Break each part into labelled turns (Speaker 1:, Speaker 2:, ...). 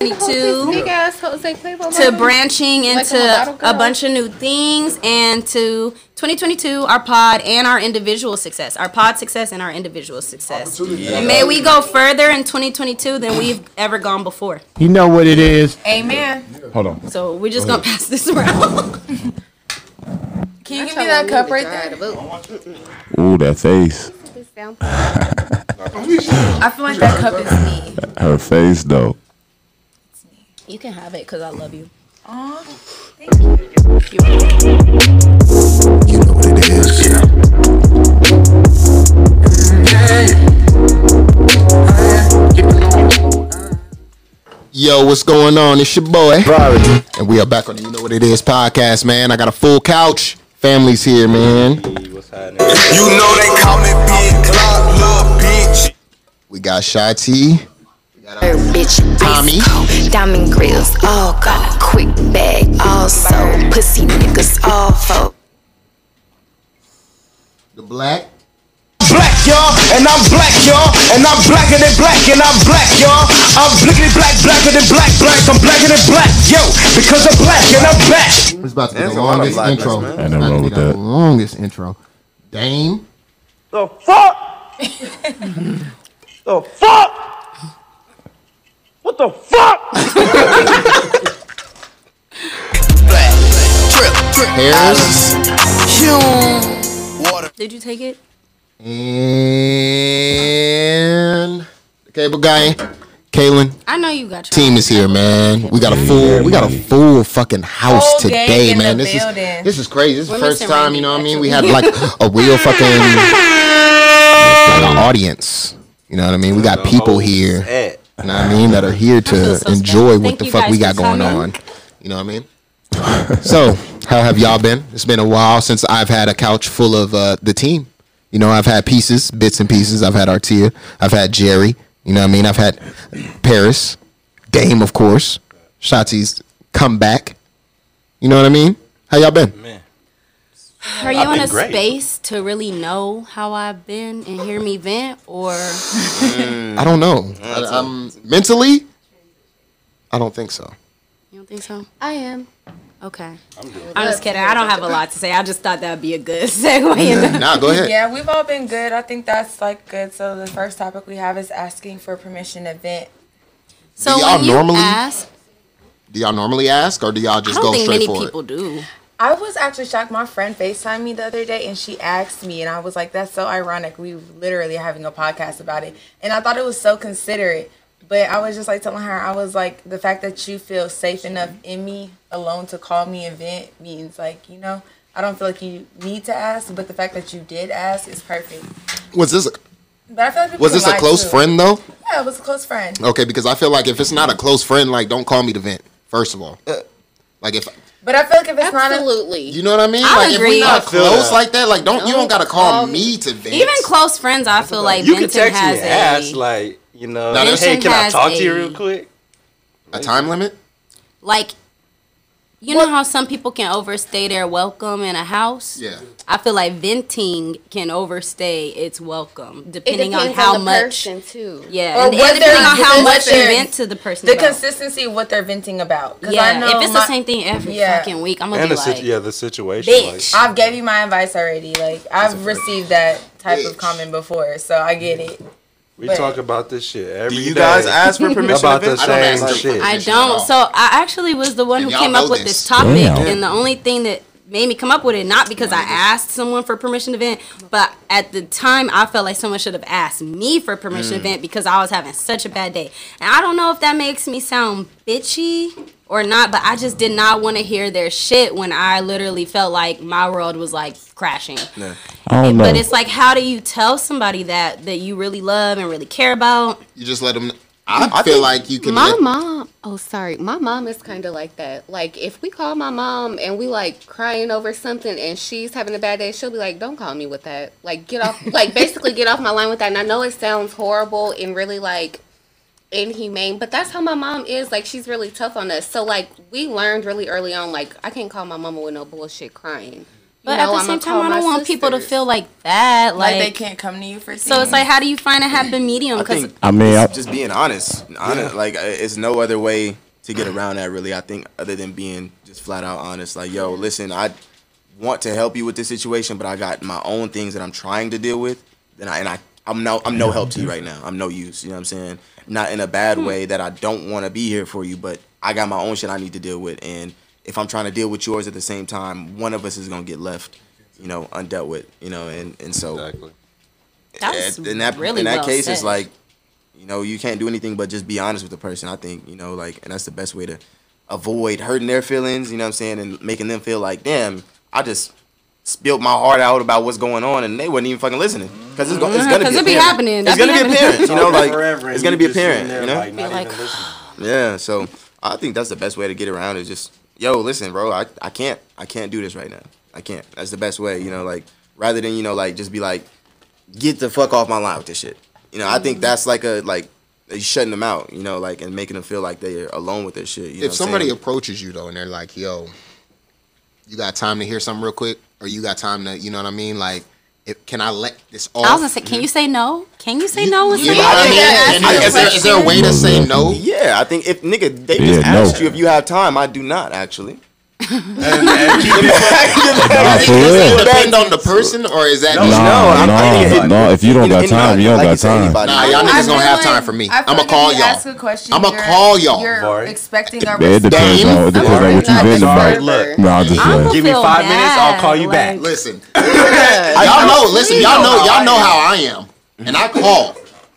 Speaker 1: me to
Speaker 2: ass Jose Cleveland.
Speaker 1: to branching into
Speaker 2: a
Speaker 1: a,
Speaker 2: little girl.
Speaker 1: bunch of new things and to 2022 our pod and our individual success our pod success and our individual success and may we go further in 2022 than we've ever gone before
Speaker 3: You know what it is.
Speaker 4: Amen.
Speaker 3: Hold on.
Speaker 1: so we're just gonna pass this around
Speaker 4: Can you give me that cup right there?
Speaker 3: Ooh, that's Ace.
Speaker 4: I feel like that cup is me.
Speaker 3: Her face though.
Speaker 1: you can have it because i love you
Speaker 4: Aw.
Speaker 5: You know what it is. Yo, what's going on? It's your boy. And we are back on the You Know What It Is podcast, man. I got a full couch. Family's here, man.
Speaker 6: You know they call me Big Glock, little bitch.
Speaker 5: We got Shati.
Speaker 7: bitch.
Speaker 5: Tommy.
Speaker 7: Frisco. Diamond grills, all go. Quick bag, also. Pussy niggas, all folk.
Speaker 5: The black.
Speaker 6: Black, y'all, and I'm black, y'all, and I'm blacker than black, and I'm black, y'all. I'm blickety black, blacker than black, black, I'm blacker than black, yo, because I'm black and I'm back.
Speaker 5: It's about to be
Speaker 8: There's
Speaker 5: the
Speaker 8: a lot of
Speaker 5: longest
Speaker 8: blackness,
Speaker 5: intro.
Speaker 8: man.
Speaker 3: I
Speaker 5: It's
Speaker 3: know
Speaker 5: about to
Speaker 3: wrong
Speaker 5: be
Speaker 3: with
Speaker 5: the
Speaker 3: that.
Speaker 5: longest intro. Dame.
Speaker 8: The fuck? the fuck? What the fuck?
Speaker 6: Black, trip, trip,
Speaker 5: Harris.
Speaker 6: Hume, water.
Speaker 1: did you take it
Speaker 5: And the cable guy. Kalen.
Speaker 1: i know you got your
Speaker 5: team is here, man. We got a full, we got a full fucking house
Speaker 4: Whole gang
Speaker 5: today,
Speaker 4: in
Speaker 5: man.
Speaker 4: the
Speaker 5: This is
Speaker 4: building.
Speaker 5: this is crazy. This is the
Speaker 1: We're
Speaker 5: first
Speaker 1: missing
Speaker 5: time,
Speaker 1: Randy,
Speaker 5: you know what I mean. We had
Speaker 1: actually.
Speaker 5: like a real fucking like an audience. You know what I mean. We got people here, you
Speaker 8: At.
Speaker 5: know what I mean, that are here to
Speaker 1: feel so
Speaker 5: enjoy
Speaker 1: special.
Speaker 5: what
Speaker 1: Thank
Speaker 5: the
Speaker 1: you
Speaker 5: fuck
Speaker 1: guys
Speaker 5: we
Speaker 1: for
Speaker 5: got going on.
Speaker 1: coming.
Speaker 5: You know what I mean. So, how have y'all been? It's been a while since I've had a couch full of uh, the team. You know, I've had pieces, bits and pieces. I've had Artia. I've had Jerry. You know what I mean? I've had Paris, Dame, of course. Shotzi's come back. You know what I mean? How y'all been?
Speaker 1: Are you
Speaker 8: I've
Speaker 1: in
Speaker 8: been
Speaker 1: a
Speaker 8: great.
Speaker 1: space to really know how I've been and hear me vent, or
Speaker 5: I don't know. I, am mentally, I don't think so.
Speaker 1: you don't think so?
Speaker 2: I am.
Speaker 1: Okay, I'm, just kidding. I don't have a lot to say. I just thought that'd be a good segue. into-
Speaker 5: Nah, go ahead.
Speaker 4: Yeah, we've all been good. I think that's like good. So the first topic we have is asking for permission to vent.
Speaker 1: so
Speaker 5: Do y'all
Speaker 1: when you
Speaker 5: normally
Speaker 1: ask,
Speaker 5: Do y'all normally ask, or do y'all
Speaker 1: I
Speaker 5: just
Speaker 1: don't
Speaker 5: go
Speaker 1: think
Speaker 5: straight
Speaker 1: many
Speaker 5: for
Speaker 1: people do.
Speaker 4: I was actually shocked. My friend FaceTimed me the other day and she asked me, and I was like, that's so ironic. We literally are having a podcast about it. And I thought it was so considerate. But I was just like telling her, I was like, the fact that you feel safe enough in me alone to call me and vent means like, you know, I don't feel like you need to ask, but the fact that you did ask is perfect.
Speaker 5: it? Was this a,
Speaker 4: But I feel like people
Speaker 5: was this
Speaker 4: can
Speaker 5: a
Speaker 4: lie,
Speaker 5: close
Speaker 4: too.
Speaker 5: friend though?
Speaker 4: Yeah, it was a close friend.
Speaker 5: Okay, because I feel like if it's not
Speaker 8: Mm-hmm.
Speaker 5: a close friend, like don't call me to vent. First of all,
Speaker 8: Uh,
Speaker 5: like if
Speaker 4: But I feel like if it's not a
Speaker 2: Absolutely.
Speaker 5: you know what I mean,
Speaker 1: I
Speaker 5: like if
Speaker 1: agree.
Speaker 5: we not
Speaker 8: I feel
Speaker 5: close
Speaker 8: that.
Speaker 5: like that, like don't you don't gotta call
Speaker 2: Um,
Speaker 5: me to vent.
Speaker 1: Even close friends, I feel like
Speaker 8: You can
Speaker 1: Benton
Speaker 8: text me
Speaker 1: has
Speaker 8: and
Speaker 1: a.
Speaker 8: ask, like, you know,
Speaker 5: Now, there's-
Speaker 8: hey, can I
Speaker 1: Benton
Speaker 8: talk
Speaker 1: has
Speaker 8: to you
Speaker 1: a-
Speaker 8: real quick?
Speaker 5: a time limit.
Speaker 1: like you know how some people can overstay their welcome in a house
Speaker 5: Yeah.
Speaker 1: i feel like venting can overstay its welcome
Speaker 2: It
Speaker 1: depending
Speaker 2: depends
Speaker 1: on how
Speaker 2: the
Speaker 1: much
Speaker 2: person too.
Speaker 1: yeah
Speaker 4: Or
Speaker 1: and, and
Speaker 4: what
Speaker 1: depending
Speaker 4: they're-
Speaker 1: on how
Speaker 4: what
Speaker 1: much you
Speaker 4: they're-
Speaker 1: vent to the person
Speaker 4: the
Speaker 1: about.
Speaker 4: consistency of what they're venting about. 'Cause I know
Speaker 1: yeah if it's
Speaker 4: my-
Speaker 1: the same thing every
Speaker 4: Yeah.
Speaker 1: fucking week i'm gonna
Speaker 8: And
Speaker 1: be
Speaker 8: the sit-
Speaker 1: like
Speaker 8: yeah, the situation.
Speaker 1: bitch
Speaker 8: Like,
Speaker 4: I've gave you my advice already. Like I've received that type of
Speaker 5: Bitch.
Speaker 4: comment before, so I get it.
Speaker 8: we
Speaker 4: but-
Speaker 8: talk about this shit every
Speaker 9: Do
Speaker 8: day.
Speaker 9: you guys ask for permission
Speaker 8: about
Speaker 9: to
Speaker 8: the
Speaker 9: vent?
Speaker 5: I don't
Speaker 8: same
Speaker 5: ask for
Speaker 8: shit?
Speaker 1: I
Speaker 5: Mission at all.
Speaker 1: don't. So I actually was the one
Speaker 5: And
Speaker 1: who
Speaker 5: y'all
Speaker 1: came
Speaker 5: know
Speaker 1: up with
Speaker 5: this.
Speaker 1: this, topic,
Speaker 3: Damn.
Speaker 1: and the only thing that made me come up with it, not because I asked someone for permission to vent, but at the time I felt like someone should have asked me for permission
Speaker 5: Mm.
Speaker 1: to vent because I was having such a bad day. And I don't know if that makes me sound bitchy or not, but I just did not want to hear their shit when I literally felt like my world was like crashing.
Speaker 3: I don't know.
Speaker 1: But it's like, how do you tell somebody that that you really love and really care about?
Speaker 5: You just let them. I, feel like you can.
Speaker 2: My
Speaker 5: let-
Speaker 2: mom. Oh, sorry. My mom is kind of like that. Like if we call my mom and we like crying over something and she's having a bad day, she'll be like, "Don't call me with that. Like get off. like basically get off my line with that." And I know it sounds horrible and really like inhumane, but that's how my mom is. Like she's really tough on us. So like we learned really early on. Like I can't call my mama with no bullshit crying.
Speaker 1: But
Speaker 7: know,
Speaker 1: at the
Speaker 7: I'ma
Speaker 1: same
Speaker 7: call
Speaker 1: time, I
Speaker 7: my
Speaker 1: don't want people to
Speaker 7: sisters.
Speaker 1: feel like that. Like,
Speaker 4: Like, they can't come to you for.
Speaker 1: So it's like, how do you find a happy medium?
Speaker 8: I
Speaker 1: Because
Speaker 8: think
Speaker 3: I mean, I-
Speaker 8: it's just being honest, honest. Like uh, it's no other way to get around that. Really, I think other than being just flat out honest. Like, yo, listen, I want to help you with this situation, but I got my own things that I'm trying to deal with, and I and I I'm no I'm no help to you right now. I'm no use. You know what I'm saying? Not in a bad way that I don't want to be here for you, but I got my own shit I need to deal with, and if I'm trying to deal with yours at the same time, one of us is gonna get left, you know, undealt with, you know, and and so
Speaker 10: Exactly.
Speaker 1: that's
Speaker 8: in that
Speaker 1: really
Speaker 8: in that
Speaker 1: well
Speaker 8: case, it's
Speaker 1: said.
Speaker 8: like you know you can't do anything but just be honest with the person. I think you know like, and that's the best way to avoid hurting their feelings. You know what I'm saying, and making them feel like, damn, I just spilled my heart out about what's going on, and they wasn't even fucking listening because it's, go- it's
Speaker 1: Uh-huh,
Speaker 8: gonna
Speaker 1: 'Cause
Speaker 8: be
Speaker 1: it be
Speaker 8: apparent.
Speaker 1: happening.
Speaker 8: It's
Speaker 1: That
Speaker 8: gonna
Speaker 1: be
Speaker 8: be
Speaker 1: happening.
Speaker 8: apparent. You know, like
Speaker 10: Forever, and
Speaker 8: it's gonna
Speaker 10: you
Speaker 8: be
Speaker 10: just sitting
Speaker 8: apparent.
Speaker 10: there,
Speaker 8: You know,
Speaker 10: like, not
Speaker 1: Be
Speaker 10: even
Speaker 1: like,
Speaker 10: listening.
Speaker 8: yeah. So I think that's the best way to get around is just, yo, listen, bro, I, I can't I can't do this right now. I can't. That's the best way, you know, like rather than, you know, like just be like, get the fuck off my line with this shit. You know, I
Speaker 3: Mm-hmm.
Speaker 8: think that's like a like shutting them out, you know, like and making them feel like they're alone with their shit. You know what I'm
Speaker 5: if somebody
Speaker 8: saying?
Speaker 5: approaches you though and they're like, "Yo, you got time to hear something real quick, or you got time to, you know what I mean? Like, if, can I let this off?"
Speaker 1: I was gonna say, can you say no? Can you say no? when
Speaker 5: You know
Speaker 1: somebody
Speaker 5: what I mean?
Speaker 1: asks
Speaker 5: And
Speaker 1: you a
Speaker 5: is, there, is there a
Speaker 1: question?
Speaker 5: way to say no?
Speaker 8: yeah, I think if nigga they
Speaker 3: Yeah,
Speaker 8: just
Speaker 3: no.
Speaker 8: asked you if you have time, I do not actually.
Speaker 10: And, and keep it
Speaker 3: Nah, for real.
Speaker 5: Depend on the person, or is that
Speaker 10: No.
Speaker 3: Nah,
Speaker 8: I'm-
Speaker 3: nah,
Speaker 8: I think it-
Speaker 3: nah, if you don't got time,
Speaker 8: anybody,
Speaker 3: you don't
Speaker 8: like
Speaker 3: got
Speaker 8: you said,
Speaker 3: time.
Speaker 8: anybody.
Speaker 5: Nah, y'all
Speaker 4: I
Speaker 5: niggas
Speaker 4: feel
Speaker 5: gonna have time
Speaker 4: like-
Speaker 5: for me.
Speaker 4: I feel
Speaker 5: I'ma
Speaker 4: like if
Speaker 5: call
Speaker 4: you
Speaker 5: y'all.
Speaker 4: Ask a question,
Speaker 5: I'ma
Speaker 4: you're-
Speaker 5: call y'all.
Speaker 4: You're
Speaker 10: Vari.
Speaker 4: expecting our
Speaker 3: Yeah, it depends
Speaker 5: Dame?
Speaker 3: on it depends on what you
Speaker 4: Vari.
Speaker 3: been
Speaker 4: Vari.
Speaker 3: about.
Speaker 10: Look,
Speaker 3: No, I'm just
Speaker 1: I'm gonna
Speaker 3: saying.
Speaker 10: give me
Speaker 1: feel
Speaker 10: five minutes, I'll
Speaker 1: bad,
Speaker 10: call you back.
Speaker 1: like-
Speaker 5: Listen, y'all know. Listen, y'all know. Y'all know how I am, and I call.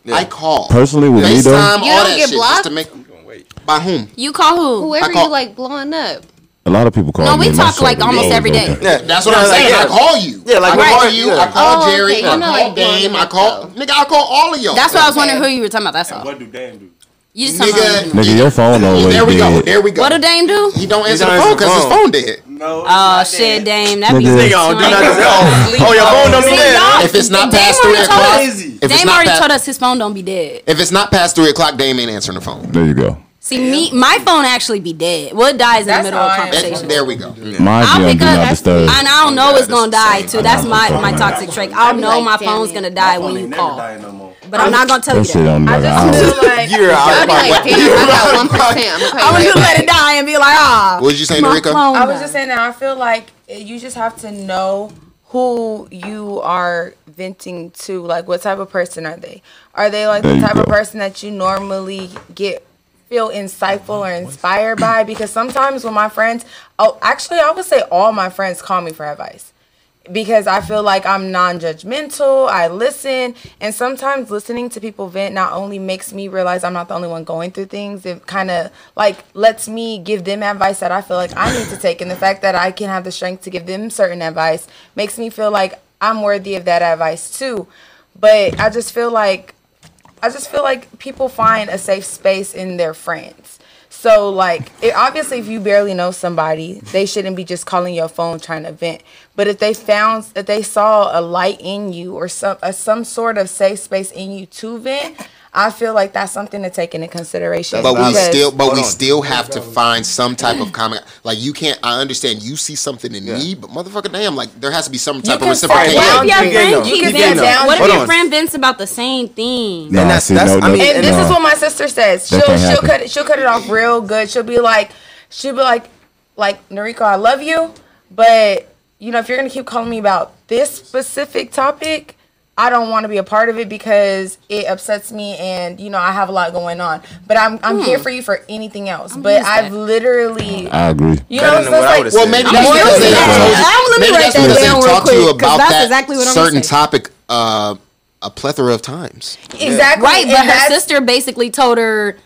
Speaker 5: I call.
Speaker 3: Personally, with me
Speaker 5: FaceTime,
Speaker 3: though,
Speaker 7: You
Speaker 5: all
Speaker 7: don't
Speaker 5: that
Speaker 7: get
Speaker 5: shit, just to
Speaker 7: blocked?
Speaker 5: make
Speaker 10: wait.
Speaker 5: by whom?
Speaker 1: You call who?
Speaker 5: I
Speaker 7: Whoever
Speaker 5: call-
Speaker 7: you like blowing up.
Speaker 3: a lot of people call
Speaker 1: No,
Speaker 3: me.
Speaker 1: we
Speaker 3: and my
Speaker 1: talk,
Speaker 3: shit
Speaker 1: like,
Speaker 3: is
Speaker 1: almost
Speaker 3: always
Speaker 1: every day.
Speaker 3: okay.
Speaker 8: Yeah,
Speaker 5: That's what I'm saying. I call you.
Speaker 8: Yeah, like,
Speaker 5: I
Speaker 8: right.
Speaker 5: call you. I
Speaker 8: Yeah.
Speaker 5: call
Speaker 7: Oh, okay.
Speaker 5: Jerry.
Speaker 7: You
Speaker 5: I
Speaker 7: know,
Speaker 5: call
Speaker 7: like, blowing
Speaker 5: Dame. I
Speaker 7: up,
Speaker 5: call nigga. I call all of y'all.
Speaker 1: That's why I was wondering who
Speaker 7: Okay.
Speaker 1: you were talking about. That's all.
Speaker 10: What do damn do?
Speaker 1: You just talking about.
Speaker 5: nigga.
Speaker 3: Nigga, your phone always
Speaker 5: There we go.
Speaker 3: dead.
Speaker 5: There we go.
Speaker 1: What do Dame do?
Speaker 5: He don't answer
Speaker 8: don't
Speaker 5: the
Speaker 8: answer
Speaker 5: phone
Speaker 8: the
Speaker 5: because his
Speaker 8: phone.
Speaker 5: phone dead.
Speaker 10: No. it's
Speaker 1: Oh
Speaker 10: not that.
Speaker 1: shit, Dame, that be
Speaker 3: Nigga.
Speaker 8: Nigga, oh, do not oh, oh, your phone don't be
Speaker 1: y'all-
Speaker 8: there.
Speaker 5: If it's not
Speaker 1: Dame
Speaker 5: past
Speaker 1: already
Speaker 5: three
Speaker 1: told
Speaker 5: o'clock,
Speaker 1: us-
Speaker 5: if it's
Speaker 1: Dame
Speaker 5: not
Speaker 1: already
Speaker 5: past-
Speaker 1: told us his phone don't be dead.
Speaker 5: If it's not past three o'clock, Dame ain't answering the phone.
Speaker 3: There you go.
Speaker 1: See, me, my phone actually be dead. What dies in the
Speaker 4: That's
Speaker 1: middle
Speaker 4: how
Speaker 1: of
Speaker 4: I
Speaker 1: a
Speaker 4: am.
Speaker 5: That-
Speaker 1: conversation?
Speaker 5: there we go.
Speaker 3: Mine's be
Speaker 1: I'll
Speaker 3: on
Speaker 1: pick
Speaker 3: do
Speaker 1: up,
Speaker 3: not
Speaker 1: and
Speaker 3: disturb.
Speaker 1: I don't know
Speaker 8: Yeah,
Speaker 1: it's gonna die
Speaker 8: that's the
Speaker 1: too.
Speaker 8: same.
Speaker 1: That's my
Speaker 3: I'm
Speaker 1: my
Speaker 3: like,
Speaker 1: toxic trait. I'll
Speaker 7: I'm
Speaker 1: know
Speaker 7: like,
Speaker 1: my
Speaker 7: damn
Speaker 1: phone's
Speaker 7: it.
Speaker 1: gonna
Speaker 10: My
Speaker 1: die
Speaker 10: phone
Speaker 1: when you
Speaker 10: ain't never
Speaker 1: call,
Speaker 10: dying no more.
Speaker 1: but I'm not gonna tell
Speaker 3: That
Speaker 1: you
Speaker 3: shit
Speaker 1: that.
Speaker 3: on like an
Speaker 4: I
Speaker 3: hour.
Speaker 4: just feel like
Speaker 8: You're out.
Speaker 7: I'd be like, damn, I got one percent. I'm gonna
Speaker 1: I
Speaker 7: call
Speaker 1: would
Speaker 7: you.
Speaker 1: just
Speaker 7: Right.
Speaker 1: let it die and be like, ah.
Speaker 5: What did you say,
Speaker 1: my
Speaker 5: Narika?
Speaker 1: phone
Speaker 4: I was
Speaker 1: died.
Speaker 4: just saying that I feel like you just have to know who you are venting to. Like, what type of person are they? Are they like
Speaker 3: There
Speaker 4: the
Speaker 3: you
Speaker 4: type of
Speaker 3: go.
Speaker 4: person that you normally get feel insightful or inspired by? Because sometimes when my friends, oh, actually, I would say all my friends call me for advice because I feel like I'm non-judgmental. I listen, and sometimes listening to people vent not only makes me realize I'm not the only one going through things. It kind of like lets me give them advice that I feel like I need to take, and the fact that I can have the strength to give them certain advice makes me feel like I'm worthy of that advice too. But I just feel like I just feel like people find a safe space in their friends. So like, it, obviously, if you barely know somebody, they shouldn't be just calling your phone trying to vent. But if they found, if they saw a light in you or some a, some sort of safe space in you to vent, I feel like that's something to take into consideration.
Speaker 5: But we
Speaker 4: because-
Speaker 5: still, but
Speaker 8: Hold
Speaker 5: we
Speaker 8: on.
Speaker 5: still have to find some type of comment. Like you can't. I understand you see something in
Speaker 8: Yeah.
Speaker 5: me, but motherfucker, damn, like there has to be some type of
Speaker 4: can find
Speaker 5: reciprocation.
Speaker 1: What if
Speaker 4: You
Speaker 1: your
Speaker 4: can get
Speaker 1: friend
Speaker 4: no. You
Speaker 1: keeps
Speaker 4: can get
Speaker 1: venting?
Speaker 4: no.
Speaker 1: What if
Speaker 8: Hold
Speaker 1: your
Speaker 8: on.
Speaker 1: friend vents about the same thing?
Speaker 8: And
Speaker 3: Nah,
Speaker 8: that's-
Speaker 3: see,
Speaker 8: that's-
Speaker 3: no,
Speaker 8: I mean,
Speaker 3: no.
Speaker 4: And this is
Speaker 3: no.
Speaker 4: what my sister says.
Speaker 3: That
Speaker 4: She'll
Speaker 3: can't
Speaker 4: she'll
Speaker 3: happen.
Speaker 4: cut it she'll cut it off real good. She'll be like she'll be like like Noriko, I love you, but you know if you're gonna keep calling me about this specific topic, I don't want to be a part of it because it upsets me and you know I have a lot going on. But I'm I'm
Speaker 1: Hmm.
Speaker 4: here for you for anything else. but
Speaker 1: use
Speaker 4: I've
Speaker 1: that.
Speaker 4: literally
Speaker 3: I agree.
Speaker 4: you
Speaker 8: Better
Speaker 4: know
Speaker 8: than
Speaker 4: so
Speaker 8: what I
Speaker 4: it's like
Speaker 8: would've
Speaker 5: Well,
Speaker 8: said.
Speaker 5: maybe
Speaker 8: I'm
Speaker 5: that's
Speaker 1: gonna
Speaker 5: because they
Speaker 1: use that.
Speaker 5: told you.
Speaker 1: I'm gonna
Speaker 5: Maybe
Speaker 1: write
Speaker 5: that's
Speaker 1: that
Speaker 5: because they
Speaker 1: down real
Speaker 5: talked to you
Speaker 1: quick, 'cause
Speaker 5: about
Speaker 1: that's
Speaker 5: that
Speaker 1: exactly what I'm gonna
Speaker 5: certain
Speaker 1: say.
Speaker 5: topic uh, a plethora of times.
Speaker 4: exactly
Speaker 1: Right,
Speaker 4: and
Speaker 1: but her
Speaker 4: that's-
Speaker 1: sister basically told her,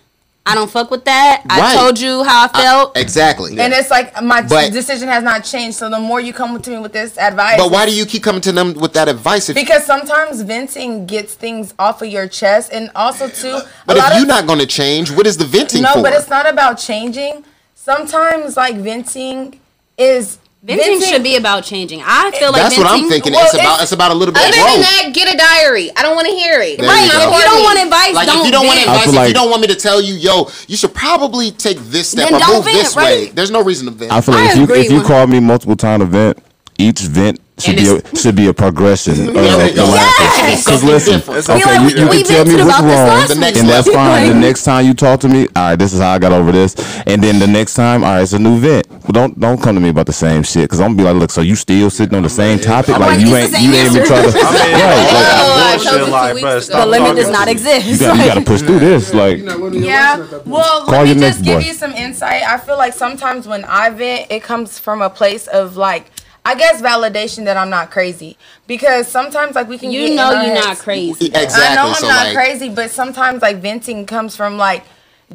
Speaker 1: "I don't fuck with that.
Speaker 5: Right.
Speaker 1: I told you how I felt."
Speaker 5: Exactly.
Speaker 4: and it's like my
Speaker 5: But-
Speaker 4: decision has not changed. So the more you come to me with this advice,
Speaker 5: But why do you keep coming to them with that advice? If,
Speaker 4: Because sometimes venting gets things off of your chest, and also too.
Speaker 5: but
Speaker 4: a lot
Speaker 5: if you're
Speaker 4: of,
Speaker 5: not going to change, what is the venting
Speaker 4: no,
Speaker 5: for?
Speaker 4: but it's not about changing. Sometimes like venting is
Speaker 1: Venting should be about changing. I feel like
Speaker 5: that's what I'm
Speaker 1: venting-
Speaker 5: thinking.
Speaker 4: well,
Speaker 5: it's about
Speaker 4: it's-
Speaker 5: it's about a little bit
Speaker 7: Other
Speaker 5: of
Speaker 7: than
Speaker 5: growth.
Speaker 7: that, get a diary. I don't want to hear it.
Speaker 5: There
Speaker 1: Right,
Speaker 5: you go.
Speaker 1: if you don't want advice,
Speaker 5: Like
Speaker 1: don't,
Speaker 5: if you don't want
Speaker 1: vent.
Speaker 5: advice,
Speaker 3: feel
Speaker 5: if
Speaker 3: like-
Speaker 5: you don't want me to tell you, yo, you should probably take this step
Speaker 1: Then
Speaker 5: or
Speaker 1: don't
Speaker 5: move this
Speaker 1: vent, right?
Speaker 5: way. There's no reason to vent.
Speaker 3: I feel
Speaker 1: I
Speaker 3: like if you
Speaker 1: agree
Speaker 3: if you
Speaker 1: with-
Speaker 3: call me multiple time event, each vent should
Speaker 11: And
Speaker 3: be a,
Speaker 11: it's-
Speaker 3: should be a progression of the
Speaker 11: Yes!
Speaker 3: last one. Because listen,
Speaker 8: It's
Speaker 3: okay,
Speaker 8: like,
Speaker 3: you,
Speaker 8: we-
Speaker 3: you
Speaker 1: we
Speaker 3: can tell
Speaker 1: vented
Speaker 3: me what's
Speaker 1: about this
Speaker 3: wrong,
Speaker 1: last The next
Speaker 3: and that's
Speaker 1: one.
Speaker 3: fine. The
Speaker 1: Like-
Speaker 3: next time you talk to me, all right, this is how I got over this, and then the next time, all right, it's a new vent. But don't don't come to me about the same shit, because I'm gonna be like, look, so you still sitting on the same topic,
Speaker 1: like,
Speaker 3: like you
Speaker 1: it's
Speaker 3: ain't
Speaker 1: the
Speaker 3: you
Speaker 1: same
Speaker 3: ain't even trying
Speaker 1: answer.
Speaker 3: to.
Speaker 10: I mean,
Speaker 3: Right, like,
Speaker 7: I
Speaker 10: I
Speaker 7: told you two
Speaker 10: bullshit like,
Speaker 7: weeks
Speaker 10: bruh,
Speaker 7: ago.
Speaker 10: stop
Speaker 1: the limit does
Speaker 10: talking
Speaker 1: not
Speaker 10: to me.
Speaker 1: exist.
Speaker 3: you got you got to push through this, like.
Speaker 4: Yeah. Well,
Speaker 3: Call
Speaker 4: let me
Speaker 3: your
Speaker 4: just
Speaker 3: next
Speaker 4: give
Speaker 3: boy.
Speaker 4: you some insight. I feel like sometimes when I vent, it comes from a place of like, I guess validation that I'm not crazy because sometimes like we can get
Speaker 1: you
Speaker 4: in
Speaker 1: know
Speaker 4: our
Speaker 1: you're not
Speaker 4: heads.
Speaker 1: crazy.
Speaker 5: Exactly.
Speaker 4: I know I'm
Speaker 5: so
Speaker 4: not
Speaker 5: like,
Speaker 4: crazy, but sometimes like venting comes from like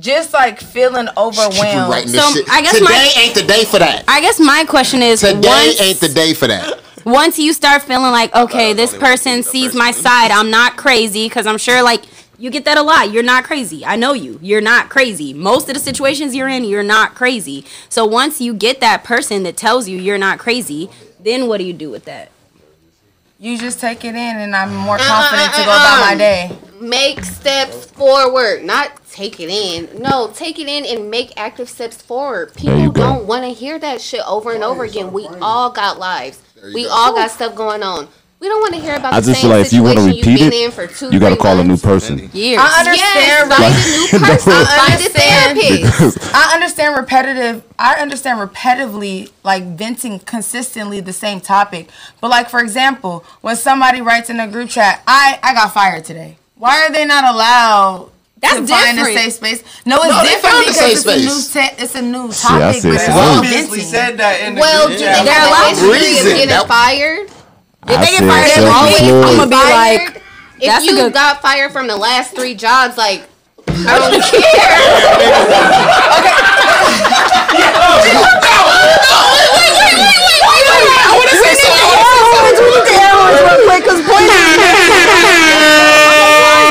Speaker 4: just like feeling
Speaker 5: keep
Speaker 4: overwhelmed.
Speaker 5: rewriting this
Speaker 1: So,
Speaker 5: shit.
Speaker 1: I guess
Speaker 5: today
Speaker 1: my-
Speaker 5: ain't the day for that.
Speaker 1: I guess my question is
Speaker 5: Today
Speaker 1: once,
Speaker 5: ain't the day for that.
Speaker 1: once you start feeling like,
Speaker 5: Uh,
Speaker 1: okay, this
Speaker 8: only one
Speaker 1: person
Speaker 8: thing, the
Speaker 1: sees
Speaker 8: person.
Speaker 1: my side, I'm not crazy, because I'm sure like you get that a lot. You're not crazy. I know you. You're not crazy. Most of the situations you're in, you're not crazy. So once you get that person that tells you you're not crazy, then what do you do with that?
Speaker 4: You just take it in, and I'm more confident to go about my day.
Speaker 7: Make steps forward, not take it in. No, take it in and make active steps forward.
Speaker 3: you
Speaker 7: People
Speaker 3: go.
Speaker 7: don't want to hear that shit over and over again. We all got lives. We all got stuff going on. We don't want to hear about
Speaker 3: I
Speaker 7: the
Speaker 3: just
Speaker 7: same
Speaker 3: feel like if you want
Speaker 7: situation
Speaker 3: to
Speaker 7: you've
Speaker 3: repeat
Speaker 7: been in
Speaker 3: it,
Speaker 7: for two,
Speaker 3: you got to
Speaker 7: three
Speaker 3: call a new
Speaker 7: months.
Speaker 3: person.
Speaker 1: Years.
Speaker 4: I
Speaker 7: Yes,
Speaker 4: understand.
Speaker 7: find a new person. Find a
Speaker 4: understand.
Speaker 7: therapist.
Speaker 4: I understand repetitive. I understand repetitively, like venting consistently the same topic. But like for example, when somebody writes in a group chat, "I I got fired today." Why are they not allowed?
Speaker 1: That's
Speaker 4: to find a
Speaker 1: different.
Speaker 4: safe space. No, it's
Speaker 5: No, they
Speaker 4: different
Speaker 5: found a
Speaker 4: because
Speaker 5: safe
Speaker 4: it's a new
Speaker 5: space.
Speaker 4: te- it's a new
Speaker 3: See, I
Speaker 4: topic.
Speaker 3: see
Speaker 4: but
Speaker 3: it.
Speaker 4: it's
Speaker 3: Well,
Speaker 4: all
Speaker 10: Obviously
Speaker 4: venting.
Speaker 10: said that in the
Speaker 7: Well, do
Speaker 10: group
Speaker 7: they
Speaker 10: chat.
Speaker 7: have
Speaker 1: There are a lot
Speaker 7: a
Speaker 1: of
Speaker 7: history of
Speaker 5: reasons.
Speaker 7: getting
Speaker 5: That-
Speaker 7: fired?
Speaker 3: I
Speaker 1: they get
Speaker 3: said
Speaker 1: fired,
Speaker 7: They're
Speaker 1: Self-employed.
Speaker 7: always
Speaker 3: self-employed.
Speaker 1: I'ma be like,
Speaker 7: fired. if
Speaker 1: that's a
Speaker 7: you
Speaker 1: good-
Speaker 7: got fired from the last three jobs, like I don't care.
Speaker 5: I want to say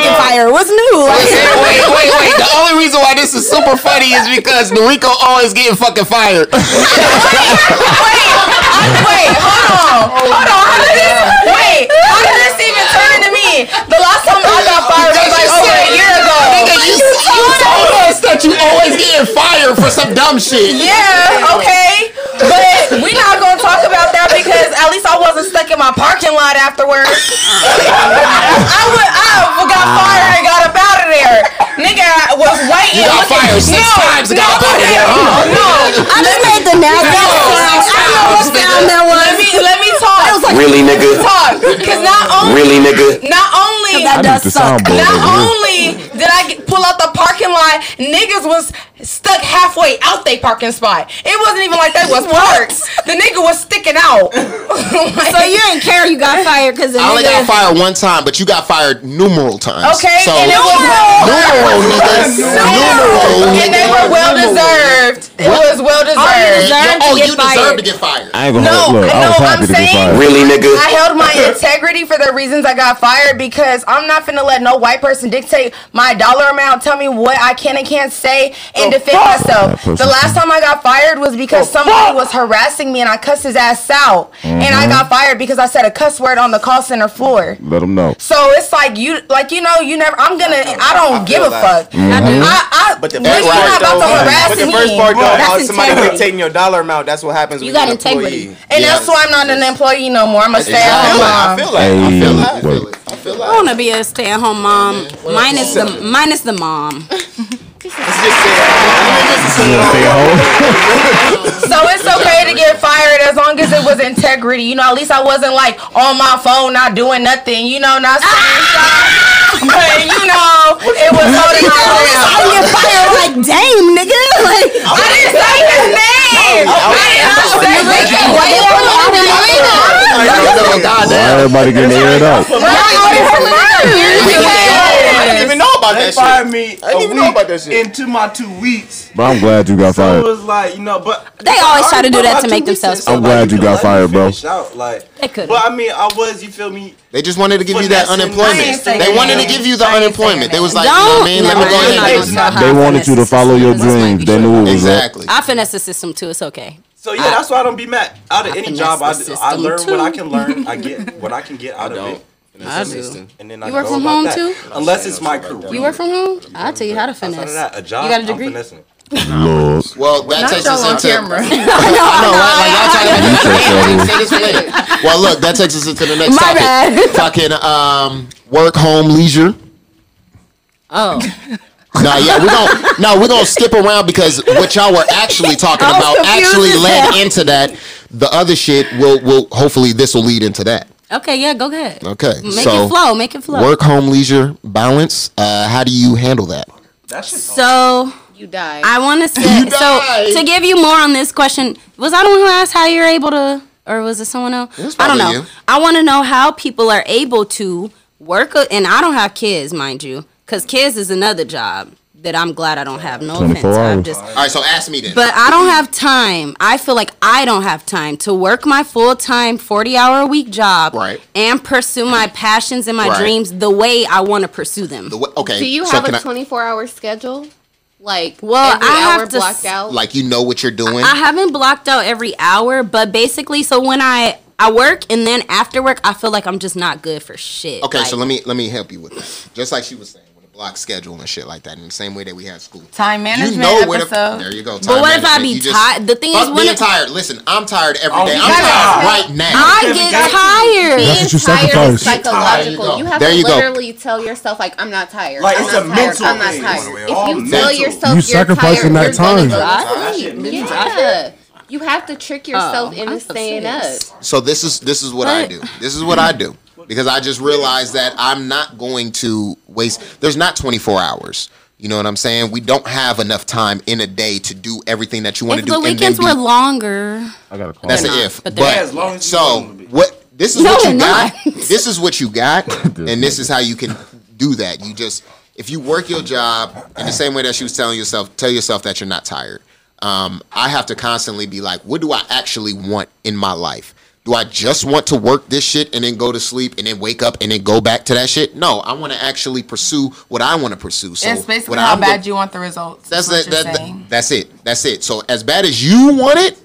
Speaker 1: Get fired. What's new? Like,
Speaker 5: Wait, wait, wait. The only reason why this is super funny is because Noriko always getting fucking fired.
Speaker 4: Wait, hold on. Hold on. How did this? Wait, how did this even turn into me? The last time I got fired was like over a year ago.
Speaker 5: Nigga, Oh, you, you told us that you always getting fired for some dumb shit.
Speaker 4: Yeah, okay. But we not gonna talk about that because at least I wasn't stuck in my parking lot afterwards. I went I got fired and got up out of there. Nigga I was waiting.
Speaker 5: You got
Speaker 4: looking-
Speaker 5: fired six
Speaker 4: no,
Speaker 5: times and
Speaker 4: no,
Speaker 5: got up out of there, huh?
Speaker 4: No,
Speaker 1: I just made the now that sound. I don't know what sound that was.
Speaker 4: let me let me talk.
Speaker 1: That was like,
Speaker 12: Really, nigga?
Speaker 4: talk. Cause not only
Speaker 12: Really, nigga?
Speaker 4: not only
Speaker 1: that
Speaker 3: I need
Speaker 1: does
Speaker 3: the
Speaker 1: suck.
Speaker 3: soundboard
Speaker 4: Not
Speaker 3: over
Speaker 4: only
Speaker 3: here.
Speaker 4: did I get, pull out the parking lot, niggas was stuck halfway out they parking spot. It wasn't even like that was parked. The nigga was sticking out. Like-
Speaker 1: so you didn't care you got fired because the
Speaker 5: I only got
Speaker 1: nigga.
Speaker 5: fired one time, but you got fired numeral times.
Speaker 4: okay,
Speaker 5: so
Speaker 4: and it was
Speaker 5: numeral, nigga. Numeral,
Speaker 4: and they were well deserved. It was well deserved.
Speaker 1: deserved
Speaker 5: oh,
Speaker 1: to get
Speaker 5: you
Speaker 1: fired.
Speaker 5: deserve to get fired.
Speaker 3: I ain't gonna
Speaker 4: No,
Speaker 3: hold, look.
Speaker 4: I
Speaker 3: I was
Speaker 4: know, I'm
Speaker 3: happy to get
Speaker 4: saying-
Speaker 3: fired.
Speaker 12: Really, nigga?
Speaker 4: I held my integrity for the reasons I got fired because I'm not finna let no white person dictate my dollar amount, tell me what I can and can't say, and defend myself.
Speaker 3: That
Speaker 4: The
Speaker 3: person-
Speaker 4: last time I got fired was because somebody was harassing me and I cussed his ass out. And
Speaker 3: Mm-hmm.
Speaker 4: I got fired because I said a cuss word on the call center floor.
Speaker 3: Let them know.
Speaker 4: So it's like you, like you know, you never. I'm gonna. I don't
Speaker 8: I
Speaker 4: give a
Speaker 8: feel that.
Speaker 4: fuck.
Speaker 3: Mm-hmm.
Speaker 4: I, I,
Speaker 8: But the
Speaker 4: you're
Speaker 8: first
Speaker 4: not
Speaker 8: part,
Speaker 4: about to
Speaker 8: though,
Speaker 4: harass
Speaker 8: but the
Speaker 4: me.
Speaker 8: first part, though,
Speaker 1: That's
Speaker 8: how somebody
Speaker 1: integrity.
Speaker 8: dictating your dollar amount, that's what happens
Speaker 1: You
Speaker 8: when
Speaker 1: got
Speaker 8: you're an
Speaker 1: integrity.
Speaker 8: employee.
Speaker 4: and that's why I'm not an employee no more. I'm a stay-at-home
Speaker 8: I
Speaker 4: mom.
Speaker 8: feel like, I feel like, I
Speaker 3: Hey,
Speaker 8: feel like.
Speaker 3: wait.
Speaker 1: I want to be a stay-at-home mom, minus the minus the mom.
Speaker 8: Let's just say that.
Speaker 4: So it's okay to get fired as long as it was integrity. You know, at least I wasn't like on my phone, not doing nothing. You know, not saying stuff. But you know, it was holding my
Speaker 1: I
Speaker 4: ground.
Speaker 1: get fired like, damn, nigga. Like,
Speaker 4: I didn't say his name. Oh, I didn't say his name.
Speaker 1: why you put on the arena?
Speaker 5: oh,
Speaker 3: Why everybody getting aired out?
Speaker 8: I didn't even know about
Speaker 10: They
Speaker 8: that
Speaker 10: fired me
Speaker 8: shit. I didn't
Speaker 10: a
Speaker 8: even know about that
Speaker 10: week
Speaker 8: shit.
Speaker 10: into my two weeks.
Speaker 3: But I'm glad you got
Speaker 10: So it
Speaker 3: fired.
Speaker 10: was like, you know, but
Speaker 1: They always try to do
Speaker 10: I already put
Speaker 1: that to
Speaker 10: my
Speaker 1: make
Speaker 10: two weeks in,
Speaker 1: themselves
Speaker 10: so,
Speaker 3: feel
Speaker 10: like,
Speaker 3: bad.
Speaker 10: you could let
Speaker 3: I'm glad you got
Speaker 10: me
Speaker 3: fired, bro.
Speaker 10: finish Out, like,
Speaker 1: They could've.
Speaker 10: But I mean, I was, you feel me?
Speaker 5: They just wanted to give you that
Speaker 10: Finessing.
Speaker 4: I ain't
Speaker 5: unemployment.
Speaker 4: saying
Speaker 5: They wanted to
Speaker 4: that.
Speaker 5: give you the
Speaker 4: I ain't
Speaker 5: unemployment.
Speaker 4: saying
Speaker 5: They was
Speaker 4: that.
Speaker 5: like, you know what I
Speaker 1: Don't.
Speaker 5: mean? Let
Speaker 1: never
Speaker 5: me
Speaker 1: mind,
Speaker 5: go
Speaker 1: I'm not
Speaker 5: ahead
Speaker 1: even
Speaker 5: and
Speaker 1: gonna talk
Speaker 3: They
Speaker 1: about
Speaker 3: wanted you to
Speaker 1: finesse.
Speaker 3: follow your dreams. They knew it was up.
Speaker 5: Exactly.
Speaker 1: I finesse the system too. It's okay.
Speaker 10: So yeah, that's why I don't be mad. Out of
Speaker 1: I
Speaker 10: any
Speaker 1: finesse
Speaker 10: job,
Speaker 1: the
Speaker 10: I, do- I
Speaker 1: system,
Speaker 10: learn what I
Speaker 1: too.
Speaker 10: can learn. I get what I can get out of
Speaker 8: don't.
Speaker 10: it.
Speaker 1: I do.
Speaker 8: Assistant.
Speaker 10: And then I
Speaker 1: You work
Speaker 10: go
Speaker 1: from
Speaker 10: about
Speaker 1: home,
Speaker 10: that.
Speaker 1: too?
Speaker 10: Unless it's my career.
Speaker 1: You work from home? I'll tell you how to
Speaker 10: Outside of
Speaker 1: finesse.
Speaker 10: that, a job.
Speaker 1: You got a
Speaker 10: I'm
Speaker 1: degree?
Speaker 10: finessing.
Speaker 3: Lord.
Speaker 5: Well, that
Speaker 4: Not
Speaker 5: takes
Speaker 4: y'all on
Speaker 5: us into.
Speaker 4: camera.
Speaker 5: I know, right? Like
Speaker 7: Right.
Speaker 5: y'all talking about Say this later. Well, look, that takes us into the next
Speaker 1: My
Speaker 5: topic.
Speaker 1: bad.
Speaker 5: Fucking um, work, home, leisure.
Speaker 1: Oh,
Speaker 5: Nah, yeah, we don't. No, we're gonna skip around because what y'all were actually talking
Speaker 1: I was
Speaker 5: about
Speaker 1: confused
Speaker 5: actually
Speaker 1: as
Speaker 5: led
Speaker 1: hell.
Speaker 5: into that. The other shit will will hopefully this will lead into that.
Speaker 1: okay, yeah, go ahead.
Speaker 5: Okay,
Speaker 1: Make
Speaker 5: so
Speaker 1: it flow. Make it flow.
Speaker 5: work, home, leisure balance. Uh, how do you handle that?
Speaker 10: That's just
Speaker 1: So
Speaker 7: You die.
Speaker 1: I want to say
Speaker 5: Oh. died.
Speaker 1: so to give you more on this question. Was I the one who asked how you're able to, or was it someone else?
Speaker 5: was
Speaker 1: I don't know.
Speaker 5: probably you.
Speaker 1: I want to know how people are able to work, a- and I don't have kids, mind you, because kids is another job that I'm glad I don't have. No
Speaker 3: 24
Speaker 1: offense, I'm
Speaker 3: hours.
Speaker 1: just
Speaker 5: All right, so ask me then.
Speaker 1: but I don't have time. I feel like I don't have time to work my full time, 40 hour a week job
Speaker 5: Right.
Speaker 1: and pursue my passions and my
Speaker 5: Right.
Speaker 1: dreams the way I want to pursue them.
Speaker 5: The way- okay,
Speaker 7: Do you
Speaker 5: so
Speaker 7: have
Speaker 5: can
Speaker 7: a
Speaker 5: I-
Speaker 7: 24 hour schedule? Like,
Speaker 1: Well,
Speaker 7: every
Speaker 1: I have
Speaker 7: hour
Speaker 1: to
Speaker 7: blocked
Speaker 1: s-
Speaker 7: out?
Speaker 5: like you know what you're doing?
Speaker 1: I haven't blocked out every hour, but basically, so when I. I work and then after work, I feel like I'm just not good for shit.
Speaker 5: okay,
Speaker 1: Like,
Speaker 5: so let me let me help you with this. Just like she was saying with the block schedule and shit like that, in the same way that we have school.
Speaker 4: Time management
Speaker 5: where the-
Speaker 4: episode.
Speaker 5: there you go.
Speaker 1: But what if I be tired? The thing is,
Speaker 5: I'm
Speaker 1: when
Speaker 5: being
Speaker 1: if-
Speaker 5: tired. Listen, I'm tired every
Speaker 10: Oh,
Speaker 5: day.
Speaker 10: you
Speaker 5: I'm tired
Speaker 10: tired.
Speaker 5: right now.
Speaker 1: I get tired.
Speaker 7: being
Speaker 3: That's what you
Speaker 7: tired is
Speaker 3: sacrifice.
Speaker 7: psychological.
Speaker 5: There you
Speaker 7: you,
Speaker 5: go.
Speaker 7: have
Speaker 5: There
Speaker 7: to
Speaker 5: you go.
Speaker 7: literally tell yourself like I'm not tired.
Speaker 10: Like,
Speaker 7: I'm
Speaker 10: it's
Speaker 7: not
Speaker 10: a
Speaker 7: tired.
Speaker 10: mental
Speaker 7: I'm not
Speaker 10: thing.
Speaker 7: tired.
Speaker 10: All
Speaker 7: If you
Speaker 10: mental.
Speaker 7: tell yourself
Speaker 3: You
Speaker 7: are
Speaker 3: sacrificing
Speaker 7: tired,
Speaker 3: that
Speaker 7: you're
Speaker 3: time.
Speaker 7: Gonna
Speaker 10: That
Speaker 7: go
Speaker 10: shit
Speaker 7: to sleep.
Speaker 10: mental.
Speaker 7: Yeah. You have to trick yourself
Speaker 1: Oh, I'm
Speaker 7: into staying up.
Speaker 1: obsessed.
Speaker 5: So this is this is what I do. This is what I do because I just realized that I'm not going to waste. There's not 24 hours. You know what I'm saying? We don't have enough time in a day to do everything that you want
Speaker 1: If
Speaker 5: to do.
Speaker 1: the
Speaker 5: and then
Speaker 1: weekends
Speaker 5: be-
Speaker 1: were longer,
Speaker 3: I got a call.
Speaker 5: That's an
Speaker 1: not,
Speaker 5: if. But,
Speaker 1: but they're- Yeah,
Speaker 10: as long as you
Speaker 5: so
Speaker 10: want 'em to be.
Speaker 5: what? This is
Speaker 1: No,
Speaker 5: what you
Speaker 1: they're
Speaker 5: got.
Speaker 1: not.
Speaker 5: This is what you got, and this is how you can do that. You just if you work your job in the same way that she was telling yourself, tell yourself that you're not tired. Um, I have to constantly be like, what do I actually want in my life? Do I just want to work this shit and then go to sleep and then wake up and then go back to that shit? No, I want to actually pursue what I want to pursue. So
Speaker 4: it's basically
Speaker 5: what
Speaker 4: how
Speaker 5: I'm go-
Speaker 4: bad you want the results.
Speaker 5: that's
Speaker 4: is
Speaker 5: it.
Speaker 4: what you're
Speaker 5: That, that-
Speaker 4: saying.
Speaker 5: that's it. That's it. So as bad as you want it,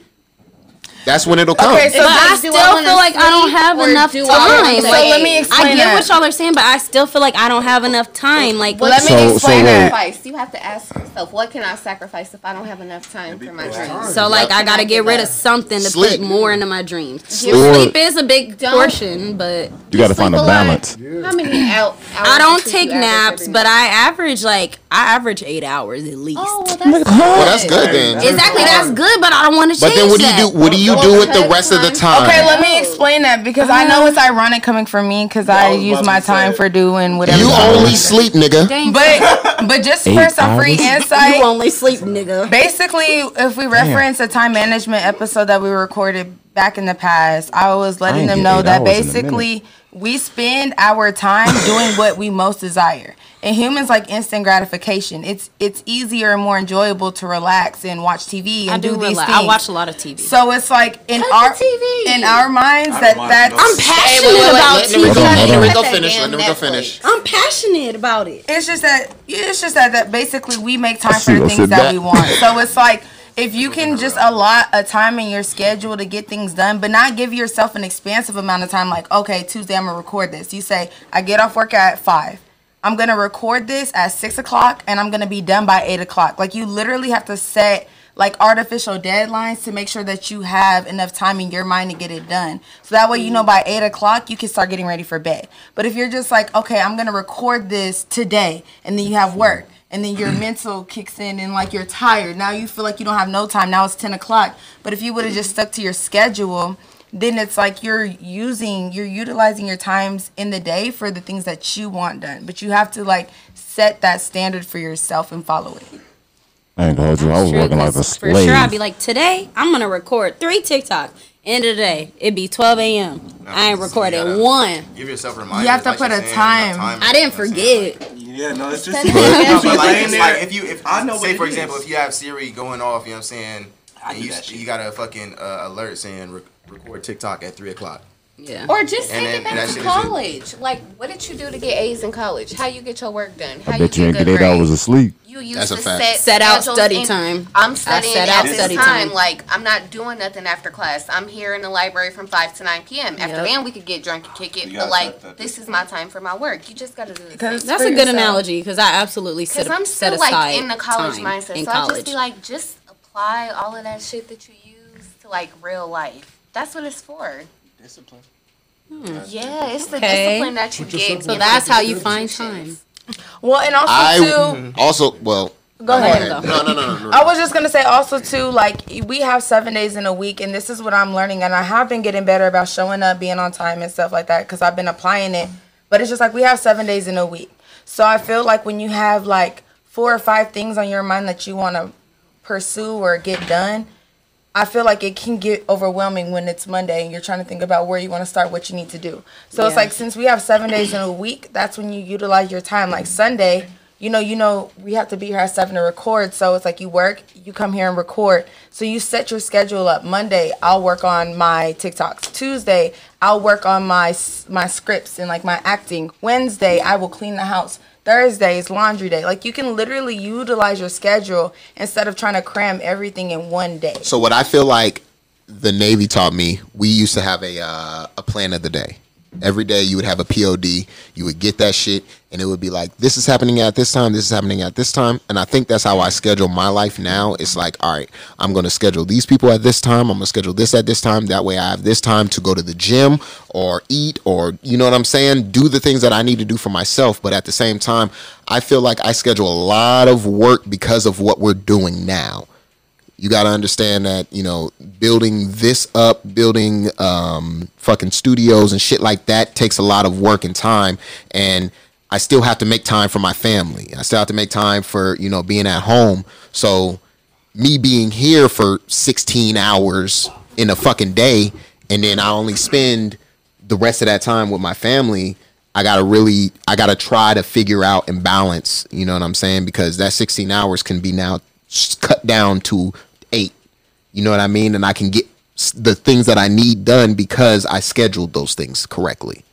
Speaker 5: that's when it'll come.
Speaker 4: Okay, so
Speaker 1: but I
Speaker 4: that's
Speaker 1: still
Speaker 7: do I wanna
Speaker 1: feel like I don't
Speaker 7: sleep
Speaker 1: have
Speaker 7: or
Speaker 1: enough
Speaker 7: do I
Speaker 1: time.
Speaker 7: wanna
Speaker 1: Like,
Speaker 4: so let me explain.
Speaker 1: I get
Speaker 4: that.
Speaker 1: what y'all are saying, but I still feel like I don't have enough time. Like,
Speaker 4: Let
Speaker 3: So-
Speaker 4: me
Speaker 3: so
Speaker 4: explain
Speaker 3: wait.
Speaker 4: that.
Speaker 7: Sacrifice. You have to ask yourself, what can I sacrifice if I don't have enough time for my dreams?
Speaker 1: So like I gotta get rid of something to put
Speaker 5: Sleep.
Speaker 1: more into my dreams.
Speaker 5: Sleep.
Speaker 1: Sleep, is a big
Speaker 7: Don't-
Speaker 1: portion, but
Speaker 3: You got to find a
Speaker 7: Sleep lot.
Speaker 3: balance.
Speaker 7: How many out?
Speaker 1: I don't take naps, but I average like I average eight hours at least.
Speaker 7: Oh, well, that's
Speaker 5: Well, that's good then.
Speaker 1: exactly, that's good, but I don't want to change
Speaker 5: But then what do you
Speaker 1: that.
Speaker 5: do? What do you do with the rest of the time?
Speaker 4: Okay, let me explain that because I know it's ironic coming from me because I
Speaker 10: was
Speaker 4: use
Speaker 10: about
Speaker 4: my
Speaker 10: to say
Speaker 4: time
Speaker 10: it.
Speaker 4: for doing whatever.
Speaker 5: you only sleep, nigga.
Speaker 1: Dang,
Speaker 4: but but just for
Speaker 3: Eight
Speaker 4: some free
Speaker 3: hours?
Speaker 1: you
Speaker 4: insight,
Speaker 1: only sleep, nigga.
Speaker 4: basically, if we reference a time management episode that we recorded back in the past, I was letting
Speaker 3: ain't
Speaker 4: them
Speaker 3: get
Speaker 4: know
Speaker 3: eight
Speaker 4: that
Speaker 3: hours in a minute.
Speaker 4: basically we spend our time doing what we most desire. And humans like instant gratification. It's it's easier and more enjoyable to relax and watch TV and
Speaker 1: I do
Speaker 4: these
Speaker 1: realize
Speaker 4: things.
Speaker 1: I watch a lot of TV.
Speaker 4: So it's like in our
Speaker 7: TV.
Speaker 4: in our minds
Speaker 10: I
Speaker 4: that
Speaker 10: don't watch
Speaker 4: that's
Speaker 10: no- I'm
Speaker 1: passionate about
Speaker 5: Let me
Speaker 1: TV.
Speaker 5: go.
Speaker 3: Hold on,
Speaker 5: Let
Speaker 3: hold
Speaker 5: me
Speaker 3: on.
Speaker 5: go finish. Let me go finish.
Speaker 1: I'm passionate about it.
Speaker 4: It's just that it's just that that basically we make time for
Speaker 3: see, I
Speaker 4: the things
Speaker 3: said
Speaker 4: that,
Speaker 3: that.
Speaker 4: we want. So it's like if you can just allot a time in your schedule to get things done, but not give yourself an expansive amount of time. Like okay, Tuesday I'm gonna record this. You say I get off work at five. I'm gonna record this at six o'clock and I'm gonna be done by eight o'clock. Like you literally have to set like artificial deadlines to make sure that you have enough time in your mind to get it done. So that way you know by eight o'clock you can start getting ready for bed. But if you're just like, okay, I'm gonna record this today and then you have work and then your mental kicks in and like you're tired. Now you feel like you don't have no time. Now it's ten o'clock. But if you would have just stuck to your schedule then it's like you're using you're utilizing your times in the day for the things that you want done but you have to like set that standard for yourself and follow it
Speaker 3: I ain't gonna hold you. I was
Speaker 1: True,
Speaker 3: working like
Speaker 1: 'cause
Speaker 3: a
Speaker 1: for
Speaker 3: slave.
Speaker 1: sure, I'd be like, today I'm gonna record three TikTok. End of the day, it'd be 12 a.m. I ain't recorded
Speaker 8: gotta-
Speaker 1: one.
Speaker 8: Give yourself reminders.
Speaker 4: You have to
Speaker 8: like you're
Speaker 4: put a
Speaker 8: saying, you got
Speaker 4: time.
Speaker 1: I didn't forget.
Speaker 10: yeah, no, it's just
Speaker 8: No, but like,
Speaker 10: Laying
Speaker 8: it's
Speaker 10: there.
Speaker 8: like if you if I know say
Speaker 10: it
Speaker 8: for
Speaker 10: is.
Speaker 8: example if you have Siri going off, you know what I'm saying,
Speaker 10: I
Speaker 8: and
Speaker 10: do
Speaker 8: you
Speaker 10: that shit.
Speaker 8: you got a fucking uh, alert saying re- record TikTok at three o'clock.
Speaker 1: Yeah.
Speaker 7: Or just
Speaker 8: And
Speaker 7: take
Speaker 8: then
Speaker 7: it
Speaker 8: that
Speaker 7: back
Speaker 8: shit
Speaker 7: to
Speaker 8: is it.
Speaker 7: college. Like, what did you do to get A's in college? How you get your work done? How
Speaker 3: I bet you ain't
Speaker 7: good
Speaker 3: get eight
Speaker 7: grades?
Speaker 3: hours of sleep.
Speaker 7: You used
Speaker 5: That's a
Speaker 7: to
Speaker 5: fact.
Speaker 7: set,
Speaker 1: Set out
Speaker 7: schedules
Speaker 1: study
Speaker 7: and
Speaker 1: time.
Speaker 7: I'm
Speaker 1: I
Speaker 7: studying
Speaker 1: set
Speaker 7: at
Speaker 1: out
Speaker 7: this
Speaker 1: study
Speaker 7: time.
Speaker 1: time.
Speaker 7: Like I'm not doing nothing after class. I'm here in the library from five to nine p.m. After
Speaker 1: Yep.
Speaker 7: then we could get drunk and kick it.
Speaker 10: You
Speaker 7: But
Speaker 10: gotta set
Speaker 7: like
Speaker 10: that
Speaker 7: this is my time for my work. You just gotta do
Speaker 4: Because-
Speaker 7: this.
Speaker 1: That's
Speaker 4: for
Speaker 1: a good
Speaker 4: yourself.
Speaker 1: analogy because I absolutely set,
Speaker 7: Because
Speaker 1: a,
Speaker 7: I'm
Speaker 1: set
Speaker 7: still
Speaker 1: aside
Speaker 7: like in the college
Speaker 1: time
Speaker 7: mindset,
Speaker 1: in
Speaker 7: so I
Speaker 1: college.
Speaker 7: just be like, just apply all of that shit that you use to like real life.
Speaker 2: That's what it's for.
Speaker 13: Discipline.
Speaker 2: Yeah, it's the
Speaker 1: Okay.
Speaker 2: discipline that you get.
Speaker 1: So that's how you find time.
Speaker 4: Well, and also too.
Speaker 5: I also well.
Speaker 4: Go ahead.
Speaker 1: There you go.
Speaker 5: No, no, no, no. no.
Speaker 4: I was just gonna say also too, like we have seven days in a week, and this is what I'm learning, and I have been getting better about showing up, being on time, and stuff like that, because I've been applying it. But it's just like we have seven days in a week, so I feel like when you have like four or five things on your mind that you want to pursue or get done, I feel like it can get overwhelming when it's Monday and you're trying to think about where you want to start, what you need to do. So it's
Speaker 1: Yeah.
Speaker 4: like since we have seven days in a week, that's when you utilize your time. Like Sunday, you know, you know, we have to be here at seven to record. So it's like you work, you come here and record. So you set your schedule up. Monday, I'll work on my TikToks. Tuesday, I'll work on my s- my scripts and like my acting. Wednesday, I will clean the house. Thursday is laundry day. Like you can literally utilize your schedule instead of trying to cram everything in one day.
Speaker 5: So what I feel like the Navy taught me, we used to have a uh, a plan of the day. Every day you would have a POD, you would get that shit, and it would be like, this is happening at this time, this is happening at this time. And I think that's how I schedule my life now. It's like, all right, I'm gonna schedule these people at this time, I'm gonna schedule this at this time. That way I have this time to go to the gym or eat or, you know what I'm saying? Do the things that I need to do for myself. But at the same time, I feel like I schedule a lot of work because of what we're doing now you got to understand that you know building this up building um fucking studios and shit like that takes a lot of work and time and i still have to make time for my family i still have to make time for you know being at home so me being here for 16 hours in a fucking day and then i only spend the rest of that time with my family i gotta really i gotta try to figure out and balance you know what i'm saying because that 16 hours can be now s- cut down to eight you know what i mean and i can get s- the things that i need done because i scheduled those things correctly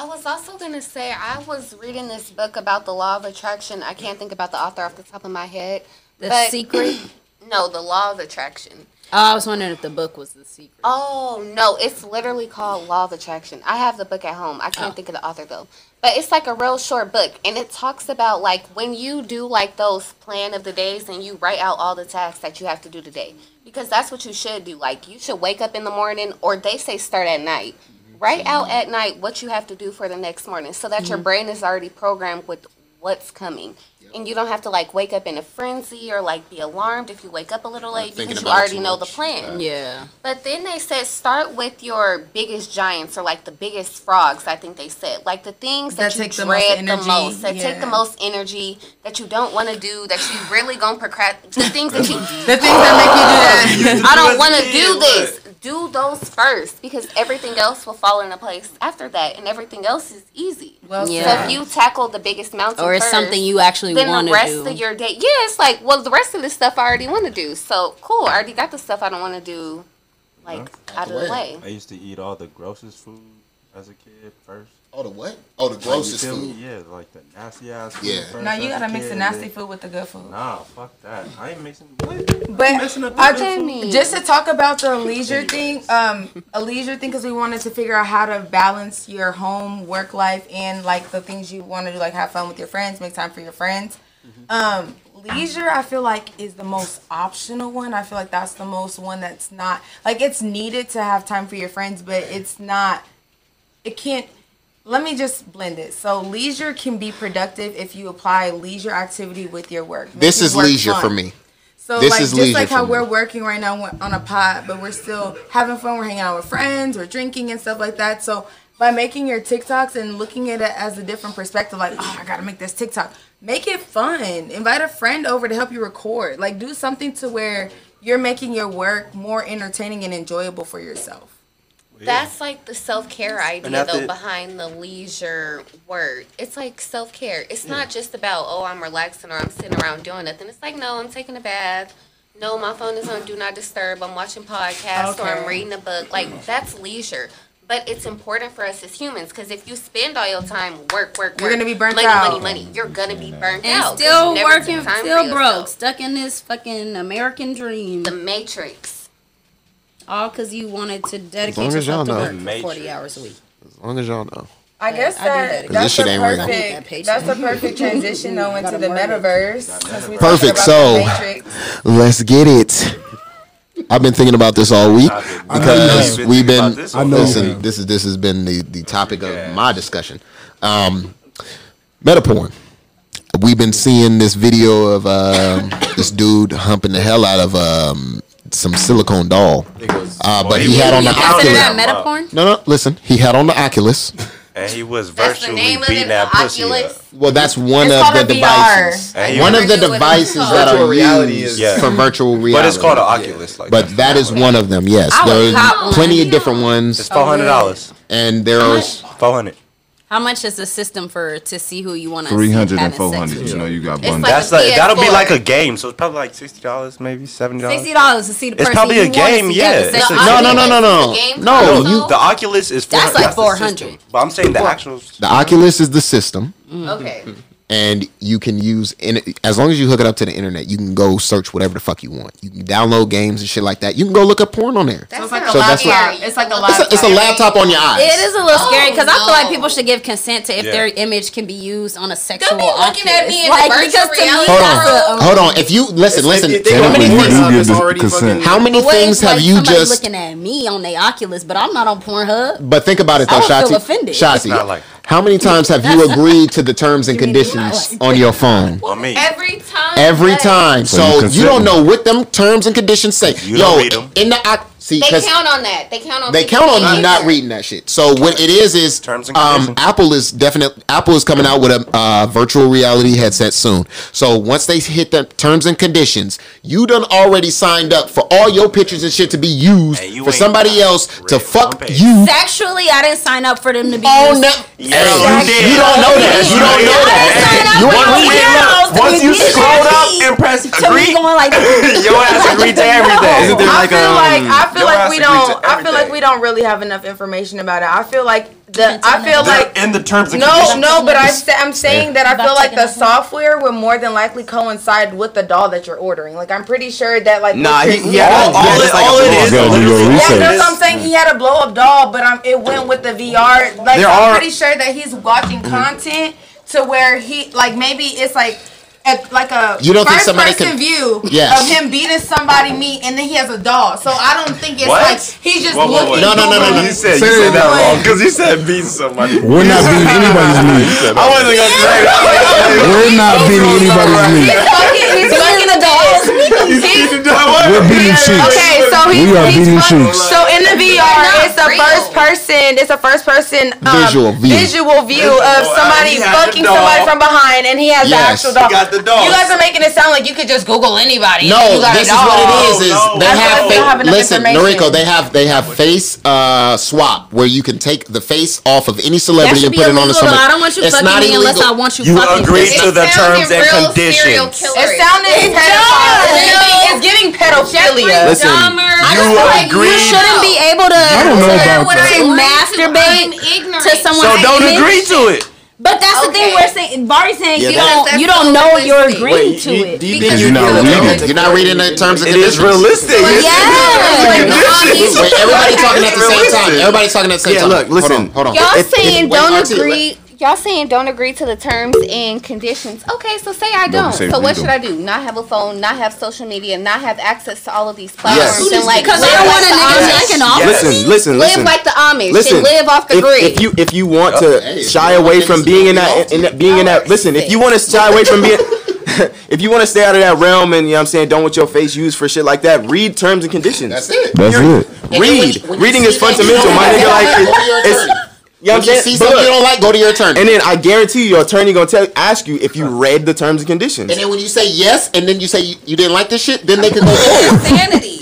Speaker 2: I was also gonna say I was reading this book about the law of attraction. I can't think about the author off the top of my head.
Speaker 1: The
Speaker 2: but-
Speaker 1: secret.
Speaker 2: No, the law of attraction.
Speaker 1: Oh, I was wondering if the book was the secret.
Speaker 2: Oh no, it's literally called Law of Attraction. I have the book at home. I
Speaker 5: Oh.
Speaker 2: can't think of the author though. But it's like a real short book and it talks about like when you do like those plan of the days and you write out all the tasks that you have to do today. Because that's what you should do. Like you should wake up in the morning or they say start at night. Write out at night what you have to do for the next morning so that your
Speaker 5: Mm-hmm.
Speaker 2: brain is already programmed with what's coming. And you don't have to like wake up in a frenzy or like be alarmed if you wake up a little late
Speaker 5: thinking
Speaker 2: because you
Speaker 5: about it
Speaker 2: already
Speaker 5: too
Speaker 2: know the
Speaker 5: much.
Speaker 2: plan.
Speaker 1: Yeah.
Speaker 2: But then they said start with your biggest giants or like the biggest frogs. I think they said like the things that,
Speaker 4: That
Speaker 2: you
Speaker 4: take the most
Speaker 2: dread the most,
Speaker 4: energy,
Speaker 2: that take
Speaker 4: yeah.
Speaker 2: the most energy, that you don't want to do, that you really gonna procrastinate. The things that you
Speaker 4: The things that make you do that.
Speaker 2: I don't want to do this. Do those first because everything else will fall into place after that, and everything else is easy.
Speaker 4: Well
Speaker 1: Yeah.
Speaker 2: So if you tackle the biggest mountain
Speaker 1: Or it's
Speaker 2: first,
Speaker 1: something you actually
Speaker 2: then
Speaker 1: want
Speaker 2: the
Speaker 1: to
Speaker 2: rest
Speaker 1: do.
Speaker 2: of your day, yeah, it's like, well, the rest of the stuff I already want to do. So cool, I already got the stuff I don't want to do, like out of the way.
Speaker 9: I used to eat all the grossest food as a kid first.
Speaker 5: oh the what oh the grossest
Speaker 9: Like, you feel me?
Speaker 5: food
Speaker 9: Yeah, like the nasty ass food.
Speaker 5: Yeah.
Speaker 9: first
Speaker 4: Now you
Speaker 9: as a
Speaker 4: gotta mix
Speaker 9: kid,
Speaker 4: the
Speaker 9: and
Speaker 4: nasty
Speaker 9: then-
Speaker 4: food with the good food.
Speaker 9: Nah, fuck that. I ain't mixing. What?
Speaker 4: But
Speaker 9: messing up
Speaker 4: I
Speaker 9: the
Speaker 4: think-
Speaker 2: food.
Speaker 4: just to talk about the leisure thing, um, a leisure thing, because we wanted to figure out how to balance your home, work life, and like the things you want to do, like have fun with your friends, make time for your friends. Um, leisure, I feel like, is the most optional one. I feel like that's the most one that's not like it's needed to have time for your friends, but it's not. It can't. Let me just blend it. So leisure can be productive if you apply leisure activity with your work.
Speaker 5: this
Speaker 4: Making
Speaker 5: is
Speaker 4: work
Speaker 5: leisure
Speaker 4: fun.
Speaker 5: for me
Speaker 4: So
Speaker 5: This
Speaker 4: like
Speaker 5: is
Speaker 4: just like
Speaker 5: leisure
Speaker 4: how
Speaker 5: for
Speaker 4: we're
Speaker 5: me.
Speaker 4: working right now on a pod, but we're still having fun. We're hanging out with friends, we're drinking and stuff like that. So by making your TikToks and looking at it as a different perspective, like oh, I gotta make this TikTok. Make it fun. Invite a friend over to help you record. Like do something to where you're making your work more entertaining and enjoyable for yourself.
Speaker 2: That's like the self care idea
Speaker 13: after-
Speaker 2: though behind the leisure word. It's like self care. It's not just about oh I'm relaxing or I'm sitting around doing nothing. It's like no I'm taking a bath. No, my phone is on do not disturb. I'm watching podcasts or I'm
Speaker 4: Okay.
Speaker 2: reading a book. Like that's leisure. But it's important for us as humans because if you spend all your time work, work, work,
Speaker 4: You're gonna be burnt
Speaker 2: money,
Speaker 4: out.
Speaker 2: money, money, you're gonna be burnt
Speaker 1: and
Speaker 2: out. 'cause you
Speaker 1: still
Speaker 2: never took
Speaker 1: working,
Speaker 2: time for
Speaker 1: still broke,
Speaker 2: yourself.
Speaker 1: stuck in this fucking American dream.
Speaker 2: The Matrix.
Speaker 1: All because you wanted to dedicate
Speaker 5: long as y'all
Speaker 1: yourself to
Speaker 5: know.
Speaker 1: work for
Speaker 9: Matrix.
Speaker 1: 40 hours a week.
Speaker 5: as long as y'all know
Speaker 4: I guess
Speaker 1: I do that
Speaker 4: that,
Speaker 1: again.
Speaker 5: This
Speaker 4: that's a
Speaker 5: shit ain't real.
Speaker 1: I need that
Speaker 4: perfect
Speaker 1: paycheck.
Speaker 4: that's a perfect transition though into the metaverse. since we talked
Speaker 5: Perfect,
Speaker 4: about
Speaker 5: so-
Speaker 4: the Matrix.
Speaker 5: let's get it I've been thinking about this all week because
Speaker 10: I know.
Speaker 5: we've been.
Speaker 10: I know.
Speaker 5: Listen, this is this has been the the topic of my discussion. Um, meta porn. We've been seeing this video of um, this dude humping the hell out of um, some silicone doll,
Speaker 8: It was-
Speaker 5: uh, but
Speaker 10: he
Speaker 5: he had
Speaker 10: was-
Speaker 5: on the
Speaker 1: You consider that
Speaker 5: Oculus.
Speaker 10: meta-
Speaker 1: meta porn?
Speaker 5: No, no, listen. He had on the Oculus.
Speaker 10: And he was
Speaker 7: That's the
Speaker 10: virtually
Speaker 7: name of
Speaker 10: beating
Speaker 7: it.
Speaker 10: that pussy up.
Speaker 7: Oculus.
Speaker 5: Well, that's one
Speaker 4: It's
Speaker 5: of
Speaker 4: called
Speaker 5: the
Speaker 4: a VR.
Speaker 5: devices.
Speaker 10: And he
Speaker 5: One
Speaker 10: was-
Speaker 5: of the
Speaker 7: forget what it's
Speaker 5: devices
Speaker 7: called.
Speaker 5: that
Speaker 8: Virtual
Speaker 5: are
Speaker 8: reality
Speaker 5: used
Speaker 10: is-
Speaker 5: for virtual reality.
Speaker 10: But it's called an Oculus. Like
Speaker 5: But
Speaker 10: that's
Speaker 5: that is one of them. Yes,
Speaker 1: I would
Speaker 5: there
Speaker 1: cop
Speaker 5: are
Speaker 1: one.
Speaker 5: plenty of different
Speaker 10: It's
Speaker 5: ones,
Speaker 10: four hundred dollars.
Speaker 5: and there are.
Speaker 10: Four hundred.
Speaker 1: How much is the system for to see who you want to
Speaker 3: 300 and
Speaker 1: four hundred?
Speaker 3: 400. You know, you got
Speaker 7: It's
Speaker 3: bundled.
Speaker 7: like-
Speaker 10: That's like that'll be
Speaker 7: PS4.
Speaker 10: like a game. So it's probably like sixty dollars, maybe seventy dollars.
Speaker 1: Sixty dollars to see the
Speaker 10: It's
Speaker 1: person.
Speaker 10: probably a
Speaker 1: you wanna
Speaker 10: game,
Speaker 1: see at
Speaker 10: yeah.
Speaker 1: the
Speaker 10: It's
Speaker 1: same
Speaker 10: a-
Speaker 1: time.
Speaker 5: No, no, no, no,
Speaker 7: The
Speaker 5: no,
Speaker 7: game
Speaker 5: no.
Speaker 7: console?
Speaker 5: You,
Speaker 10: The Oculus is 400,
Speaker 1: That's like
Speaker 10: the system.
Speaker 1: 400.
Speaker 10: But I'm saying the actual.
Speaker 5: the Oculus is the system,
Speaker 7: Okay.
Speaker 5: and you can use in as long as you hook it up to the internet, you can go search whatever the fuck you want. You can download games and shit like that. You can go look up porn on there.
Speaker 7: That's
Speaker 4: It's like
Speaker 7: not
Speaker 4: a
Speaker 5: So that's
Speaker 4: laptop.
Speaker 7: scary.
Speaker 4: It's like a
Speaker 5: It's
Speaker 4: laptop.
Speaker 5: a, it's a laptop on your eyes.
Speaker 1: It is a
Speaker 2: Oh,
Speaker 1: little scary because I feel like
Speaker 7: no.
Speaker 1: people should give consent to if
Speaker 10: Yeah.
Speaker 1: their image can be used on a sexual.
Speaker 7: be looking at me in
Speaker 1: Oculus.
Speaker 7: virtual
Speaker 1: because to me,
Speaker 7: reality.
Speaker 5: Hold
Speaker 1: that's a-
Speaker 5: on, hold on. If you listen, listen.
Speaker 8: If they
Speaker 3: How
Speaker 8: go
Speaker 3: many
Speaker 8: to
Speaker 3: things-
Speaker 8: Pornhub,
Speaker 3: you give
Speaker 8: it's
Speaker 3: the
Speaker 8: already
Speaker 3: consent.
Speaker 8: fucking-
Speaker 5: How many
Speaker 1: What if,
Speaker 5: things have
Speaker 1: like,
Speaker 5: you
Speaker 1: somebody
Speaker 5: just?
Speaker 1: looking at me on the Oculus, but I'm not on Pornhub?
Speaker 5: But think about it though,
Speaker 1: I would
Speaker 5: Shotzi.
Speaker 1: feel offended.
Speaker 10: It's
Speaker 5: Shotzi,
Speaker 10: not like-
Speaker 5: how many times have you agreed to the terms and
Speaker 1: You mean it's
Speaker 5: conditions
Speaker 1: not
Speaker 5: on your phone?
Speaker 10: I mean,
Speaker 7: Every time.
Speaker 5: Every
Speaker 7: but
Speaker 5: time,
Speaker 3: So you
Speaker 5: so you
Speaker 3: consent.
Speaker 5: don't know what them terms and conditions say.
Speaker 10: You
Speaker 5: Yo,
Speaker 10: don't read 'em.
Speaker 5: in the oc- see,
Speaker 7: They
Speaker 5: 'cause
Speaker 7: count on that. They count on.
Speaker 5: they
Speaker 7: people
Speaker 5: count on
Speaker 7: being
Speaker 5: you not
Speaker 7: there.
Speaker 5: reading that shit. So what it is is,
Speaker 10: Terms and
Speaker 5: um,
Speaker 10: conditions.
Speaker 5: Apple is definite. Apple is coming out with a uh, virtual reality headset soon. So once they hit the terms and conditions, you done already signed up for all your pictures and shit to be used
Speaker 10: Hey, you
Speaker 5: for
Speaker 10: ain't
Speaker 5: somebody
Speaker 10: got
Speaker 5: else to
Speaker 10: red
Speaker 5: fuck
Speaker 10: on page.
Speaker 5: you
Speaker 1: Sexually, I didn't sign up for them to be
Speaker 5: on
Speaker 1: used.
Speaker 5: that.
Speaker 10: Yeah,
Speaker 5: Hey,
Speaker 10: you did.
Speaker 5: you don't know that.
Speaker 10: Yes,
Speaker 5: Oh, You don't
Speaker 10: you
Speaker 5: know
Speaker 10: did.
Speaker 5: that.
Speaker 1: Yes,
Speaker 5: You
Speaker 1: I
Speaker 5: ain't
Speaker 1: know.
Speaker 5: reading
Speaker 1: Yeah.
Speaker 5: that.
Speaker 1: Girls to
Speaker 10: once
Speaker 1: be
Speaker 10: you
Speaker 1: getting
Speaker 10: scroll up
Speaker 1: these
Speaker 10: and press
Speaker 1: To me
Speaker 10: agree,
Speaker 1: going like,
Speaker 10: your ass agreed to
Speaker 8: Isn't
Speaker 10: everything.
Speaker 8: there
Speaker 4: I
Speaker 8: like
Speaker 4: feel
Speaker 8: um,
Speaker 4: like I feel
Speaker 10: your
Speaker 4: like
Speaker 10: ass
Speaker 4: we
Speaker 10: agreed
Speaker 4: don't.
Speaker 10: to
Speaker 4: I feel like
Speaker 10: everything.
Speaker 4: we don't really have enough information about it. I feel like the. I feel like
Speaker 10: in the terms and
Speaker 4: No,
Speaker 10: conditions.
Speaker 4: no, but I sa- I'm saying that I
Speaker 1: About
Speaker 4: feel like the
Speaker 1: taking a phone.
Speaker 4: software will more than likely coincide with the doll that you're ordering. Like I'm pretty sure that like
Speaker 8: Nah,
Speaker 4: with
Speaker 8: he,
Speaker 4: your-
Speaker 8: yeah,
Speaker 10: All, all, it,
Speaker 8: like
Speaker 10: all it is,
Speaker 3: You gotta do your
Speaker 10: literally,
Speaker 4: Yeah,
Speaker 3: research.
Speaker 4: that's what I'm saying. He had a blow up doll, but um, it went with the VR. Like
Speaker 8: There
Speaker 4: I'm
Speaker 8: are-
Speaker 4: pretty sure that he's watching
Speaker 5: Mm-hmm.
Speaker 4: content to where he like maybe it's like. At like a
Speaker 5: You don't think
Speaker 4: first
Speaker 5: somebody
Speaker 4: person
Speaker 5: could-
Speaker 4: view
Speaker 5: Yes.
Speaker 4: of him beating somebody meat, and then he has a doll. So I don't think it's
Speaker 10: What?
Speaker 4: like he's just
Speaker 10: Whoa, whoa, whoa.
Speaker 4: looking.
Speaker 5: No, no, no, no, no.
Speaker 8: You said, you
Speaker 5: Say
Speaker 8: said
Speaker 5: it
Speaker 8: that
Speaker 4: again.
Speaker 8: wrong because you said beating somebody.
Speaker 3: We're not beating anybody's meat.
Speaker 8: I wasn't gonna say that.
Speaker 3: We're not beating anybody's meat.
Speaker 4: Fucking- he's fucking a doll.
Speaker 8: We're
Speaker 3: beating chicks.
Speaker 4: Okay, so he's,
Speaker 3: We are
Speaker 4: he's
Speaker 3: beating
Speaker 4: fucking-
Speaker 3: chicks.
Speaker 4: So in the
Speaker 7: not
Speaker 4: VR, it's a
Speaker 7: real.
Speaker 4: first person. It's a first person um,
Speaker 5: Visual view.
Speaker 4: visual view
Speaker 8: Visual,
Speaker 4: of
Speaker 8: and
Speaker 4: somebody
Speaker 8: he had the
Speaker 4: fucking somebody
Speaker 8: dog.
Speaker 4: from behind, and he has
Speaker 5: Yes.
Speaker 4: the actual dog.
Speaker 8: He got the dog.
Speaker 4: You guys are making it sound like you could just Google anybody. if
Speaker 5: No,
Speaker 4: you got
Speaker 5: this
Speaker 4: a
Speaker 5: is what it is.
Speaker 4: dog.
Speaker 5: Is
Speaker 10: No, that's
Speaker 5: they have,
Speaker 10: why we
Speaker 5: fa-
Speaker 10: don't
Speaker 4: have enough
Speaker 5: listen,
Speaker 4: information.
Speaker 5: Noriko. They have they have face uh, swap where you can take the face off of any
Speaker 1: that
Speaker 5: celebrity
Speaker 1: should
Speaker 5: and
Speaker 1: be
Speaker 5: put it
Speaker 1: illegal.
Speaker 5: on to
Speaker 1: though.
Speaker 5: somebody.
Speaker 1: I don't want you
Speaker 5: It's
Speaker 1: fucking
Speaker 5: not
Speaker 1: me unless I
Speaker 5: illegal.
Speaker 1: want you,
Speaker 10: You
Speaker 1: fucking
Speaker 10: agree
Speaker 1: me.
Speaker 10: to the
Speaker 7: sounded
Speaker 10: terms and
Speaker 7: real serial
Speaker 10: conditions.
Speaker 7: killer.
Speaker 4: It sounded pedophile.
Speaker 1: does.
Speaker 4: It's giving- It's giving pedophilia.
Speaker 8: Listen,
Speaker 1: I just
Speaker 8: you
Speaker 1: feel like
Speaker 8: agree.
Speaker 1: you shouldn't be able to,
Speaker 3: I don't know about
Speaker 1: to
Speaker 3: that.
Speaker 1: masturbate
Speaker 7: ignorant.
Speaker 1: to someone.
Speaker 8: So don't
Speaker 1: image.
Speaker 8: agree to it.
Speaker 1: But that's the thing
Speaker 7: Okay.
Speaker 1: we're saying. Bari's saying
Speaker 8: Yeah,
Speaker 1: you
Speaker 8: that's-
Speaker 1: don't
Speaker 7: that's
Speaker 1: you don't
Speaker 7: so
Speaker 1: know you're
Speaker 7: realistic.
Speaker 1: agreeing
Speaker 8: Wait,
Speaker 1: to
Speaker 8: you-
Speaker 1: it.
Speaker 8: do you
Speaker 1: Because
Speaker 8: think you
Speaker 3: You're not
Speaker 8: feel
Speaker 3: reading
Speaker 8: that
Speaker 3: it.
Speaker 8: to
Speaker 5: You're not reading the terms and
Speaker 8: It is
Speaker 5: conditions.
Speaker 8: realistic. It's-
Speaker 1: yeah.
Speaker 8: it's conditions.
Speaker 5: Wait, everybody talking at the same
Speaker 8: Realistic.
Speaker 5: time. Everybody talking at the same
Speaker 8: Yeah,
Speaker 5: time.
Speaker 8: look, listen.
Speaker 5: Hold on. Hold on.
Speaker 7: Y'all
Speaker 5: If- if-
Speaker 7: saying
Speaker 5: wait,
Speaker 7: don't
Speaker 5: Auntie,
Speaker 7: agree. Y'all saying don't agree to the terms and conditions. Okay, so say I
Speaker 3: No,
Speaker 7: don't.
Speaker 3: say
Speaker 7: so
Speaker 3: we
Speaker 7: what
Speaker 3: do.
Speaker 7: should I do? Not have a phone, not have social media, not have access to all of these
Speaker 5: Yes.
Speaker 7: platforms, and like
Speaker 1: Because I
Speaker 7: live
Speaker 1: don't
Speaker 7: like
Speaker 1: want a
Speaker 7: the
Speaker 1: nigga
Speaker 7: Amish.
Speaker 1: jacking off.
Speaker 10: Yes.
Speaker 8: Listen, listen,
Speaker 7: Live
Speaker 8: listen.
Speaker 7: like the Amish.
Speaker 8: Listen,
Speaker 7: and live off the
Speaker 8: if,
Speaker 7: grid.
Speaker 8: if you if you want to
Speaker 5: Hey,
Speaker 8: shy
Speaker 5: if you
Speaker 8: away
Speaker 5: want
Speaker 8: from
Speaker 5: niggas to
Speaker 8: being
Speaker 5: be
Speaker 8: in that
Speaker 5: lost,
Speaker 8: in that, being in that listen, if you want to shy away from being if you want to stay out of that realm and you know what I'm saying, don't want your face used for shit like that, read terms and conditions.
Speaker 5: That's it.
Speaker 3: That's
Speaker 8: You're-
Speaker 3: it.
Speaker 8: Read. Reading is fundamental, my nigga like
Speaker 5: Go to your
Speaker 8: it's
Speaker 5: attorney.
Speaker 8: you know
Speaker 5: If
Speaker 8: what I'm
Speaker 5: you see
Speaker 8: saying?
Speaker 5: something you
Speaker 8: But look,
Speaker 5: don't like, go to your attorney.
Speaker 8: and then I guarantee you, your attorney gonna tell ask you if you read the terms and conditions.
Speaker 5: And then when you say yes, and then you say you, you didn't like this shit, then they can go oh, forward.
Speaker 7: insanity.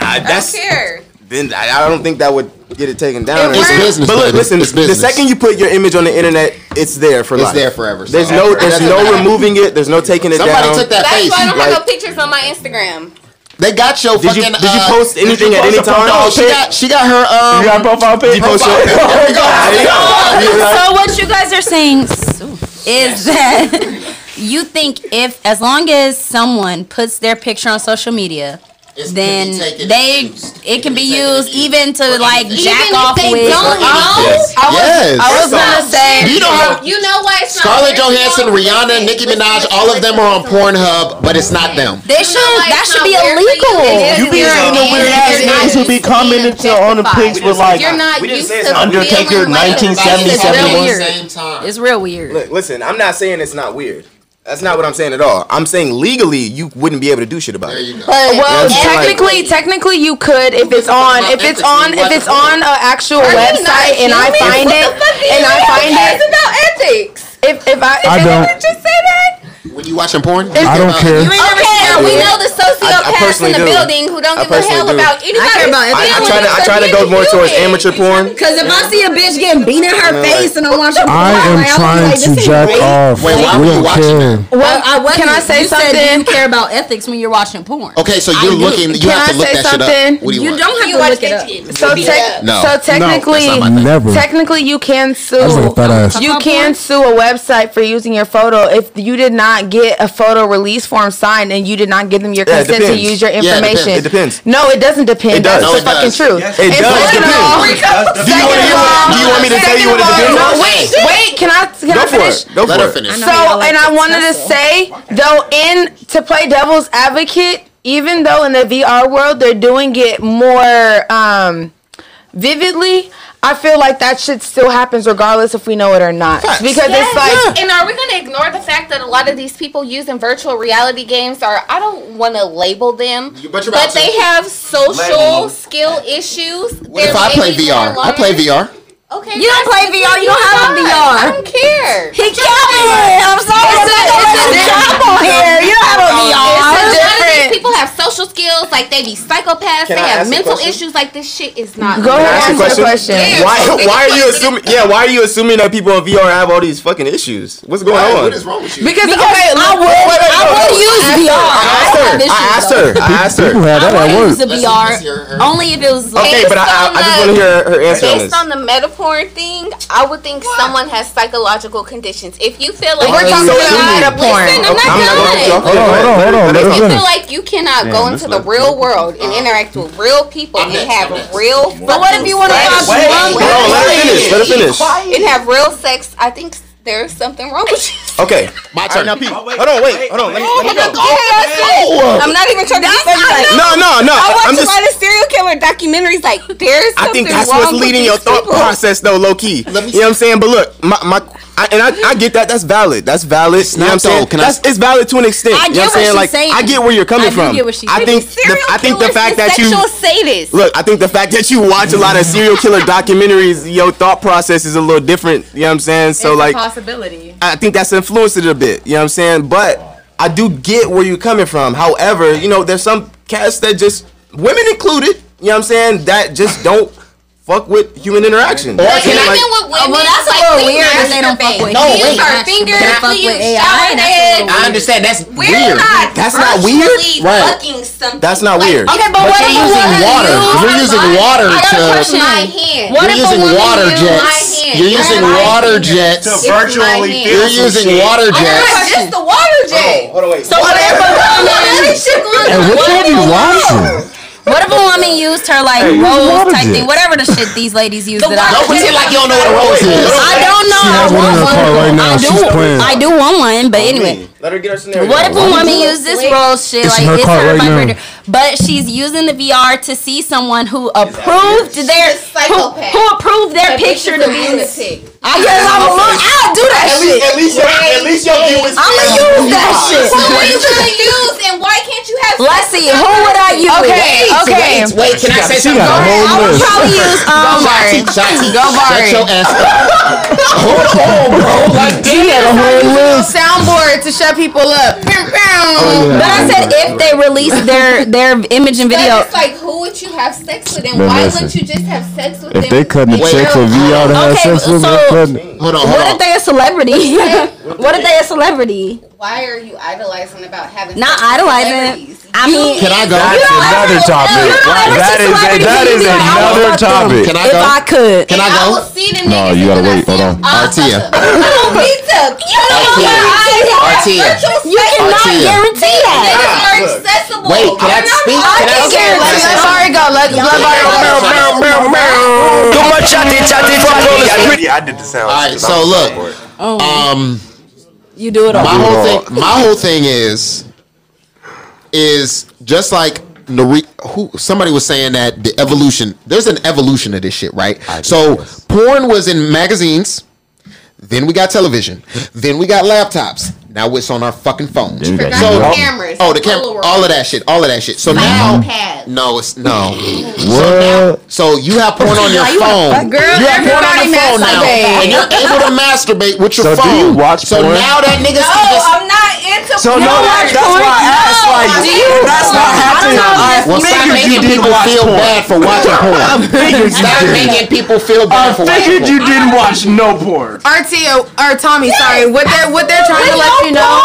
Speaker 8: I, that's
Speaker 7: care.
Speaker 8: then I, I don't think that would get it taken down.
Speaker 5: It's
Speaker 8: or anything.
Speaker 5: business,
Speaker 8: But look,
Speaker 5: baby.
Speaker 8: listen,
Speaker 5: It's
Speaker 8: the
Speaker 5: business.
Speaker 8: second you put your image on the internet, it's there for
Speaker 5: It's
Speaker 8: life.
Speaker 5: there forever, so-
Speaker 8: There's no there's no removing it. There's no taking it
Speaker 5: Somebody
Speaker 8: down.
Speaker 5: took that
Speaker 7: That's
Speaker 5: face.
Speaker 7: why I don't
Speaker 8: like-
Speaker 7: have no pictures on my Instagram.
Speaker 5: They got your
Speaker 8: Did
Speaker 5: fucking.
Speaker 8: you did you
Speaker 5: uh,
Speaker 8: post Oh, anything at
Speaker 10: post
Speaker 8: any
Speaker 10: a
Speaker 8: time?
Speaker 1: Oh,
Speaker 5: No, she got she got her um.
Speaker 8: you got a profile pic. You post your.
Speaker 5: Profile.
Speaker 8: There you go. There you go. You like-
Speaker 1: So what you guys are saying s- is that you think if as long as someone puts their picture on social media
Speaker 5: It's-
Speaker 1: then
Speaker 5: can be taken
Speaker 1: they
Speaker 5: and used.
Speaker 1: it can be
Speaker 5: taken
Speaker 1: used
Speaker 5: and used.
Speaker 1: even to like
Speaker 5: anything.
Speaker 1: jack
Speaker 2: Even if
Speaker 1: off
Speaker 2: they
Speaker 1: with.
Speaker 2: don't know?
Speaker 14: Yes.
Speaker 1: I was, I was
Speaker 8: Yes.
Speaker 1: gonna say
Speaker 5: You don't have
Speaker 2: You know what? It's not
Speaker 5: Scarlett
Speaker 2: worth it,
Speaker 5: Johansson,
Speaker 2: y'all.
Speaker 5: Rihanna,
Speaker 2: Listen,
Speaker 5: Nicki
Speaker 2: listen,
Speaker 5: Minaj,
Speaker 2: listen,
Speaker 5: all of them are on
Speaker 2: listen, listen.
Speaker 5: Pornhub, but it's not them.
Speaker 1: they should
Speaker 2: know, like,
Speaker 1: that
Speaker 2: it's
Speaker 1: should
Speaker 2: not
Speaker 1: be
Speaker 2: worth it. It
Speaker 1: illegal.
Speaker 2: is.
Speaker 7: You be seeing the weird ass niggas who be commenting to on the pics with like
Speaker 2: You're not
Speaker 9: We didn't
Speaker 2: used
Speaker 9: say
Speaker 2: to
Speaker 9: it's not
Speaker 7: Undertaker
Speaker 2: feeling like-
Speaker 7: 1977
Speaker 1: It's real
Speaker 5: At
Speaker 1: weird.
Speaker 5: the same time.
Speaker 1: It's real weird.
Speaker 8: Look, listen, I'm not saying it's not weird. That's not what I'm saying at all. I'm saying legally, you wouldn't be able to do shit about
Speaker 5: There
Speaker 8: it.
Speaker 5: you go.
Speaker 4: But well,
Speaker 8: Yeah, I'm like-
Speaker 4: technically, technically you could if it's on if it's on if it's on an actual website and I find
Speaker 2: what
Speaker 4: it
Speaker 2: the fuck do you
Speaker 4: and I
Speaker 2: know
Speaker 4: find
Speaker 2: cares
Speaker 4: it
Speaker 2: about ethics.
Speaker 4: if if I
Speaker 6: I
Speaker 4: if
Speaker 6: don't.
Speaker 4: it, just say that.
Speaker 5: When you watching porn,
Speaker 6: I don't care.
Speaker 2: You ain't never
Speaker 4: Okay,
Speaker 2: seen we
Speaker 8: yeah.
Speaker 2: know the
Speaker 8: I- I
Speaker 2: sociopaths
Speaker 8: personally
Speaker 2: in the
Speaker 8: do.
Speaker 2: building who don't
Speaker 8: I
Speaker 2: give a hell
Speaker 8: personally do.
Speaker 2: about anybody.
Speaker 1: care about
Speaker 8: I, I try to I try to go more towards amateur porn.
Speaker 1: Cause if I see a bitch getting beat in her face and I watch her,
Speaker 6: I am
Speaker 1: cry, like, I'll be
Speaker 6: trying to
Speaker 1: like, this ain't
Speaker 6: jack
Speaker 1: real.
Speaker 6: off.
Speaker 5: Wait, why
Speaker 6: we
Speaker 5: were you
Speaker 6: don't
Speaker 5: watching
Speaker 6: care.
Speaker 4: Well, can I say
Speaker 1: you
Speaker 4: something?
Speaker 1: Said you care about ethics when you're watching porn.
Speaker 5: Okay, so
Speaker 1: I
Speaker 5: you're
Speaker 1: do.
Speaker 5: looking. You
Speaker 4: Can
Speaker 5: have to
Speaker 4: I
Speaker 5: look
Speaker 4: say
Speaker 5: that shit up.
Speaker 4: something?
Speaker 5: What do you,
Speaker 1: You
Speaker 5: want?
Speaker 1: don't have
Speaker 2: You
Speaker 1: to
Speaker 2: watch
Speaker 1: look it up.
Speaker 2: bitch
Speaker 4: So, tec-
Speaker 5: No.
Speaker 4: so
Speaker 6: No,
Speaker 4: technically,
Speaker 6: that's not my thing. Never.
Speaker 4: technically you can
Speaker 6: That's like a
Speaker 4: sue.
Speaker 6: fat ass.
Speaker 4: You
Speaker 1: Up
Speaker 4: can
Speaker 1: one?
Speaker 4: sue a website for using your photo if you did not get a photo release form signed and you did not give them your
Speaker 8: Yeah, it
Speaker 4: consent to
Speaker 8: depends.
Speaker 4: use your
Speaker 8: Yeah,
Speaker 5: it depends.
Speaker 4: information.
Speaker 8: It depends.
Speaker 4: No, it doesn't depend.
Speaker 8: It does.
Speaker 4: That's
Speaker 8: No,
Speaker 4: the
Speaker 5: it
Speaker 4: fucking
Speaker 5: does.
Speaker 4: truth.
Speaker 9: Yes,
Speaker 8: It
Speaker 4: And
Speaker 8: does.
Speaker 4: second
Speaker 8: It
Speaker 4: of all-
Speaker 8: depends. Do
Speaker 4: second
Speaker 8: you want to
Speaker 4: of
Speaker 8: hear what?
Speaker 4: all-
Speaker 8: Do you want me to tell you what it
Speaker 4: second of all-
Speaker 8: depends
Speaker 4: No,
Speaker 8: on?
Speaker 4: wait, wait. Can I can
Speaker 8: Go
Speaker 4: I
Speaker 8: for
Speaker 4: finish?
Speaker 8: it. Go
Speaker 5: Let her
Speaker 8: for it.
Speaker 5: finish.
Speaker 4: So, and I wanted to say though, in to play devil's advocate, even though in the VR world they're doing it more um, vividly, I feel like that shit still happens regardless if we know it or not. Because it's like
Speaker 2: and are we going to ignore the fact that a lot of these people using virtual reality games are? I don't want to label them,
Speaker 5: You-
Speaker 2: but,
Speaker 5: but you're about to.
Speaker 2: they have social
Speaker 9: Label.
Speaker 2: skill issues.
Speaker 5: What if I play VR? I play VR.
Speaker 1: You
Speaker 2: Okay,
Speaker 1: don't play VR, you don't have a VR.
Speaker 2: I don't care.
Speaker 1: He counted. I'm sorry.
Speaker 2: It's a-
Speaker 1: I'm not gonna
Speaker 2: it's a
Speaker 1: let
Speaker 2: different-
Speaker 1: him jump on here. You don't have a VR.
Speaker 2: It's a lot of
Speaker 4: different.
Speaker 2: these people have social skills, like they be psychopaths,
Speaker 8: Can
Speaker 2: they
Speaker 8: I
Speaker 2: have
Speaker 8: ask a
Speaker 2: mental
Speaker 8: question?
Speaker 2: issues, like this shit is not.
Speaker 4: go ahead
Speaker 8: I ask a
Speaker 4: and answer the
Speaker 8: question?
Speaker 4: question.
Speaker 8: Why why are you assuming? Yeah, why are you assuming that people in VR have all these fucking issues? What's going
Speaker 5: What
Speaker 8: on?
Speaker 5: is wrong with you?
Speaker 4: Because, okay,
Speaker 1: I
Speaker 4: look,
Speaker 1: would, I would use VR.
Speaker 8: I asked her. I asked her. I asked her.
Speaker 6: People have that
Speaker 1: I
Speaker 6: at
Speaker 1: would use
Speaker 6: work.
Speaker 1: a
Speaker 5: Let's- let's hear her.
Speaker 1: VR only if it was like
Speaker 8: Okay, but I, I, I just want to hear her answer on this.
Speaker 2: Based on the metaphor thing, I would think someone has psychological conditions. If you feel like
Speaker 4: we're
Speaker 2: you
Speaker 4: talking
Speaker 8: so
Speaker 4: about
Speaker 8: stupid.
Speaker 4: meta porn.
Speaker 2: Listen, I'm
Speaker 8: I'm not
Speaker 2: not
Speaker 8: gonna-
Speaker 2: done.
Speaker 6: Hold on, hold on, hold on. Let her
Speaker 2: If you feel
Speaker 6: finish.
Speaker 2: like you cannot go
Speaker 8: Damn,
Speaker 2: into
Speaker 8: this
Speaker 2: the real world
Speaker 8: uh,
Speaker 2: and interact with real people and
Speaker 5: next, I'm next.
Speaker 2: have real
Speaker 1: But what if you want to watch
Speaker 9: wait,
Speaker 1: drunk?
Speaker 8: Bro, let her finish. Let her finish.
Speaker 2: and have real sex, I think there's something wrong with you.
Speaker 8: Okay.
Speaker 5: My turn.
Speaker 8: Now, Pete. Hold on, wait. Hold on. Let me, let me go.
Speaker 2: I'm not even trying to be funny. Like,
Speaker 8: No, no, no.
Speaker 2: I watch
Speaker 8: I'm
Speaker 2: a
Speaker 8: just.
Speaker 2: lot of serial killer documentaries. Like there's something
Speaker 8: I think that's
Speaker 2: wrong
Speaker 8: what's
Speaker 2: with
Speaker 8: leading
Speaker 2: these
Speaker 8: your thought
Speaker 2: people.
Speaker 8: process, though, low key. You know
Speaker 5: Let me-
Speaker 8: what I'm saying? But look, my, my I, and I, I get that. That's valid. That's valid. You know what I'm
Speaker 5: not, though.
Speaker 8: saying?
Speaker 5: Can I-
Speaker 8: that's, it's valid to an extent.
Speaker 1: I
Speaker 8: you know
Speaker 1: get
Speaker 8: what I'm
Speaker 1: what
Speaker 8: saying?
Speaker 1: she's
Speaker 8: Like,
Speaker 1: saying.
Speaker 8: I get where you're coming
Speaker 1: I do
Speaker 8: from.
Speaker 1: get what she's
Speaker 8: I
Speaker 1: saying.
Speaker 8: think the,
Speaker 2: Serial
Speaker 8: I think the
Speaker 2: killers
Speaker 8: fact
Speaker 2: and
Speaker 8: that you
Speaker 2: sexual sadists.
Speaker 8: Look, I think the fact that you watch a lot of serial killer documentaries, your thought process is a little different. You know what I'm saying? So like,
Speaker 4: possibility.
Speaker 8: I think that's influenced it a bit. You know what I'm saying? But I do get where you're coming from. However, you know, there's some cats that just women included. You know what I'm saying? That just don't fuck with human interaction. Or
Speaker 2: Like, even with women,
Speaker 1: well, that's a
Speaker 2: like,
Speaker 1: little
Speaker 2: we
Speaker 1: weird if
Speaker 2: masturbate.
Speaker 1: they don't fuck with
Speaker 2: Do you
Speaker 1: human
Speaker 2: use our
Speaker 1: interaction,
Speaker 2: fingers?
Speaker 1: but they fuck
Speaker 2: Do you
Speaker 1: with AI,
Speaker 2: shower
Speaker 1: that's a
Speaker 2: head?
Speaker 1: little
Speaker 5: I understand. That's
Speaker 2: We're
Speaker 5: weird.
Speaker 2: not.
Speaker 8: That's not weird?
Speaker 2: virtually
Speaker 8: Right.
Speaker 2: Fucking something.
Speaker 8: That's not weird.
Speaker 2: Like,
Speaker 4: Okay, but what if
Speaker 5: You're
Speaker 4: a
Speaker 5: using
Speaker 4: woman
Speaker 5: water. You're using water
Speaker 2: I got a
Speaker 5: to.
Speaker 2: question. My hand.
Speaker 4: What
Speaker 5: You're
Speaker 4: if a
Speaker 5: using
Speaker 4: woman
Speaker 5: water
Speaker 4: used
Speaker 5: jets.
Speaker 2: my hand?
Speaker 5: You're
Speaker 2: You're
Speaker 5: using
Speaker 2: my
Speaker 5: water
Speaker 2: hand.
Speaker 5: jets.
Speaker 9: To
Speaker 2: my
Speaker 9: virtually
Speaker 2: hand.
Speaker 9: feel
Speaker 5: You're
Speaker 9: some
Speaker 5: using
Speaker 9: shit.
Speaker 5: water
Speaker 2: Not
Speaker 5: jets.
Speaker 2: just the water jet.
Speaker 8: Hold on, wait.
Speaker 1: So what if a woman,
Speaker 2: This shit going
Speaker 6: And
Speaker 2: on.
Speaker 6: what y'all be watching?
Speaker 1: what if a woman used her like
Speaker 6: water
Speaker 1: rose type
Speaker 6: jet.
Speaker 1: thing, whatever the shit these ladies use that
Speaker 5: Don't
Speaker 1: I.
Speaker 5: pretend like you don't know what a rose is.
Speaker 1: I don't know.
Speaker 6: She
Speaker 1: I
Speaker 6: has one in
Speaker 1: want
Speaker 6: her car right now.
Speaker 1: I do.
Speaker 6: She's playing.
Speaker 1: I do want one, but anyway.
Speaker 8: Let her get her scenario.
Speaker 1: What if a woman used this rose shit?
Speaker 6: It's
Speaker 1: like
Speaker 6: in her
Speaker 1: it's
Speaker 6: cart
Speaker 1: her
Speaker 6: right now.
Speaker 1: vibrator, but she's using the VR to see someone who approved their who,
Speaker 2: psychopath.
Speaker 1: who approved their picture to be. I guess I'm a little. I'll do that shit.
Speaker 8: At least, your- at least your view is
Speaker 1: I'ma
Speaker 8: fair.
Speaker 1: use that shit.
Speaker 2: Who are you gonna use and why can't you have?
Speaker 1: Let's see. Who would I use?
Speaker 4: Okay, okay.
Speaker 5: Wait, can I say
Speaker 6: She
Speaker 5: something?
Speaker 6: got a
Speaker 1: I
Speaker 6: whole
Speaker 1: would
Speaker 6: list.
Speaker 1: probably use um.
Speaker 5: Shotty, Shotty,
Speaker 1: Go Barry.
Speaker 5: shut your ass up.
Speaker 6: Oh, She got a whole list.
Speaker 4: Soundboard to shut people up.
Speaker 1: But I said if they release their their image and
Speaker 2: But
Speaker 1: video.
Speaker 2: it's like, who would you have sex with, and
Speaker 6: Man,
Speaker 2: why
Speaker 6: listen.
Speaker 2: wouldn't you just have sex with them?
Speaker 6: If they cutting a
Speaker 2: Wait,
Speaker 6: check for VR to have
Speaker 1: Okay,
Speaker 6: sex with,
Speaker 1: so-
Speaker 6: they cutting.
Speaker 5: Hold on,
Speaker 1: What if
Speaker 5: hold on.
Speaker 1: they a celebrity? what if they a celebrity?
Speaker 2: Why are you idolizing about having?
Speaker 1: Not
Speaker 2: sex with
Speaker 1: idolizing.
Speaker 2: celebrities?
Speaker 1: I mean,
Speaker 5: Can I go?
Speaker 1: You
Speaker 6: That's
Speaker 1: don't ever-
Speaker 6: another
Speaker 1: you don't
Speaker 6: topic.
Speaker 1: ever see
Speaker 6: That is
Speaker 1: celebrities
Speaker 6: that
Speaker 1: being
Speaker 6: is
Speaker 1: like, "I
Speaker 6: another
Speaker 1: fucked them."
Speaker 6: topic.
Speaker 5: Can I
Speaker 1: If
Speaker 5: go?
Speaker 1: I
Speaker 4: I could.
Speaker 5: Can I go?
Speaker 6: No, you gotta wait. Hold on.
Speaker 5: Artia.
Speaker 4: You
Speaker 2: Oh,
Speaker 4: don't need to. You don't
Speaker 5: Artia. Artia.
Speaker 4: You cannot
Speaker 5: Artia.
Speaker 4: guarantee that.
Speaker 5: Niggas are
Speaker 4: accessible.
Speaker 5: Wait, can I speak? Can I
Speaker 4: Okay,
Speaker 5: speak?
Speaker 4: let let Mari go. Let let Mari go.
Speaker 9: Too much chatty chatty chatty.
Speaker 15: Yeah, I did the sound.
Speaker 5: All right, so look. Um,
Speaker 7: You do it all.
Speaker 5: my whole thing. My whole thing is is just like Nare- who somebody was saying that the evolution. There's an evolution of this shit, right? So porn was in magazines. Then we got television. Then we got laptops. Now it's on our fucking phones.
Speaker 6: Then we got
Speaker 5: So-
Speaker 6: the
Speaker 2: cameras.
Speaker 5: Oh, the camera.
Speaker 2: Polaroid.
Speaker 5: All of that shit. All of that shit. So now, no, it's no.
Speaker 6: What?
Speaker 5: So you have porn on your
Speaker 4: Like, you wanna
Speaker 5: phone.
Speaker 4: fuck- girl,
Speaker 5: you have porn on
Speaker 4: everybody
Speaker 5: your phone now,
Speaker 4: masturbate.
Speaker 5: and you're able to masturbate with your
Speaker 6: So do
Speaker 5: phone.
Speaker 6: you watch
Speaker 5: so
Speaker 6: porn?
Speaker 5: now that niggas
Speaker 2: No,
Speaker 5: can just
Speaker 2: Oh, I'm not into
Speaker 9: So no,
Speaker 2: porn.
Speaker 9: that, that's why I asked. Like,
Speaker 4: Do you-
Speaker 9: that's not happening. I
Speaker 5: well, stop
Speaker 9: figured you
Speaker 5: making
Speaker 9: didn't
Speaker 5: people
Speaker 9: watch
Speaker 5: feel
Speaker 9: porn.
Speaker 5: bad for watching porn.
Speaker 9: Figured you
Speaker 5: Stop
Speaker 9: didn't.
Speaker 5: making people feel
Speaker 9: I
Speaker 5: bad for watching
Speaker 9: figured
Speaker 5: porn.
Speaker 9: you didn't watch no porn.
Speaker 4: Artia or Tommy, sorry. What they're what they're trying to let you know.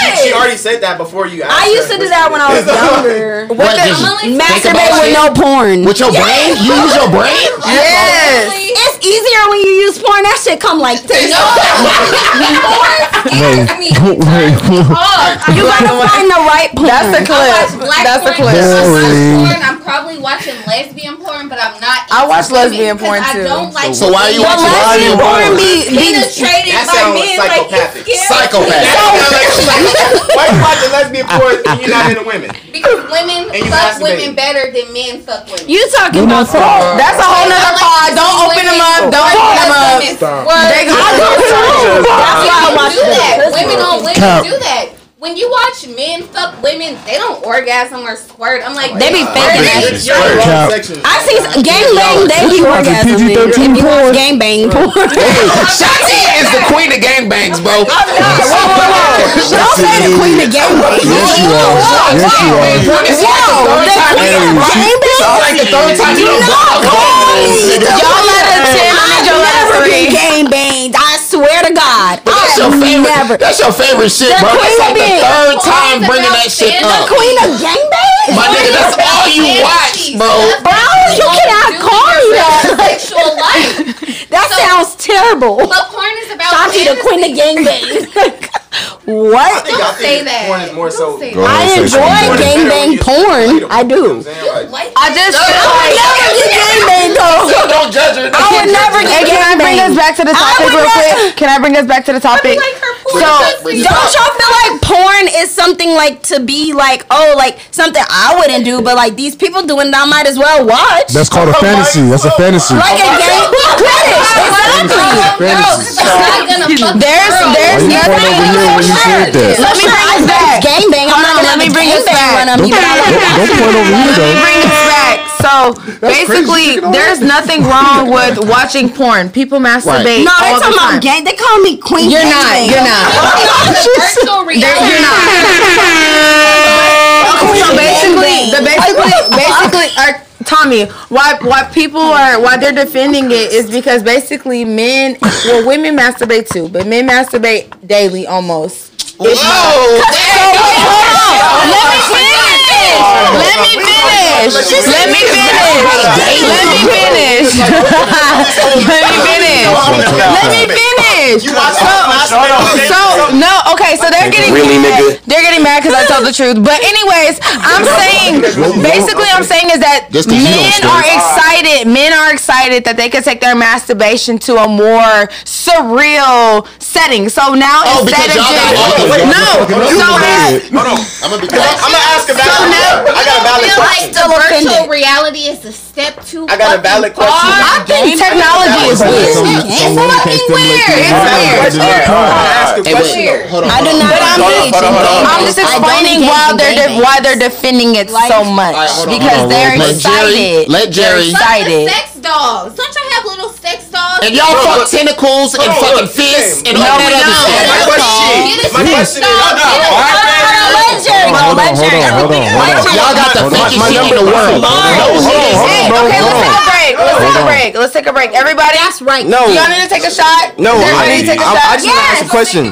Speaker 8: She, she already said that before you. Asked
Speaker 7: I used to do that when I was younger.
Speaker 5: What did you
Speaker 7: Masturbate
Speaker 5: think about
Speaker 7: with
Speaker 5: shit?
Speaker 7: no porn.
Speaker 5: With your brain? You use your brain?
Speaker 4: Yes.
Speaker 7: It's easier when you use porn. That shit come like this. You gotta find the right porn.
Speaker 4: That's the
Speaker 2: I
Speaker 4: clip.
Speaker 2: watch black
Speaker 4: That's the
Speaker 2: porn.
Speaker 4: clip.
Speaker 2: I watch
Speaker 6: Boring.
Speaker 2: porn. I'm probably watching lesbian porn, but I'm not.
Speaker 4: I
Speaker 2: into
Speaker 4: watch
Speaker 2: women
Speaker 4: lesbian
Speaker 2: because
Speaker 4: porn,
Speaker 2: I
Speaker 4: too.
Speaker 2: don't like
Speaker 5: So why are you
Speaker 4: But
Speaker 5: watching why are you
Speaker 4: lesbian porn
Speaker 5: watching-
Speaker 4: be, be
Speaker 2: penetrated
Speaker 8: That
Speaker 2: by
Speaker 8: sounds
Speaker 2: men
Speaker 8: psychopathic.
Speaker 2: like it's scary
Speaker 5: Psychopath.
Speaker 8: Why you watching lesbian porn and you're not into women?
Speaker 2: because women
Speaker 8: And you
Speaker 2: fuck
Speaker 8: masturbate.
Speaker 2: women better than men fuck women.
Speaker 7: You talking about porn?
Speaker 4: That's a whole nother pod. Don't open them up. Don't open them up. They
Speaker 7: That's why I watch
Speaker 2: do that.
Speaker 7: porn.
Speaker 2: Women on women
Speaker 6: Cap.
Speaker 2: do that. When you watch men fuck women, they don't orgasm or squirt. I'm like,
Speaker 7: They be faking that.
Speaker 8: You're in the wrong
Speaker 6: Cap.
Speaker 8: section.
Speaker 7: I see s- gangbang. They be
Speaker 6: This is
Speaker 7: orgasming.
Speaker 6: PG-13
Speaker 7: If you
Speaker 6: porn.
Speaker 7: watch gangbang porn.
Speaker 5: Shotzi is the queen of gangbangs, bro.
Speaker 7: Don't say the queen of gangbang.
Speaker 6: Yes, you are. Yes, you are.
Speaker 5: It's like the third time. It's like the third time you don't block
Speaker 4: Y'all let a 10 on
Speaker 7: I
Speaker 4: your last
Speaker 7: never
Speaker 4: three.
Speaker 7: be gangbang. I swear to God,
Speaker 5: That's
Speaker 7: I
Speaker 5: your favorite.
Speaker 7: never.
Speaker 5: That's your favorite shit, bro. That's like the third time bringing that shit up.
Speaker 7: Queen of gangbang.
Speaker 5: My nigga, that's all you watch, bro.
Speaker 7: Bro, you cannot call me that.
Speaker 2: Sexual life.
Speaker 7: That sounds terrible.
Speaker 2: But porn is about
Speaker 7: Shanti, the
Speaker 2: fantasy.
Speaker 7: queen of gangbang. what?
Speaker 2: Don't say that.
Speaker 8: porn is more
Speaker 2: Don't
Speaker 8: so-
Speaker 2: say
Speaker 6: Go
Speaker 2: that.
Speaker 6: ahead. say
Speaker 7: I enjoy
Speaker 6: something.
Speaker 7: gangbang porn. I do.
Speaker 2: Like,
Speaker 4: I just feel
Speaker 7: I would
Speaker 4: like.
Speaker 7: never get gangbang though.
Speaker 5: So don't judge her.
Speaker 7: I would never
Speaker 4: Hey,
Speaker 7: get
Speaker 4: can I bring us
Speaker 7: gangbang.
Speaker 4: back to the topic
Speaker 7: would
Speaker 4: real
Speaker 7: not-
Speaker 4: quick? Can I bring us back to the topic?
Speaker 2: like her porn
Speaker 4: So,
Speaker 2: pussy.
Speaker 7: Don't y'all feel like porn is something like to be like, oh, like something I wouldn't do, but like these people doing it, I might as well watch.
Speaker 6: That's called a fantasy. That's a fantasy.
Speaker 7: like a gang fetish. Exactly.
Speaker 2: It's not gonna fuck the
Speaker 4: there's,
Speaker 2: girl.
Speaker 4: there's
Speaker 6: Why you point
Speaker 4: nothing.
Speaker 6: over here when you said that?
Speaker 4: Let me
Speaker 7: Sure,
Speaker 4: bring
Speaker 7: I
Speaker 4: us
Speaker 7: know
Speaker 4: back.
Speaker 7: it's Gangbang. I'm not gonna
Speaker 4: Let me bring us back.
Speaker 7: Run on
Speaker 6: Don't,
Speaker 7: me, but I
Speaker 6: don't, don't point over
Speaker 4: Let me
Speaker 6: here though.
Speaker 4: bring this back. So basically, there's nothing wrong with watching porn. People masturbate
Speaker 7: No, they
Speaker 4: all the
Speaker 7: talking
Speaker 4: time.
Speaker 7: about gang. They call me Queen.
Speaker 4: You're not.
Speaker 7: Gangbang.
Speaker 4: You're not.
Speaker 2: virtual reality.
Speaker 4: You're not. So basically, the basically, basically, our, Tommy, why why people are why they're defending it is because basically men, well, women masturbate too, but men masturbate daily almost.
Speaker 5: Whoa.
Speaker 4: Let me finish. Let me finish. Let me finish. Let me finish. Let me finish. Let me finish. So no, okay. So they're getting
Speaker 9: Really, nigga?
Speaker 4: mad. They're getting mad because I told the truth. But anyways, I'm saying basically I'm saying is that
Speaker 5: Just 'cause you don't
Speaker 4: men
Speaker 5: stay.
Speaker 4: are excited. Men are excited that they can take their masturbation to a more surreal setting. So now
Speaker 5: Oh, because
Speaker 4: instead of
Speaker 5: y'all
Speaker 4: just
Speaker 5: got all the way.
Speaker 4: no, so now-
Speaker 5: I'm gonna be quiet.
Speaker 8: I'm gonna ask a valid. I got a valid
Speaker 2: feel
Speaker 8: question.
Speaker 2: like the virtual reality is a step too.
Speaker 8: I got a valid
Speaker 2: fucking
Speaker 8: question.
Speaker 4: I think technology is weird.
Speaker 8: Ask a
Speaker 5: Hey, wait,
Speaker 8: question.
Speaker 5: no, hold on.
Speaker 7: I do not.
Speaker 4: But I'm
Speaker 7: engage
Speaker 5: hold
Speaker 7: in
Speaker 5: on, hold on.
Speaker 7: gangbang.
Speaker 4: I'm just
Speaker 7: I don't
Speaker 4: explaining
Speaker 7: engage
Speaker 4: why
Speaker 7: in
Speaker 4: they're de-
Speaker 7: gangbang.
Speaker 4: why they're defending it
Speaker 7: Like-
Speaker 4: so much
Speaker 5: hold on,
Speaker 4: because
Speaker 5: hold on,
Speaker 4: they're
Speaker 5: let Jerry-
Speaker 4: excited.
Speaker 5: let
Speaker 4: They're
Speaker 5: Jerry-
Speaker 2: Like the
Speaker 4: excited.
Speaker 2: sex dolls. Don't y'all have little sex dolls?
Speaker 5: And y'all fuck tentacles and fucking fists and all that other shit.
Speaker 8: My question is, my question is, no,
Speaker 1: uh,
Speaker 7: Let Jerry go.
Speaker 6: Hold on,
Speaker 7: Let
Speaker 6: hold
Speaker 7: Jerry
Speaker 6: on,
Speaker 7: go.
Speaker 6: hold on, hold on.
Speaker 5: Y'all got the
Speaker 6: Hold on,
Speaker 5: fakest
Speaker 6: my
Speaker 5: shit in
Speaker 6: number-
Speaker 5: the world.
Speaker 6: Hold on,
Speaker 5: Those
Speaker 6: hold on,
Speaker 5: niggas-
Speaker 6: hold on,
Speaker 4: Hey,
Speaker 6: bro,
Speaker 4: okay,
Speaker 6: hold
Speaker 4: let's
Speaker 6: on.
Speaker 4: take a break. Let's take a
Speaker 6: on.
Speaker 4: break. Let's take a break. Everybody,
Speaker 7: That's right.
Speaker 8: No.
Speaker 4: y'all need to take a shot.
Speaker 8: No,
Speaker 4: Everybody
Speaker 8: I, need,
Speaker 4: take a
Speaker 8: I,
Speaker 4: shot.
Speaker 8: I just want to ask a question.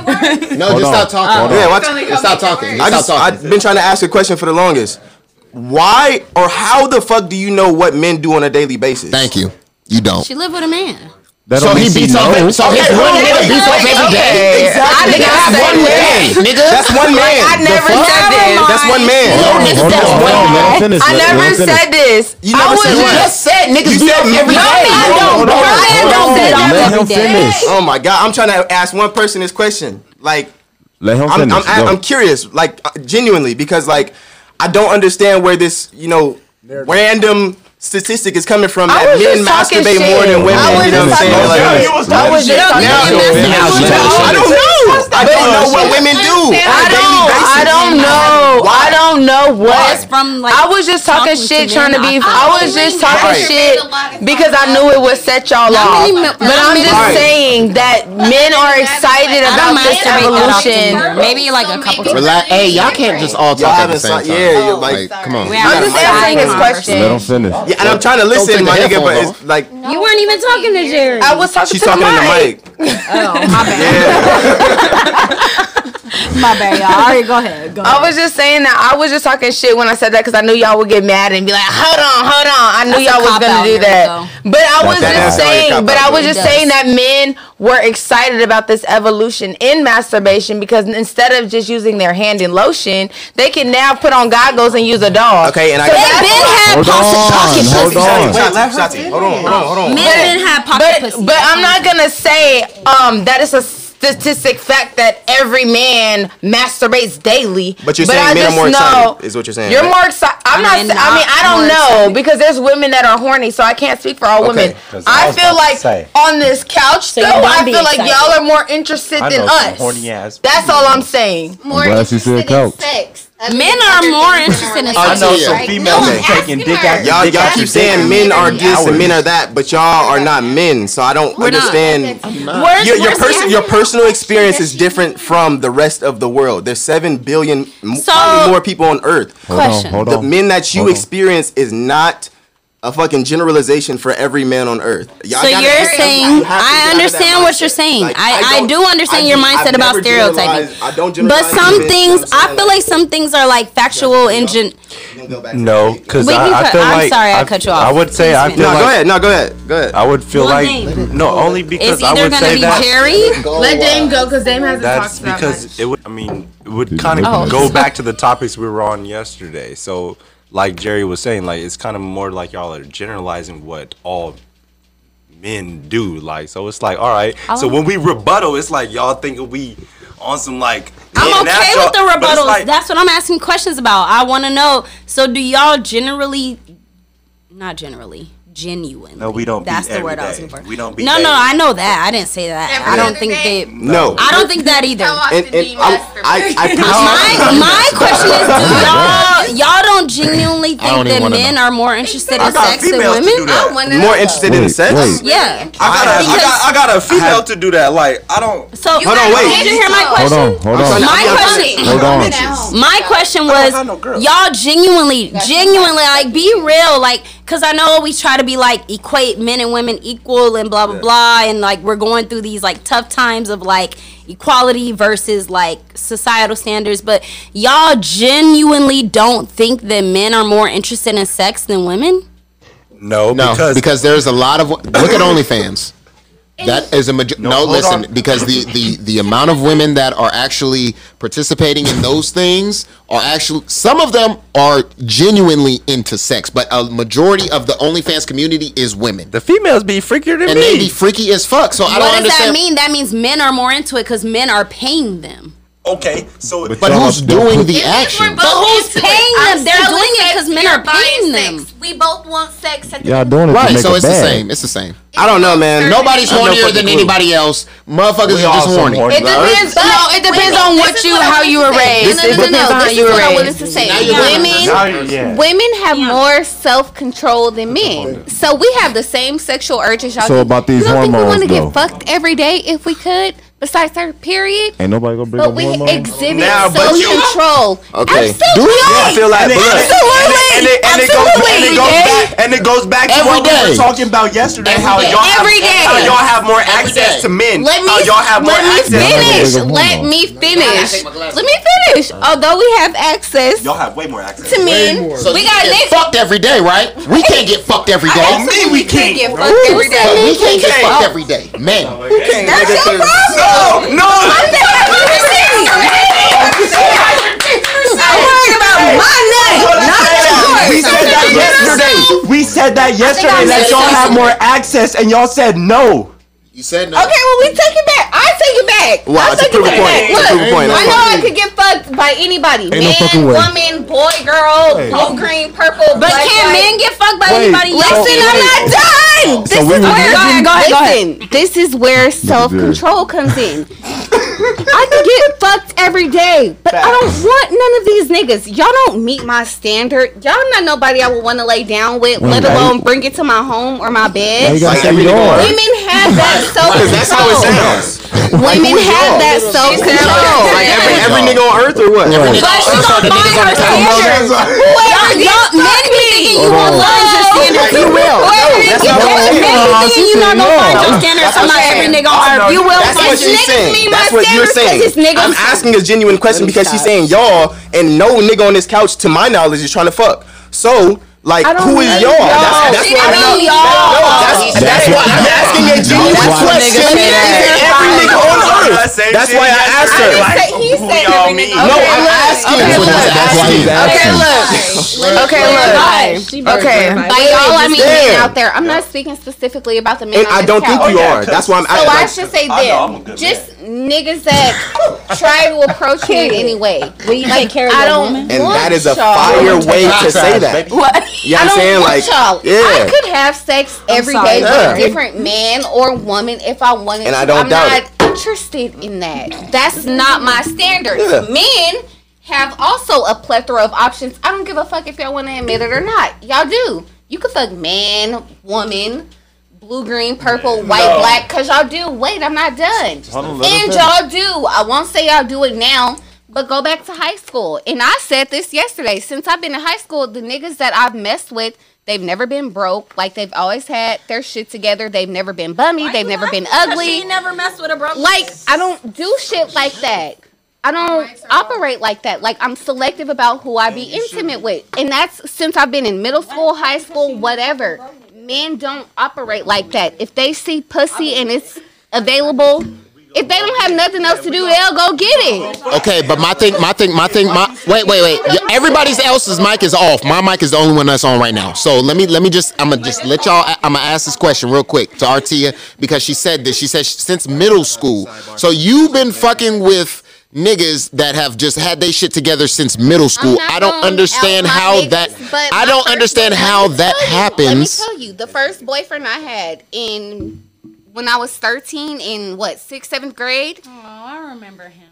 Speaker 5: No, just stop talking.
Speaker 8: Yeah, what-
Speaker 5: Just stop talking.
Speaker 8: I
Speaker 5: Just
Speaker 8: just,
Speaker 5: Stop talking.
Speaker 8: I've been trying to ask a question for the longest. Why or how the fuck do you know what men do on a daily basis?
Speaker 5: Thank you. You don't.
Speaker 1: She lived with a man.
Speaker 5: That
Speaker 6: so
Speaker 5: don't
Speaker 6: he
Speaker 5: mean she
Speaker 6: beats off.
Speaker 5: knows.
Speaker 6: every- So his
Speaker 5: Okay,
Speaker 6: one
Speaker 5: okay,
Speaker 6: nigga beats off
Speaker 5: okay,
Speaker 6: every day.
Speaker 5: okay. Exactly.
Speaker 6: Nigga,
Speaker 5: That's
Speaker 6: that's one
Speaker 5: one
Speaker 6: man.
Speaker 5: man.
Speaker 6: Nigga,
Speaker 5: That's one man.
Speaker 6: I never said this. That's one man.
Speaker 5: Hold on,
Speaker 6: niggas,
Speaker 5: hold
Speaker 6: that's
Speaker 5: on,
Speaker 6: one
Speaker 5: hold on, let
Speaker 6: man.
Speaker 5: him finish,
Speaker 6: I
Speaker 5: let- let
Speaker 6: never
Speaker 5: him finish.
Speaker 6: said this.
Speaker 5: You
Speaker 6: I
Speaker 5: never
Speaker 6: was
Speaker 5: said what?
Speaker 6: just said niggas
Speaker 8: You
Speaker 6: beat up
Speaker 8: said
Speaker 6: every
Speaker 8: no,
Speaker 6: day.
Speaker 8: I
Speaker 6: Hold on,
Speaker 8: don't.
Speaker 6: hold on,
Speaker 8: Brian
Speaker 6: hold on.
Speaker 8: don't say that
Speaker 6: Let
Speaker 8: every
Speaker 6: him
Speaker 8: day.
Speaker 6: finish.
Speaker 8: Oh my god, I'm trying to ask one person this question. Like,
Speaker 3: let him
Speaker 8: I'm,
Speaker 3: finish.
Speaker 8: I'm,
Speaker 3: Go.
Speaker 8: I'm curious, like uh, genuinely, because like I don't understand where this you know random statistic is coming from
Speaker 6: I
Speaker 8: that
Speaker 6: was
Speaker 8: men
Speaker 6: just talking
Speaker 8: masturbate
Speaker 6: shit.
Speaker 8: more than women.
Speaker 6: I was
Speaker 8: you know
Speaker 6: just
Speaker 8: what I'm saying?
Speaker 6: talking shit. You was
Speaker 8: Like,
Speaker 6: talking I was just shit. talking
Speaker 8: now
Speaker 6: shit. Now
Speaker 8: you're- now
Speaker 6: you're
Speaker 8: you're-
Speaker 6: talking
Speaker 8: I don't
Speaker 6: shit.
Speaker 8: know. I don't know what
Speaker 6: But-
Speaker 8: women do.
Speaker 4: I don't. I don't know. I don't know what. I was just talking shit, trying to be. I was just talking
Speaker 6: Right.
Speaker 4: shit because I knew it would set y'all
Speaker 6: Not
Speaker 4: off.
Speaker 6: many men-
Speaker 4: But I'm just
Speaker 6: Right.
Speaker 4: saying that men are excited
Speaker 1: I
Speaker 4: about
Speaker 1: don't
Speaker 4: this
Speaker 1: masturbate that often.
Speaker 4: evolution.
Speaker 1: Maybe like a couple times.
Speaker 6: Relax. Hey, y'all can't just all talk at the
Speaker 8: haven't
Speaker 6: same time.
Speaker 8: si- yeah, you're like-
Speaker 6: come on.
Speaker 1: We haven't I'm just decided answering his on our question.
Speaker 3: Let him finish.
Speaker 8: Yeah, and I'm trying to
Speaker 6: Don't take
Speaker 8: listen, my
Speaker 6: the
Speaker 8: nigga, but
Speaker 6: headphones
Speaker 8: it's like
Speaker 1: You weren't even talking to Jerry.
Speaker 4: I was talking
Speaker 8: she's
Speaker 4: to
Speaker 8: talking
Speaker 4: the
Speaker 8: in the
Speaker 4: mic.
Speaker 8: mic.
Speaker 1: My bad, y'all. All right, go ahead. Go
Speaker 4: I was just saying that I was just talking shit when I said that because I knew y'all would get mad and be like, "Hold on, hold on." I knew
Speaker 1: That's a
Speaker 4: y'all was
Speaker 1: cop
Speaker 4: gonna
Speaker 1: out
Speaker 4: do
Speaker 1: here,
Speaker 4: that,
Speaker 1: though.
Speaker 4: but I
Speaker 1: That's
Speaker 4: was
Speaker 1: a cop out.
Speaker 4: just saying, but I was
Speaker 1: It
Speaker 4: just
Speaker 1: does.
Speaker 4: saying that men were excited about this evolution in masturbation because instead of just using their hand in lotion, they can now put on goggles and use a doll.
Speaker 8: Okay, and I
Speaker 4: So
Speaker 8: got-
Speaker 4: that's
Speaker 8: They've been
Speaker 4: why-
Speaker 8: had Hold pocket- on, pocket hold pussy. on. Wait, let her
Speaker 4: Shotzi,
Speaker 8: finish. Hold on, hold on, hold on.
Speaker 4: But-
Speaker 8: Men
Speaker 1: have
Speaker 4: but, But I'm not gonna say um that it's a statistic fact that every man masturbates daily.
Speaker 8: But you're
Speaker 4: I
Speaker 8: saying men are
Speaker 4: just
Speaker 8: more
Speaker 4: know-
Speaker 8: excited, is what you're saying.
Speaker 4: you're
Speaker 8: right?
Speaker 4: more excited. I'm not.
Speaker 1: Men
Speaker 4: sa- I mean,
Speaker 1: not
Speaker 4: I don't
Speaker 1: more
Speaker 4: know because there's women that are horny, so I can't speak for all
Speaker 8: Okay,
Speaker 4: women.
Speaker 8: 'cause I
Speaker 4: I
Speaker 8: was
Speaker 4: feel
Speaker 8: about to
Speaker 4: like
Speaker 8: say.
Speaker 4: on this couch,
Speaker 1: So
Speaker 4: though,
Speaker 1: you don't
Speaker 4: I
Speaker 1: be
Speaker 4: feel like
Speaker 1: excited.
Speaker 4: y'all are more interested
Speaker 1: I
Speaker 4: than
Speaker 1: know some
Speaker 4: us.
Speaker 1: horny ass
Speaker 4: That's all I'm saying.
Speaker 3: I'm glad she said couch.
Speaker 1: sex. Men are more interested in
Speaker 8: I
Speaker 1: sex.
Speaker 8: know some females
Speaker 1: No,
Speaker 8: is taking dick out. Y'all,
Speaker 6: dick
Speaker 8: y'all
Speaker 6: after dick after
Speaker 8: keep saying men are
Speaker 6: dick
Speaker 8: this and men
Speaker 6: hours.
Speaker 8: are that, but y'all are not men. So I don't
Speaker 6: We're not.
Speaker 8: understand.
Speaker 6: I'm not. Where's-
Speaker 8: Your, your,
Speaker 6: where's
Speaker 8: pers-
Speaker 6: the-
Speaker 8: your personal experience is different from the rest of the world. There's seven billion m- probably more people on Earth.
Speaker 3: Hold on, Question. hold
Speaker 8: the
Speaker 3: on.
Speaker 8: men that you
Speaker 3: Hold on.
Speaker 8: experience is not a fucking generalization for every man on Earth. Y'all
Speaker 1: so
Speaker 8: gotta-
Speaker 1: you're saying
Speaker 8: you have to
Speaker 1: I
Speaker 8: get out of that
Speaker 1: understand what you're saying. I, I, do understand your
Speaker 8: I've
Speaker 1: mindset about
Speaker 8: never
Speaker 1: stereotyping.
Speaker 8: generalized- I don't
Speaker 1: But
Speaker 8: generalize
Speaker 1: some
Speaker 8: men.
Speaker 1: things, I feel like some things are like factual and gen-
Speaker 9: No, because
Speaker 1: Wait, we
Speaker 9: I, I
Speaker 1: cut-
Speaker 9: feel
Speaker 1: I'm
Speaker 9: like
Speaker 1: sorry I
Speaker 9: I
Speaker 1: cut you off.
Speaker 9: I would say I
Speaker 1: Please
Speaker 9: feel
Speaker 1: finish. No,
Speaker 9: like
Speaker 1: go ahead,
Speaker 8: No, go ahead. Go ahead.
Speaker 9: I would feel
Speaker 1: One
Speaker 9: like
Speaker 1: name.
Speaker 9: no, only
Speaker 1: it's
Speaker 9: because I
Speaker 1: either
Speaker 9: would
Speaker 1: gonna
Speaker 9: say
Speaker 1: be
Speaker 9: that.
Speaker 1: Jerry.
Speaker 4: Let Dame go because Dame hasn't
Speaker 9: That's
Speaker 4: talked about much.
Speaker 9: because it would. I mean, it would kind
Speaker 4: looking
Speaker 9: of
Speaker 4: at
Speaker 9: go
Speaker 4: us.
Speaker 9: back to the topics we were on yesterday. So, like Jerry was saying, like it's kind of more like y'all are generalizing what all men do. Like, so it's like, all right. So
Speaker 1: Oh.
Speaker 9: when we rebuttal, it's like y'all thinking we on some like.
Speaker 1: I'm
Speaker 9: man, that's
Speaker 1: okay
Speaker 9: y'all-
Speaker 1: with the
Speaker 9: but it's
Speaker 1: rebuttals.
Speaker 9: like-
Speaker 1: That's what I'm asking questions about. I want to know. So do y'all generally, not generally, genuinely?
Speaker 9: No, we don't.
Speaker 1: That's
Speaker 9: beat
Speaker 1: the word I was
Speaker 9: every
Speaker 1: looking
Speaker 9: day. We don't. Beat
Speaker 1: No, no,
Speaker 9: every-
Speaker 1: I know that. I didn't say that. I don't think that.
Speaker 9: No.
Speaker 1: I don't think that either.
Speaker 8: And, and I'm, I, I
Speaker 1: my, my question is, do y'all y'all don't genuinely
Speaker 8: I don't
Speaker 1: think
Speaker 8: even
Speaker 1: that
Speaker 8: wanna
Speaker 1: men are more interested
Speaker 9: I
Speaker 1: in
Speaker 9: got
Speaker 1: sex than
Speaker 9: females to do
Speaker 1: women?
Speaker 9: that.
Speaker 8: more interested in sex.
Speaker 1: Yeah.
Speaker 9: I got, a, I, got, I got a female to do that. Like I don't.
Speaker 1: So
Speaker 9: Hold on, wait.
Speaker 1: Did you hear my question?
Speaker 3: Hold on, hold on.
Speaker 1: My question.
Speaker 3: Hold on.
Speaker 1: My question was, y'all genuinely, genuinely, like, be real, like, cause I know we try to be like equate men and women equal and blah blah blah, and like we're going through these like tough times of like equality versus like societal standards, but y'all genuinely don't think that men are more interested in sex than women?
Speaker 9: No,
Speaker 5: no, because, there's a lot of look at OnlyFans. That is a major. No,
Speaker 9: hold
Speaker 5: listen,
Speaker 9: on.
Speaker 5: because the, the the amount of women that are actually participating in those things are actually some of them are genuinely into sex, but a majority of the OnlyFans community is women.
Speaker 9: The females be freakier than
Speaker 5: and they be freaky as fuck. So
Speaker 1: what
Speaker 5: I don't
Speaker 1: does
Speaker 5: understand.
Speaker 1: that mean? That means men are more into it because men are paying them.
Speaker 9: Okay, so
Speaker 5: But, who's doing the action?
Speaker 1: But who's paying them? They're doing it because men are paying them.
Speaker 2: We both want sex. At the
Speaker 3: Y'all doing it
Speaker 5: right,
Speaker 3: to make
Speaker 5: so
Speaker 3: a
Speaker 5: it's the
Speaker 3: bag.
Speaker 5: same. It's the same.
Speaker 8: I don't know, man.
Speaker 5: Nobody's
Speaker 8: I have no
Speaker 5: hornier
Speaker 8: fucking
Speaker 5: than
Speaker 8: clue.
Speaker 5: anybody else. Motherfuckers
Speaker 8: We
Speaker 5: are just
Speaker 8: all some
Speaker 5: horny.
Speaker 8: horny It
Speaker 4: It depends. No, it depends on what you, how you were raised.
Speaker 2: No,
Speaker 4: It
Speaker 2: no, no,
Speaker 4: depends
Speaker 2: no.
Speaker 4: on how
Speaker 2: This
Speaker 4: you
Speaker 2: is
Speaker 4: were
Speaker 2: what I
Speaker 4: raised.
Speaker 2: wanted to say.
Speaker 4: Now you're
Speaker 2: Women,
Speaker 4: doing it. Now you're-
Speaker 2: women have more self control than men. So we have the same sexual urges. Y'all
Speaker 3: So
Speaker 2: do.
Speaker 3: about these
Speaker 2: you don't
Speaker 3: hormones,
Speaker 2: think we
Speaker 3: though.
Speaker 2: want to get fucked every day if we could? Besides our period.
Speaker 3: Ain't nobody gonna bring
Speaker 2: But
Speaker 3: up
Speaker 2: we
Speaker 3: one more.
Speaker 2: exhibit
Speaker 8: Now, but
Speaker 2: self
Speaker 8: you-
Speaker 2: control.
Speaker 8: Okay.
Speaker 2: Absolutely.
Speaker 8: Do you? Yeah, I feel like- but look.
Speaker 2: Absolutely.
Speaker 8: and it, and it goes, and it goes back and it goes back to
Speaker 11: Every
Speaker 8: what we
Speaker 11: day.
Speaker 8: were talking about yesterday. how
Speaker 11: day.
Speaker 8: y'all have,
Speaker 11: Every day.
Speaker 8: how y'all have more
Speaker 11: Every
Speaker 8: access
Speaker 11: day.
Speaker 8: to men.
Speaker 2: Let me
Speaker 8: how y'all have more
Speaker 2: let me
Speaker 8: access.
Speaker 2: finish. Let me finish. Let me
Speaker 8: Uh.
Speaker 2: finish. Although we have access
Speaker 8: Y'all have way more access
Speaker 2: to men,
Speaker 11: So
Speaker 2: we
Speaker 11: you
Speaker 2: got
Speaker 11: get
Speaker 2: niggas.
Speaker 11: fucked every day, right? We can't get fucked every day.
Speaker 2: I mean, we can't get fucked
Speaker 11: Ooh,
Speaker 2: every day.
Speaker 11: but We can't get
Speaker 2: Okay.
Speaker 11: fucked every day, man.
Speaker 2: That's your problem.
Speaker 8: No, no.
Speaker 2: I'm not I'm worried about my neck, not yours.
Speaker 12: We said that yesterday. We said that yesterday
Speaker 2: I
Speaker 12: that
Speaker 2: said
Speaker 12: y'all have
Speaker 2: something.
Speaker 12: more access, and y'all said no.
Speaker 11: You said
Speaker 2: Okay, well, we take it back. I take it back.
Speaker 12: Wow,
Speaker 2: I
Speaker 12: it's a
Speaker 2: take it
Speaker 12: proof of point.
Speaker 2: back.
Speaker 12: It's a
Speaker 2: Look,
Speaker 12: proof of point.
Speaker 2: I
Speaker 12: That's
Speaker 2: know I
Speaker 12: fine.
Speaker 2: could get fucked by anybody.
Speaker 12: Ain't no
Speaker 2: man,
Speaker 12: fucking way.
Speaker 2: woman, boy, girl,
Speaker 12: Hey.
Speaker 2: blue, green, purple.
Speaker 1: But
Speaker 2: black,
Speaker 1: can
Speaker 2: white.
Speaker 1: men get fucked by
Speaker 2: Wait,
Speaker 1: anybody?
Speaker 2: Listen, I'm not done.
Speaker 1: So we
Speaker 2: This is
Speaker 1: were
Speaker 2: where
Speaker 1: using- Go ahead, go ahead.
Speaker 2: Listen, this is where self control comes in. I could get fucked every day, but I don't want none of these niggas. Y'all don't meet my standard. Y'all not nobody I would want to lay down with,
Speaker 11: Well,
Speaker 2: let
Speaker 11: now you-
Speaker 2: alone bring it to my home or my bed.
Speaker 11: Now you gotta
Speaker 2: Like,
Speaker 11: say we
Speaker 2: Women
Speaker 11: are.
Speaker 2: have that self
Speaker 11: Because
Speaker 2: control.
Speaker 11: that's how it sounds.
Speaker 2: Women have that self control.
Speaker 11: Like every every nigga on earth or what? Every nigga on earth or the niggas on the top.
Speaker 2: Whoever
Speaker 1: Y'all, y'all men be thinking you won't learn your standard.
Speaker 11: You will.
Speaker 1: Whoever
Speaker 11: No,
Speaker 1: is
Speaker 11: that's not what I'm
Speaker 1: men be
Speaker 11: saying.
Speaker 1: thinking you not gonna find your
Speaker 11: No.
Speaker 1: standard.
Speaker 11: That's
Speaker 1: Somebody
Speaker 11: what I'm
Speaker 1: every
Speaker 11: saying.
Speaker 1: nigga on earth. You will
Speaker 8: That's
Speaker 1: find
Speaker 8: what
Speaker 1: your
Speaker 8: she's saying.
Speaker 1: mean
Speaker 8: That's
Speaker 1: my
Speaker 8: what you're
Speaker 1: standards 'cause
Speaker 8: saying.
Speaker 1: it's niggas.
Speaker 8: I'm asking a genuine question because she's saying y'all, and no nigga on this couch, to my knowledge, is trying to fuck. So. Like
Speaker 11: I don't
Speaker 8: who is
Speaker 11: mean
Speaker 8: y'all?
Speaker 11: y'all.
Speaker 8: That's, that's
Speaker 11: She
Speaker 8: what I'm
Speaker 11: didn't mean
Speaker 8: no,
Speaker 11: y'all.
Speaker 8: that's, that's,
Speaker 11: That's
Speaker 8: why
Speaker 11: why-
Speaker 8: I'm asking a genuine
Speaker 11: That's why
Speaker 8: question.
Speaker 11: niggas say that.
Speaker 8: Is every nigga on earth? That's why I asked her.
Speaker 2: He said every nigga.
Speaker 8: No, I'm asking.
Speaker 11: That's what- that's why he's
Speaker 2: Okay,
Speaker 11: asking.
Speaker 2: look. Okay,
Speaker 11: Bye.
Speaker 2: look.
Speaker 11: She burned
Speaker 2: Okay.
Speaker 11: her body.
Speaker 2: By y'all, I mean
Speaker 11: Yeah.
Speaker 2: men out there. I'm not speaking specifically about the men.
Speaker 11: And
Speaker 2: on
Speaker 11: I
Speaker 2: this
Speaker 11: don't think
Speaker 2: couch.
Speaker 11: you are. That's why I'm
Speaker 2: So
Speaker 11: acting
Speaker 2: I
Speaker 11: like-
Speaker 2: should say
Speaker 11: I know, I'm a
Speaker 2: them.
Speaker 11: good
Speaker 2: Just niggas that try to approach me in any way. Will you take care
Speaker 1: of
Speaker 2: I
Speaker 1: your
Speaker 2: don't
Speaker 1: woman?
Speaker 8: And
Speaker 2: want
Speaker 8: that is a
Speaker 2: y'all.
Speaker 8: fire way to say that. You know what I'm saying?
Speaker 2: want
Speaker 8: Like,
Speaker 2: y'all. I
Speaker 8: yeah.
Speaker 2: could have sex every day
Speaker 8: sorry. Yeah.
Speaker 2: with a different man or woman if I wanted
Speaker 8: And
Speaker 2: to.
Speaker 8: I don't
Speaker 2: am
Speaker 8: doubt
Speaker 2: not interested in that. That's not my standards.
Speaker 8: Yeah.
Speaker 2: Men have also a plethora of options. I don't give a fuck if y'all want to admit it or not. Y'all do. You could fuck man, woman, blue, green, purple, white,
Speaker 16: No.
Speaker 2: black, cause y'all do. Wait, I'm not done.
Speaker 16: Hold on, let her
Speaker 2: and
Speaker 16: finish.
Speaker 2: y'all do. I won't say y'all do it now, but go back to high school. And I said this yesterday. Since I've been in high school, the niggas that I've messed with, they've never been broke. Like they've always had their shit together. They've never been bummy. they've never been ugly.
Speaker 1: She never messed with a broke.
Speaker 2: Like I don't do shit like that. I don't operate like that. Like I'm selective about who I be intimate with, and that's since I've been in middle school, high school, whatever. Men don't operate like that. If they see pussy and it's available, if they don't have nothing else to do, they'll go get it.
Speaker 5: Okay, but my thing, my thing, my thing, my wait, wait, wait. Y- Everybody's else's mic is off. My mic is the only one that's on right now. So let me, let me just, I'm gonna just let y'all. I'm gonna ask this question real quick to Artia because she said this. She said she- since middle school. So you've been fucking with niggas that have just had they shit together since middle school. I don't understand how that.
Speaker 2: but
Speaker 5: I don't understand how that happens.
Speaker 2: tell you, the first boyfriend I had in when I was 13 in what sixth, seventh grade. Oh, I remember him.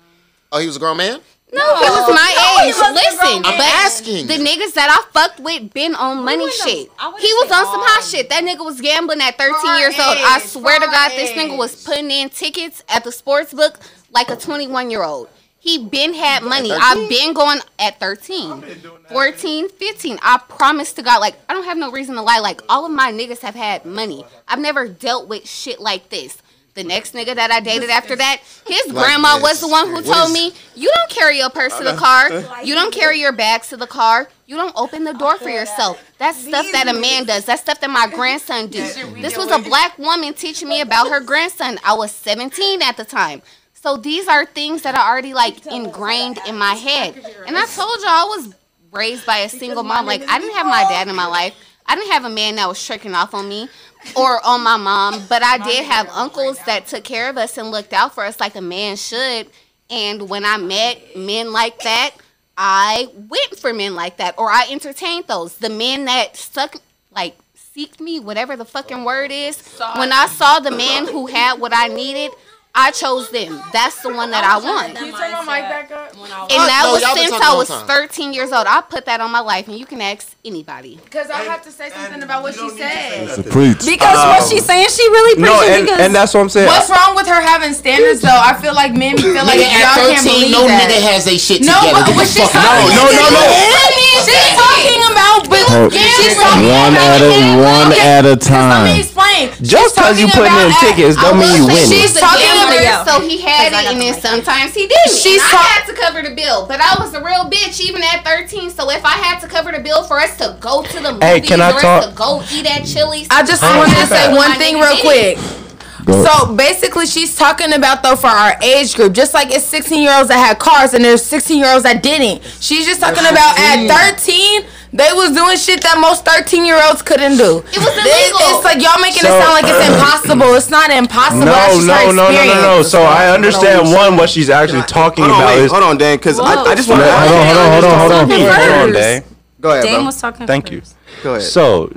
Speaker 5: Oh, he was a grown man.
Speaker 2: No, he was my
Speaker 5: no, he
Speaker 2: age.
Speaker 5: wasn't
Speaker 2: Listen,
Speaker 5: grown man.
Speaker 2: but
Speaker 5: I'm asking.
Speaker 2: the niggas that I fucked with been on money shit. He was on some hot shit. That nigga was gambling at 13 years old. I swear to God, this nigga was putting in tickets at the sports book like a 21 year old. He been had money.
Speaker 16: 13?
Speaker 2: I've been going at 13, 14, 15. I promise to God, like, I don't have no reason to lie. Like, all of my niggas have had money. I've never dealt with shit like this. The next nigga that I dated after that, his
Speaker 16: Like
Speaker 2: grandma
Speaker 16: this.
Speaker 2: was the one who
Speaker 16: What
Speaker 2: told
Speaker 16: is-
Speaker 2: me you don't carry your purse to the car. You don't carry your bags to the car. You don't open the door for yourself. That's stuff that a man does. That's stuff that my grandson do. This was a black woman teaching me about her grandson. I was 17 at the time. So these are things that are already like ingrained in my head. And I told y'all I was raised by a single mom. Like I didn't have my dad in my life. I didn't have a man that was tricking off on me or on my mom, but I did have uncles that took care of us and looked out for us like a man should. And when I met men like that, I went for men like that, or I entertained those. The men that stuck, like, seeked me, whatever the fucking word is. When I saw the man who had what I needed, I chose them. That's the one that I want.
Speaker 4: Can you turn my mic back up?
Speaker 2: And that
Speaker 4: No,
Speaker 2: was
Speaker 4: y'all been
Speaker 2: since
Speaker 4: talking all
Speaker 2: I was
Speaker 4: the time.
Speaker 2: 13 years old. I put that on my life, and you can ask anybody.
Speaker 4: Because I have to say something about what she said.
Speaker 3: It's a preach.
Speaker 4: Because what
Speaker 9: Um,
Speaker 4: she's
Speaker 1: saying, she really
Speaker 9: No,
Speaker 4: preaching
Speaker 9: and,
Speaker 4: because-
Speaker 9: and that's what I'm saying.
Speaker 4: What's wrong with her having standards though? I feel like men feel like
Speaker 16: Nigga, at
Speaker 4: y'all can't
Speaker 16: 13,
Speaker 4: believe
Speaker 16: no
Speaker 4: that.
Speaker 16: nigga has they shit
Speaker 4: no,
Speaker 16: together. Get
Speaker 4: but
Speaker 16: the
Speaker 4: what she's
Speaker 16: fuck out.
Speaker 4: talking
Speaker 16: No, no, no, no.
Speaker 4: She's talking about, but
Speaker 3: Hold-
Speaker 4: she's talking
Speaker 3: One
Speaker 4: about
Speaker 3: at a one at a time.
Speaker 4: explain.
Speaker 9: Just because you putting in tickets don't mean you winning.
Speaker 2: She's talking about
Speaker 4: about-
Speaker 2: so he had it, and then sometimes he didn't.
Speaker 4: She's
Speaker 2: She's I
Speaker 4: ta-
Speaker 2: had to cover the bill, but I was a real bitch even at 13. So if I had to cover the bill for us to go to the movies
Speaker 6: Hey, can I
Speaker 2: or us
Speaker 6: talk-
Speaker 2: to go eat at Chili's,
Speaker 6: I just
Speaker 2: had
Speaker 6: wanted to say
Speaker 2: do
Speaker 6: one
Speaker 2: my
Speaker 6: thing
Speaker 2: nigga
Speaker 6: real
Speaker 2: did.
Speaker 6: quick. So basically, she's talking about though for our age group, just like it's 16 year olds that had cars and there's 16 year olds that didn't. She's just talking about at 13, they was doing shit that most 13 year olds couldn't do. It was illegal. it's like y'all making it
Speaker 9: So- uh,
Speaker 6: sound like it's impossible. It's not impossible. That's
Speaker 9: No,
Speaker 6: just her
Speaker 9: no, no, no, no,
Speaker 6: experience.
Speaker 9: no. So I understand one what she's actually talking
Speaker 8: Hold on,
Speaker 9: about
Speaker 8: wait,
Speaker 9: is
Speaker 8: hold on, Dan, because I,
Speaker 9: Whoa.
Speaker 8: I just want to.
Speaker 9: Hold on, hold on, hold on, hold on. Hold on, Dan.
Speaker 8: Go ahead,
Speaker 1: Dan
Speaker 8: bro.
Speaker 1: was talking
Speaker 9: Thank you.
Speaker 8: Go ahead.
Speaker 9: So, like,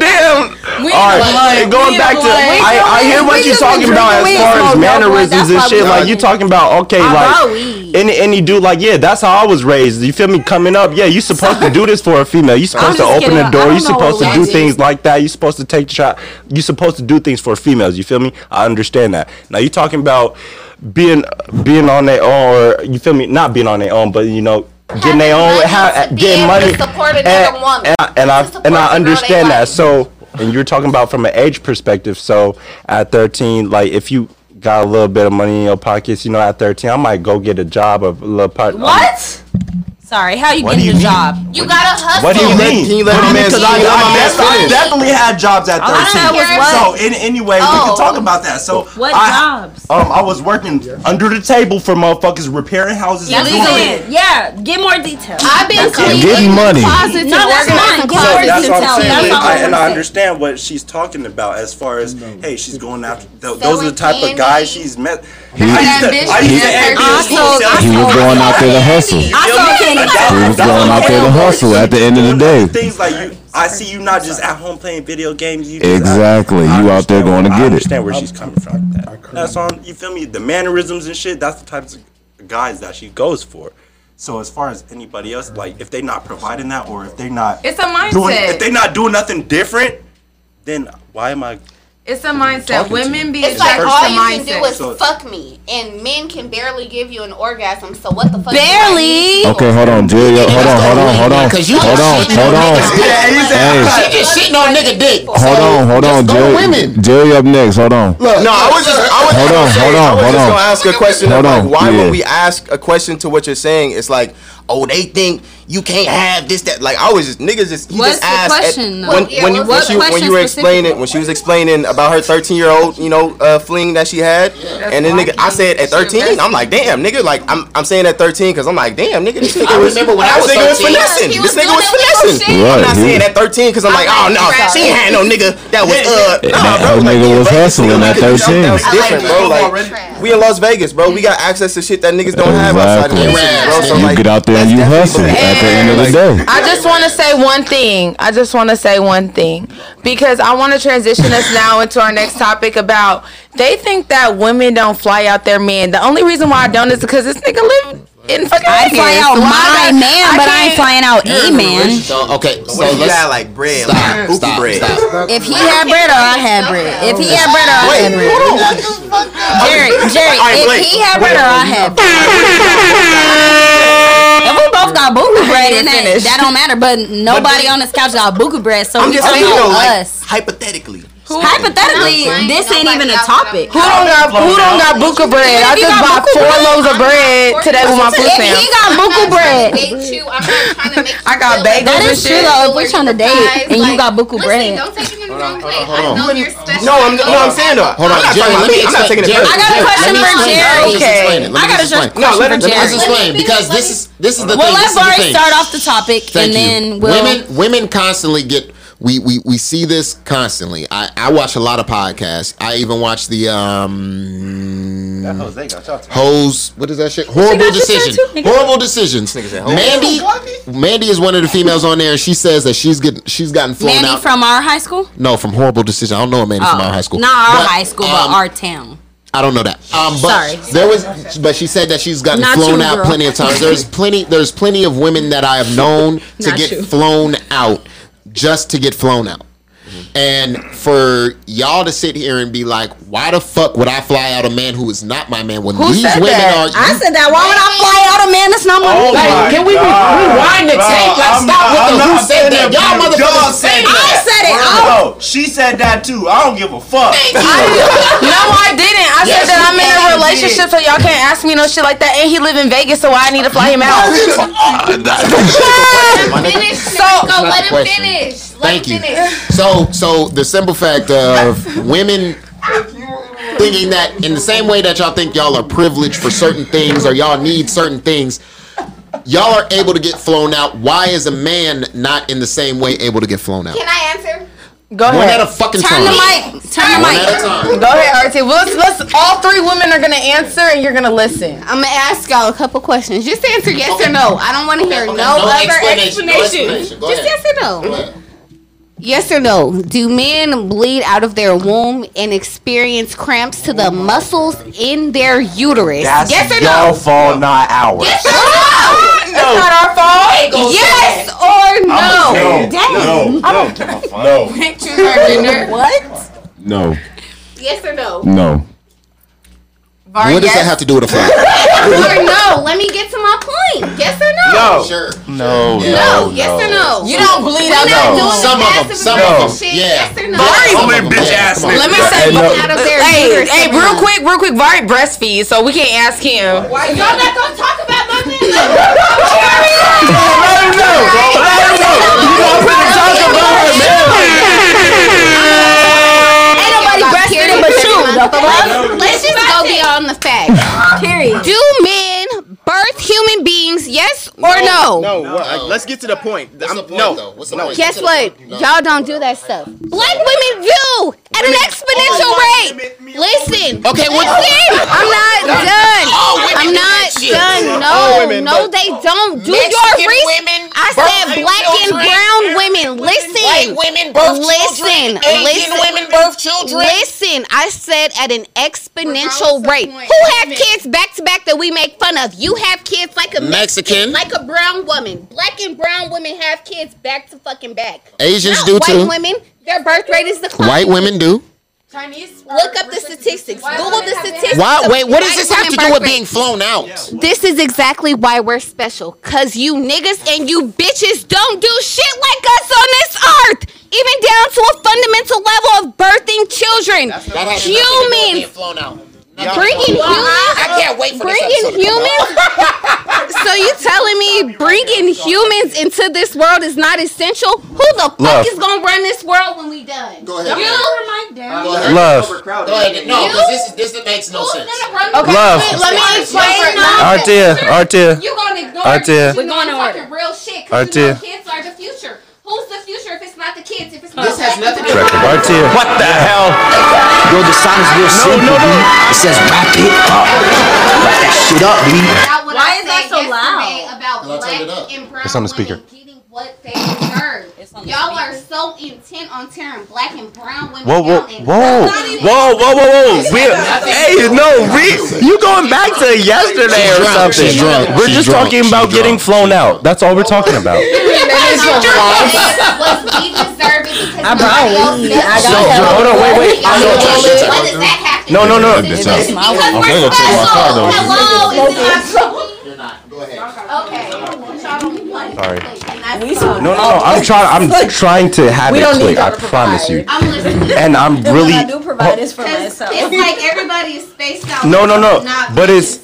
Speaker 9: damn.
Speaker 8: We
Speaker 9: All
Speaker 8: ain't
Speaker 9: right,
Speaker 8: blood.
Speaker 9: going
Speaker 8: We
Speaker 9: back
Speaker 8: ain't
Speaker 9: to,
Speaker 8: blood.
Speaker 9: I, I hear
Speaker 8: We
Speaker 9: what you're
Speaker 8: just been
Speaker 9: talking about as
Speaker 8: drinking weed.
Speaker 9: far as
Speaker 8: Smoke no
Speaker 9: mannerisms
Speaker 8: blood.
Speaker 9: and
Speaker 8: That's
Speaker 9: shit.
Speaker 8: why
Speaker 9: Like
Speaker 8: we-
Speaker 9: you talking about, okay,
Speaker 8: I love
Speaker 9: like any any dude, like yeah, that's how I was raised. You feel me? Coming up, yeah, you supposed to do this for a female. You supposed to
Speaker 8: just
Speaker 9: open
Speaker 8: kidding.
Speaker 9: the
Speaker 8: I
Speaker 9: door.
Speaker 8: don't
Speaker 9: You
Speaker 8: know
Speaker 9: supposed to
Speaker 8: what
Speaker 9: do
Speaker 8: that is.
Speaker 9: things like that. You supposed to take the shot. You supposed to do things for females. You feel me? I understand that. Now you talking about being being on their own, or you feel me? Not being on their own, but you know. Getting their own, ha- getting money,
Speaker 2: support another
Speaker 9: and,
Speaker 2: woman.
Speaker 9: and I and I, and I understand that. So, and you're talking about from an age perspective. So, at 13, like if you got a little bit of money in your pockets, you know, at 13, I might go get a job or a little part. um,
Speaker 1: What? Sorry, how you
Speaker 9: What do
Speaker 1: getting a
Speaker 9: you mean?
Speaker 1: job?
Speaker 2: You gotta hustle.
Speaker 9: What do you mean?
Speaker 8: Can you let a
Speaker 9: What do you
Speaker 8: man
Speaker 9: mean? 'Cause
Speaker 8: speak? Let a man finish.
Speaker 9: had jobs at
Speaker 8: All I know was what-
Speaker 9: So, in, anyway, we
Speaker 8: Oh.
Speaker 9: can talk about that. So,
Speaker 1: What
Speaker 9: I,
Speaker 1: jobs?
Speaker 9: Um, I was working under the table for motherfuckers repairing houses.
Speaker 1: Yeah,
Speaker 9: and doing it.
Speaker 1: listen, yeah, get more details.
Speaker 2: I've been
Speaker 9: That's it. cleaning Getting money.
Speaker 2: closets and
Speaker 1: No, that's
Speaker 2: organizing
Speaker 1: not. Get more
Speaker 9: that's
Speaker 1: details.
Speaker 9: what I'm saying.
Speaker 1: That's all
Speaker 9: I,
Speaker 1: I'm
Speaker 9: and I
Speaker 1: saying.
Speaker 9: understand what she's talking about as far as hey, she's going after. Th- those are the type of guys she's met.
Speaker 3: He-
Speaker 9: I used to, I used to act in
Speaker 3: he,
Speaker 9: school, selling
Speaker 3: was going out there to hustle. He
Speaker 9: I saw candy.
Speaker 3: was going out there to hustle at the end of the day.
Speaker 9: things like you. I see you not just at home playing video games. You just
Speaker 3: Exactly. You out there going to get it.
Speaker 9: understand where she's coming from. with that. That's on. You feel me? The mannerisms and shit. That's the types of guys that she goes for. So as far as anybody else, like if they not providing that or if they not
Speaker 4: It's a mindset.
Speaker 9: doing, if they not doing nothing different, then why am I?
Speaker 4: It's a mindset.
Speaker 9: Talking to
Speaker 4: Women
Speaker 9: you.
Speaker 4: be
Speaker 2: It's
Speaker 9: It's
Speaker 2: like
Speaker 9: the
Speaker 2: all
Speaker 9: first
Speaker 2: you
Speaker 9: time.
Speaker 2: can do is
Speaker 9: So-
Speaker 2: fuck me, and men can barely give you an orgasm. So what the fuck?
Speaker 1: Barely.
Speaker 3: Okay, hold on, Jerry. Hold on, hold on, hold on,
Speaker 16: Cause you
Speaker 3: hold
Speaker 16: just
Speaker 3: on,
Speaker 16: shitting
Speaker 3: hold
Speaker 16: on niggas'
Speaker 3: on.
Speaker 16: dick.
Speaker 3: Hey,
Speaker 16: She just shitting on nigga dick.
Speaker 3: hold on, hold on, Jerry. Jerry up next. Hold on.
Speaker 8: Look, no, I was just, I was,
Speaker 3: Hold on,
Speaker 8: I
Speaker 3: hold
Speaker 8: was
Speaker 3: on, hold
Speaker 8: just
Speaker 3: on.
Speaker 8: gonna ask a question.
Speaker 3: Hold
Speaker 8: of like,
Speaker 3: on,
Speaker 8: why
Speaker 3: yeah.
Speaker 8: when we ask a question to what you're saying, it's like, oh, they think you can't have this, that. Like, I was just niggas just he
Speaker 1: What's
Speaker 8: just
Speaker 1: the
Speaker 8: asked at-
Speaker 1: question, though?
Speaker 8: when
Speaker 1: Well, yeah,
Speaker 8: when, you,
Speaker 1: what's
Speaker 8: when,
Speaker 1: the
Speaker 8: you, when
Speaker 1: question
Speaker 8: you were explaining when she was explaining about her 13 year old, you know, uh, fling that she had, and then nigga, I said at 13, I'm like, damn, nigga, like I'm I'm saying at 13 because I'm like, damn, nigga, this nigga
Speaker 16: I
Speaker 8: was
Speaker 16: remember when I
Speaker 8: this
Speaker 16: was
Speaker 8: nigga was
Speaker 16: 13.
Speaker 8: finessing,
Speaker 16: He
Speaker 8: this
Speaker 16: was
Speaker 8: nigga was
Speaker 16: doing that
Speaker 8: finessing.
Speaker 3: shit.
Speaker 8: I'm not
Speaker 3: Right,
Speaker 8: saying
Speaker 3: he-
Speaker 8: at 13 because I'm like, oh no, she ain't had no nigga that was uh,
Speaker 3: That,
Speaker 8: nah, bro,
Speaker 3: that
Speaker 8: like,
Speaker 3: nigga was hustling at
Speaker 8: that
Speaker 3: 13.
Speaker 8: was different, bro. Like we in Las Vegas, bro. We got access to shit that niggas don't have outside of the city, bro. So
Speaker 3: You
Speaker 8: like,
Speaker 3: get out there and you hustle at the end of the day.
Speaker 6: I just want to say one thing. I just want to say one thing because I want to transition us now into our next topic about they think that women don't fly out their men. The only reason why I don't is because this nigga live in fucking.
Speaker 1: I
Speaker 6: Vegas.
Speaker 1: fly out
Speaker 6: So I
Speaker 1: my
Speaker 6: got-
Speaker 1: man, but I ain't
Speaker 6: can't-
Speaker 1: flying out a man.
Speaker 16: So, okay, so
Speaker 8: What if you
Speaker 16: let's
Speaker 8: got like bread, like hoopy bread.
Speaker 1: If he had bread or I had bread. If he had bread or I had bread. Jerry, Jerry,
Speaker 8: All right,
Speaker 1: if
Speaker 8: Blake.
Speaker 1: he had bread or I had bread. If we both got buku bread in that, that don't matter. But nobody on this couch got buku bread, so
Speaker 8: I'm
Speaker 1: we
Speaker 8: just
Speaker 1: talking
Speaker 8: saying, though,
Speaker 1: about
Speaker 8: like
Speaker 1: us.
Speaker 8: hypothetically.
Speaker 1: Hypothetically, this ain't even a topic.
Speaker 6: Who don't got who don't got buka bread? I
Speaker 1: If you
Speaker 6: just
Speaker 1: got
Speaker 6: bought
Speaker 1: buku
Speaker 6: four
Speaker 1: bread,
Speaker 6: loaves of bread today with my food
Speaker 1: If
Speaker 6: stamp.
Speaker 1: he got buku bread,
Speaker 6: I got
Speaker 1: that
Speaker 6: bagels and
Speaker 1: is true
Speaker 6: shit.
Speaker 1: though. If we're trying to date and you got buku bread,
Speaker 8: Hold on. No, I'm no, I'm saying though.
Speaker 16: Hold on,
Speaker 8: I'm not
Speaker 16: Jerry,
Speaker 8: talking about
Speaker 16: let me
Speaker 8: me. I'm not
Speaker 16: explain-
Speaker 8: taking it
Speaker 16: Jerry, Jerry, let
Speaker 8: personal.
Speaker 16: me explain. Let me
Speaker 1: Okay.
Speaker 16: explain it. Let
Speaker 1: I
Speaker 16: me
Speaker 1: got a
Speaker 16: explain it.
Speaker 1: question for
Speaker 16: let me
Speaker 1: Jerry.
Speaker 16: just explain because this is this is the
Speaker 1: well,
Speaker 16: thing.
Speaker 1: let's
Speaker 16: this is the
Speaker 1: already
Speaker 16: thing.
Speaker 1: start off the topic
Speaker 16: Thank you.
Speaker 1: and then we'll.
Speaker 16: women women constantly get
Speaker 5: we we, we see this constantly. I, I watch a lot of podcasts. I even watch the um
Speaker 11: That Jose got y'all
Speaker 5: Hose, what is that shit?
Speaker 11: She got
Speaker 5: Horrible
Speaker 11: you
Speaker 5: decision.
Speaker 11: tattooed, nigga.
Speaker 5: Horrible decisions.
Speaker 11: Hose.
Speaker 5: Mandy, Mandy is one of the females on there, and she says that she's getting, she's gotten flown
Speaker 1: Mandy
Speaker 5: out.
Speaker 1: from our high school?
Speaker 5: no, from horrible decision. I don't know a Mandy from
Speaker 1: Oh,
Speaker 5: our high school.
Speaker 1: Not our
Speaker 5: But um,
Speaker 1: high school, but our town.
Speaker 5: I don't know that. Um, but
Speaker 1: Sorry.
Speaker 5: There was, but she said that she's gotten
Speaker 1: Not
Speaker 5: flown
Speaker 1: you,
Speaker 5: out
Speaker 1: girl.
Speaker 5: plenty of times. There's plenty. There's plenty of women that I have known to
Speaker 1: Not
Speaker 5: get
Speaker 1: you.
Speaker 5: flown out just to get flown out. And for y'all to sit here and be like, why the fuck would I fly out a man who is not my man when
Speaker 1: Who
Speaker 5: these
Speaker 1: said
Speaker 5: women
Speaker 1: that?
Speaker 5: are?
Speaker 1: I said that. Why would I fly out a man that's not my man?
Speaker 5: Oh my Like, can we re- God. rewind the Bro, tape? Like, I'm stop not- with the I'm who not said that. sitting Y'all here. motherfuckers Y'all said said that.
Speaker 1: I said it.
Speaker 5: Bro,
Speaker 1: I-
Speaker 11: No, she said that too. I don't give a fuck.
Speaker 6: no, I didn't. I
Speaker 11: Yes,
Speaker 6: said that
Speaker 11: you
Speaker 6: I'm in a
Speaker 11: fucking
Speaker 6: relationship, so y'all can't ask me no shit like that. And he live in Vegas, so why I need to fly him out.
Speaker 3: Oh,
Speaker 2: Finish,
Speaker 6: So-
Speaker 2: Nico.
Speaker 5: Not
Speaker 2: Let
Speaker 5: the
Speaker 2: him
Speaker 5: question.
Speaker 2: finish.
Speaker 5: Thank you. So, so the simple fact of women thinking that in the same way that y'all think y'all are privileged for certain things or y'all need certain things, y'all are able to get flown out. Why is a man not in the same way able to get flown out?
Speaker 2: Can I answer?
Speaker 6: Go
Speaker 5: One
Speaker 6: ahead.
Speaker 5: at a fucking
Speaker 6: Turn the
Speaker 5: time.
Speaker 6: mic. Turn the
Speaker 5: One
Speaker 6: mic.
Speaker 5: at a time.
Speaker 6: Go ahead, RT. Well, Let's, let's, all three women are gonna answer, and you're gonna listen.
Speaker 2: I'm gonna ask y'all a couple questions. Just answer yes or no. I don't want to hear no,
Speaker 6: no
Speaker 2: other
Speaker 6: explanation,
Speaker 2: explanation.
Speaker 6: no explanation. Go
Speaker 2: Just
Speaker 6: ahead.
Speaker 2: yes or no. Yes or no? Do men bleed out of their womb and experience cramps to the muscles in their uterus?
Speaker 11: That's
Speaker 2: yes or
Speaker 11: y'all
Speaker 2: no?
Speaker 11: fault, not ours.
Speaker 2: Yes or no?
Speaker 11: No.
Speaker 6: not our fault.
Speaker 2: Yes or
Speaker 11: I'm
Speaker 9: Oh,
Speaker 2: no?
Speaker 11: a- no, no, no, no.
Speaker 2: Pictures are dinner.
Speaker 6: What?
Speaker 3: No,
Speaker 2: Yes or no?
Speaker 3: no.
Speaker 2: Var,
Speaker 5: what does
Speaker 2: yes
Speaker 5: that have to do with a fly?
Speaker 2: or no? Let me get to my point. Yes or no?
Speaker 5: Sure.
Speaker 11: No.
Speaker 2: No, yes or no?
Speaker 1: You don't bleed out
Speaker 2: We're not
Speaker 1: your-
Speaker 2: doing
Speaker 1: Some
Speaker 2: the
Speaker 1: of 'em,
Speaker 2: passive
Speaker 1: some of 'em,
Speaker 2: aggressive shit.
Speaker 1: yeah.
Speaker 2: Yes or no?
Speaker 11: Only bitch ass niggas.
Speaker 6: Let me say,
Speaker 11: Hey, no.
Speaker 6: out of
Speaker 2: their
Speaker 6: hey,
Speaker 2: uterus
Speaker 6: hey,
Speaker 2: somehow.
Speaker 6: real quick, real quick. Vari breastfeeds, so we can't ask him.
Speaker 2: Why y'all not gonna talk about my man?
Speaker 11: Let him know. Let him know. You don't finna talk about her, man.
Speaker 2: Ain't nobody breastfeeding but you. Let's just go beyond the fact.
Speaker 1: Period.
Speaker 2: Do men birth human beings? Yes or no?
Speaker 8: No. well, I- let's get to the point. I'm- no. no.
Speaker 2: Guess what? Y'all don't do that stuff. Black women do at an exponential rate. Listen.
Speaker 5: Okay, what-
Speaker 2: Listen. I'm not done.
Speaker 16: All women
Speaker 2: I'm
Speaker 16: do
Speaker 2: not
Speaker 16: that shit.
Speaker 2: done. No,
Speaker 16: All women,
Speaker 2: no,
Speaker 16: but-
Speaker 2: they don't. Do
Speaker 16: Mexican
Speaker 2: your research.
Speaker 16: women
Speaker 2: I
Speaker 16: birth
Speaker 2: said black and
Speaker 16: children.
Speaker 2: brown women. Listen.
Speaker 16: White women birth
Speaker 2: Listen.
Speaker 16: children. Asian
Speaker 2: Listen.
Speaker 16: women birth children.
Speaker 2: Listen. I said at an exponential rate. Who have kids back to back that we make fun of? You have kids like a
Speaker 5: Mexican.
Speaker 2: like a brown woman. Black and brown women have kids back to fucking back.
Speaker 5: Asians
Speaker 2: Not
Speaker 5: do
Speaker 2: white
Speaker 5: too.
Speaker 2: women, their birth rate is declining.
Speaker 5: White women do.
Speaker 2: Chinese. Look up the statistics. Google the statistics.
Speaker 5: Why?
Speaker 2: of
Speaker 5: Wait, what does
Speaker 2: white
Speaker 5: this have
Speaker 2: women
Speaker 5: to do
Speaker 2: birth
Speaker 5: with being
Speaker 2: rates.
Speaker 5: flown out?
Speaker 2: This is exactly why we're special. Cause you niggas and you bitches don't do shit like us on this earth. Even down to a fundamental level of birthing children.
Speaker 16: That has nothing to do with being
Speaker 2: Humans.
Speaker 16: flown out.
Speaker 2: Bringing humans.
Speaker 16: I can't wait for this
Speaker 2: Bringing
Speaker 16: episode to come out.
Speaker 2: humans. so you telling me bringing humans into this world is not essential? Who the fuck
Speaker 9: Love.
Speaker 2: is gonna run this world when we done? Go
Speaker 16: ahead.
Speaker 2: You.
Speaker 9: Love.
Speaker 16: Go ahead. No, because this is this makes no sense.
Speaker 2: Okay,
Speaker 9: Love.
Speaker 2: Let me explain. now.
Speaker 9: Artia, Artia.
Speaker 2: You gonna ignore
Speaker 9: Artia.
Speaker 2: this,
Speaker 9: We're
Speaker 2: You
Speaker 1: going
Speaker 2: know
Speaker 1: to
Speaker 2: fucking real shit. 'cause
Speaker 9: Artia.
Speaker 2: You know kids are the future. Who's the future if it's not the kids? If it's not
Speaker 16: This has nothing to do with
Speaker 9: Artia. What the hell?
Speaker 17: Yo, the sign is real simple, no, It says wrap it up. Wrap that shit up, B.
Speaker 2: Why is that so loud? About black and brown
Speaker 9: It's on the speaker.
Speaker 2: what they deserve. Y'all are so intent on tearing black and brown women
Speaker 9: Whoa, whoa,
Speaker 2: down. and-
Speaker 9: whoa, whoa, whoa, whoa, whoa! We, hey, no, we, you going back to yesterday or
Speaker 5: drunk,
Speaker 9: something?
Speaker 5: she's drunk,
Speaker 9: We're
Speaker 5: she's
Speaker 9: just
Speaker 5: drunk,
Speaker 9: talking about getting flown out. That's all we're talking about.
Speaker 2: I'm
Speaker 9: Hold on, wait, wait. No, no, no.
Speaker 2: It's
Speaker 9: I'm gonna go check my car though. Sorry. No, no, no. I'm trying. I'm trying to have
Speaker 2: We
Speaker 9: it
Speaker 2: don't need
Speaker 9: click.
Speaker 2: y'all
Speaker 9: I
Speaker 2: to
Speaker 9: promise you.
Speaker 2: I'm listening.
Speaker 9: And I'm
Speaker 2: The one
Speaker 9: really.
Speaker 2: I do provide is for myself. It's like everybody is spaced out.
Speaker 9: No, no, no.
Speaker 2: Not
Speaker 9: But it's.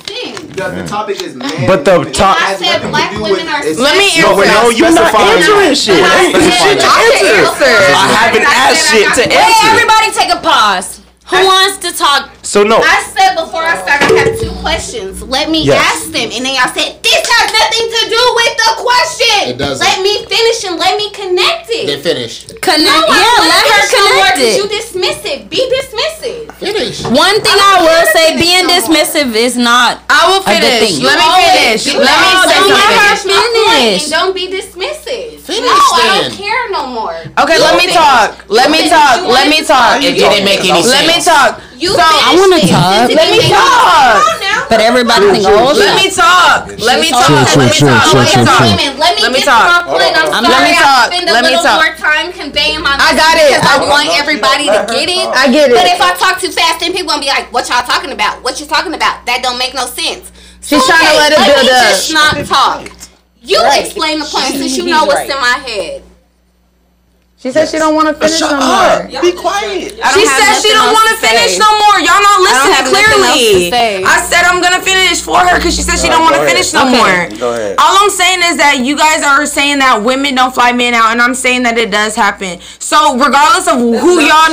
Speaker 8: The topic is man.
Speaker 9: But the top.
Speaker 2: I said black women are.
Speaker 9: Let me answer. No, wait, no, you're not answering shit. Hey, shit, you answer. I haven't asked shit to
Speaker 1: Wait,
Speaker 9: answer.
Speaker 1: everybody take a pause. Who wants to talk?
Speaker 9: So no.
Speaker 2: I said before I start, I have two questions. Let me
Speaker 9: Yes.
Speaker 2: ask them, and then y'all said this has nothing to do with the question.
Speaker 16: It doesn't.
Speaker 2: Let me finish and let me connect it.
Speaker 16: Then finish.
Speaker 1: Connect.
Speaker 2: No, I
Speaker 1: yeah,
Speaker 2: wouldn't
Speaker 1: let her
Speaker 2: finish no
Speaker 1: connect
Speaker 2: word.
Speaker 1: it.
Speaker 2: You dismiss it. Be dismissive.
Speaker 16: Finish.
Speaker 1: One thing I, will say, being dismissive is not.
Speaker 6: I will
Speaker 1: A good
Speaker 6: finish.
Speaker 1: thing.
Speaker 6: Let me
Speaker 1: Always
Speaker 6: finish.
Speaker 1: be-
Speaker 6: Let me
Speaker 1: No,
Speaker 6: say
Speaker 1: don't let her
Speaker 6: something.
Speaker 2: Finish my point
Speaker 1: Finish.
Speaker 2: and don't be dismissive.
Speaker 16: Finish
Speaker 2: no, I
Speaker 16: then.
Speaker 2: don't care no more.
Speaker 6: Okay,
Speaker 2: You
Speaker 6: let me
Speaker 2: finish.
Speaker 6: talk. Let
Speaker 2: You
Speaker 6: me
Speaker 2: finish.
Speaker 6: talk.
Speaker 2: You
Speaker 6: Let me
Speaker 2: wanna
Speaker 6: talk.
Speaker 16: It didn't make any
Speaker 6: Let me
Speaker 16: sense.
Speaker 6: talk.
Speaker 2: You
Speaker 6: so
Speaker 2: finish
Speaker 6: I want to
Speaker 2: it.
Speaker 6: talk.
Speaker 2: Since it
Speaker 6: Let me
Speaker 2: didn't make no
Speaker 6: talk.
Speaker 1: But everybody think, oh,
Speaker 6: Let me talk. Let me talk.
Speaker 2: Chill,
Speaker 6: Let me
Speaker 2: chill,
Speaker 6: talk. Let
Speaker 2: chill,
Speaker 6: me
Speaker 2: chill,
Speaker 6: talk. Let
Speaker 2: chill, chill.
Speaker 6: me
Speaker 2: get to my
Speaker 6: talk.
Speaker 2: point. I'm
Speaker 6: Let
Speaker 2: sorry
Speaker 6: me
Speaker 2: I
Speaker 6: talk.
Speaker 2: spend a
Speaker 6: Let me
Speaker 2: little
Speaker 6: talk.
Speaker 2: more time conveying my
Speaker 6: I
Speaker 2: message
Speaker 6: got it.
Speaker 2: because I,
Speaker 6: I-
Speaker 2: want everybody to get it.
Speaker 6: I get it.
Speaker 2: But if I talk too fast, then people gonna be like, "What y'all talking about? What you talking about? That don't make no sense."
Speaker 6: She's trying to let it
Speaker 2: let
Speaker 6: build
Speaker 2: me
Speaker 6: up.
Speaker 2: Just not talk. You
Speaker 6: Right.
Speaker 2: explain the point since
Speaker 6: She's
Speaker 2: you know what's
Speaker 6: right.
Speaker 2: in my head.
Speaker 6: She said she don't want to finish no more.
Speaker 2: Be quiet.
Speaker 6: She said she don't want to finish no more. Y'all not listening
Speaker 1: have nothing else to
Speaker 6: clearly.
Speaker 1: say.
Speaker 6: I said I'm gonna finish for her because she said she don't want to finish no more.
Speaker 9: Go ahead.
Speaker 6: All I'm saying is that you guys are saying that women don't fly men out, and I'm saying that it does happen. So regardless of who y'all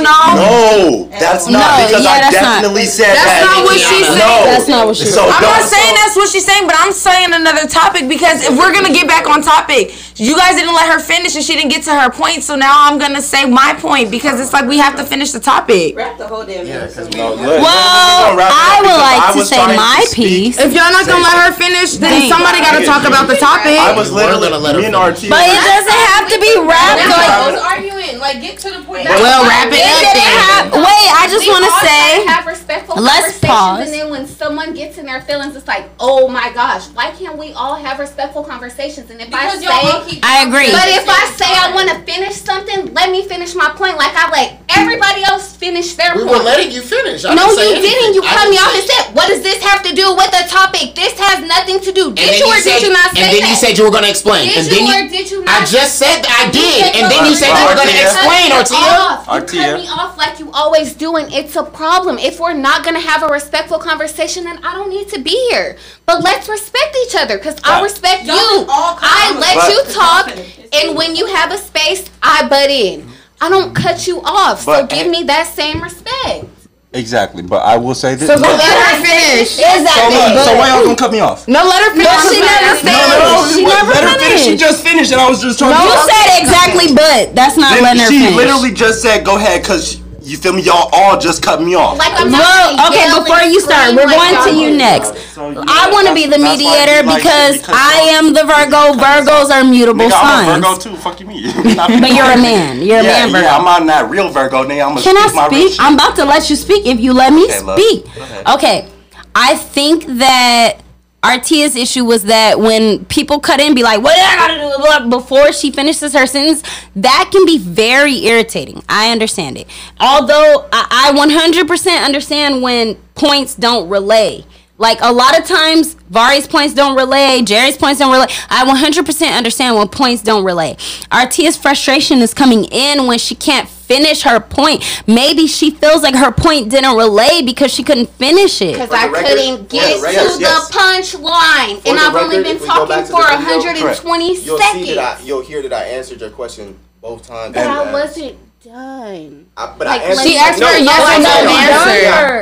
Speaker 11: No,
Speaker 6: know,
Speaker 11: that's not
Speaker 6: No,
Speaker 11: because
Speaker 6: yeah,
Speaker 11: I
Speaker 6: that's not-
Speaker 11: definitely said
Speaker 6: that's
Speaker 11: that.
Speaker 6: not what she
Speaker 11: no.
Speaker 6: said. That's not what she
Speaker 11: so
Speaker 6: I'm
Speaker 11: don't-
Speaker 6: not saying that's what she's saying, but I'm saying another topic because if we're gonna get back on topic, you guys didn't let her finish and she didn't get to her point, so now I'm gonna say my point because it's like we have to finish the topic.
Speaker 18: Wrap the whole damn
Speaker 11: No, look. We're
Speaker 6: Well,
Speaker 11: gonna wrap it up
Speaker 6: I would
Speaker 11: because
Speaker 6: like
Speaker 11: I
Speaker 6: to
Speaker 11: was
Speaker 6: say
Speaker 11: trying
Speaker 6: my
Speaker 11: speak.
Speaker 6: piece. If y'all not gonna let her finish, then
Speaker 11: Dang.
Speaker 6: somebody gotta talk about the topic.
Speaker 11: I was literally me and RT.
Speaker 6: But it doesn't have to be wrapped
Speaker 2: That's
Speaker 6: up.
Speaker 2: why I was arguing. Like, get to the point.
Speaker 6: Well, wrap it up then.
Speaker 1: Wait, I just
Speaker 2: We
Speaker 1: wanna
Speaker 2: all
Speaker 1: say-
Speaker 2: gotta have respectful
Speaker 1: Let's
Speaker 2: conversations,
Speaker 1: pause.
Speaker 2: And then when someone gets in their feelings, it's like, oh my gosh, why can't we all have respectful conversations? And if
Speaker 18: Because y'all
Speaker 2: I
Speaker 18: all
Speaker 2: say,
Speaker 18: keep- I agree.
Speaker 2: But if I say I want to finish something, let me finish my point. Like I let everybody else finish their
Speaker 16: We
Speaker 2: point.
Speaker 16: were letting you finish. I
Speaker 2: no,
Speaker 16: didn't say
Speaker 2: you didn't.
Speaker 16: anything.
Speaker 2: You
Speaker 16: I
Speaker 2: cut me
Speaker 16: didn't
Speaker 2: off
Speaker 16: say-
Speaker 2: and said, "What does this have to do with the topic? This has nothing to do."
Speaker 16: And
Speaker 2: Did
Speaker 16: then
Speaker 2: you or
Speaker 16: said-
Speaker 2: did you not say
Speaker 16: And then
Speaker 2: that?
Speaker 16: you said you were gonna explain.
Speaker 2: Did
Speaker 16: And
Speaker 2: you
Speaker 16: then
Speaker 2: or did you not?
Speaker 16: I just said that I did,
Speaker 2: said
Speaker 16: and then you said you were gonna
Speaker 2: Artia.
Speaker 16: explain,
Speaker 2: Cut
Speaker 16: Artia.
Speaker 2: off. You cut me off like you always do, and it's a problem. If we're not gonna have a respectful conversation, then I don't need to be here. But let's respect each other, cause I respect you. I let
Speaker 11: But-
Speaker 2: you talk, and when you have a space, I butt in. I don't cut you off, so
Speaker 9: But-
Speaker 2: give me that same respect.
Speaker 9: Exactly, but I will say this.
Speaker 2: So
Speaker 9: Look,
Speaker 2: go ahead.
Speaker 6: Let her finish.
Speaker 9: so, look, so why y'all gonna cut me off?
Speaker 6: No, let her finish.
Speaker 1: she never
Speaker 9: No,
Speaker 1: finished.
Speaker 9: no,
Speaker 1: She
Speaker 9: what-
Speaker 1: never
Speaker 9: let her finish. She
Speaker 1: finished.
Speaker 9: just finished, and I was just trying to.
Speaker 1: you said exactly, but that's not
Speaker 9: Then
Speaker 1: letting her
Speaker 9: she
Speaker 1: finish.
Speaker 9: literally just said, "Go ahead," because you feel me. Y'all all just cut me off.
Speaker 2: Like I'm not
Speaker 1: Well,
Speaker 2: gonna
Speaker 1: okay,
Speaker 2: yell
Speaker 1: before
Speaker 2: and
Speaker 1: you start,
Speaker 2: scream
Speaker 1: we're
Speaker 2: like
Speaker 1: going
Speaker 2: y'all
Speaker 1: to you
Speaker 2: do.
Speaker 1: next. I want to be the
Speaker 9: that's why
Speaker 1: mediator
Speaker 9: you like it,
Speaker 1: because
Speaker 9: because
Speaker 1: I am the Virgo. Virgos are mutable
Speaker 9: Nigga, I'm a
Speaker 1: signs.
Speaker 9: Virgo too. Fuck you, me.
Speaker 1: But you're a man. You're a
Speaker 9: yeah,
Speaker 1: man, Virgo.
Speaker 9: Yeah, I'm on that real Virgo. Nigga, I'm gonna
Speaker 1: Can
Speaker 9: speak my
Speaker 1: I
Speaker 9: real
Speaker 1: speak? I'm about to let you speak if you let me
Speaker 9: Okay, love.
Speaker 1: speak.
Speaker 9: Go ahead.
Speaker 1: Okay. I think that Artia's issue was that when people cut in, be like, what did I gotta do Blah, before she finishes her sentence? That can be very irritating. I understand it. Although I, I 100% understand when points don't relay. Like a lot of times, Vari's points don't relay, Jerry's points don't relay. I 100% understand when points don't relay. Artia's frustration is coming in when she can't finish her point. Maybe she feels like her point didn't relay because she couldn't finish it.
Speaker 2: Because I couldn't get
Speaker 1: the
Speaker 2: to the punchline,
Speaker 8: For
Speaker 2: and
Speaker 8: the
Speaker 2: I've only
Speaker 8: record,
Speaker 2: been
Speaker 8: if we go
Speaker 2: talking
Speaker 8: back to
Speaker 2: for
Speaker 8: the video,
Speaker 2: 120
Speaker 8: you'll See
Speaker 2: seconds.
Speaker 8: that I, you'll hear that I answered your question both times.
Speaker 2: But I
Speaker 8: And- uh,
Speaker 2: wasn't done.
Speaker 8: I- but
Speaker 2: Like,
Speaker 8: I answered.
Speaker 6: She asked for a yes or no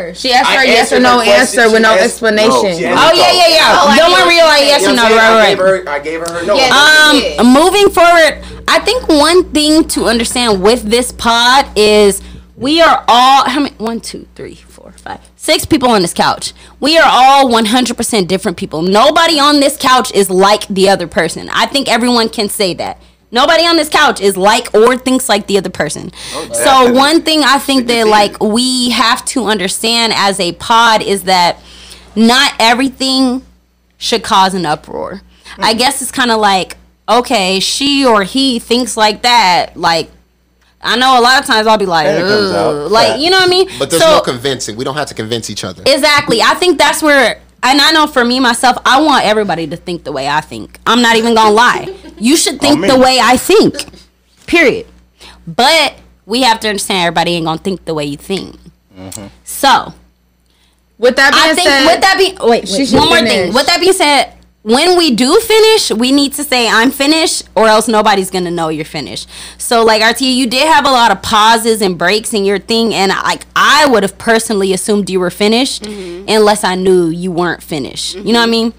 Speaker 6: answer. She asked for a yes or no answer with no explanation. Oh, yeah, yeah, yeah. Don't worry, like, yes or no, right,
Speaker 8: I gave her. I gave her her no.
Speaker 1: um, moving forward, I think one thing to understand with this pod is we are all how many? One, two, three, four, five, six people on this couch. We are all 100% different people. Nobody on this couch is like the other person. I think everyone can say that. Nobody on this couch is like or thinks like the other person. so
Speaker 18: definitely.
Speaker 1: one thing I think that like we have to understand as a pod is that not everything should cause an uproar. I
Speaker 5: Mm.
Speaker 1: guess it's kind of like, okay, she or he thinks like that. Like, I know a lot of times I'll be like,
Speaker 5: And it comes out.
Speaker 1: "Ugh," like you know what I mean?
Speaker 5: But there's
Speaker 1: So-
Speaker 5: no convincing. We don't have to convince each other.
Speaker 1: Exactly. I think that's where, and I know for me myself, I want everybody to think the way I think. I'm not even gonna lie. You should think the
Speaker 18: Amen.
Speaker 1: way I think. Period. But we have to understand everybody ain't gonna think the way you think. So,
Speaker 5: Mm-hmm.
Speaker 6: with that
Speaker 1: I
Speaker 6: being
Speaker 1: think
Speaker 6: said-
Speaker 1: with that being wait,
Speaker 6: She
Speaker 1: wait,
Speaker 6: should
Speaker 1: one more
Speaker 6: finish.
Speaker 1: thing. With that being said, when we do finish, we need to say I'm finished, or else nobody's gonna know you're finished. So like RT, you did have a lot of pauses and breaks in your thing, and I- like I would have personally assumed you were finished unless I knew you weren't finished. You know what I mean?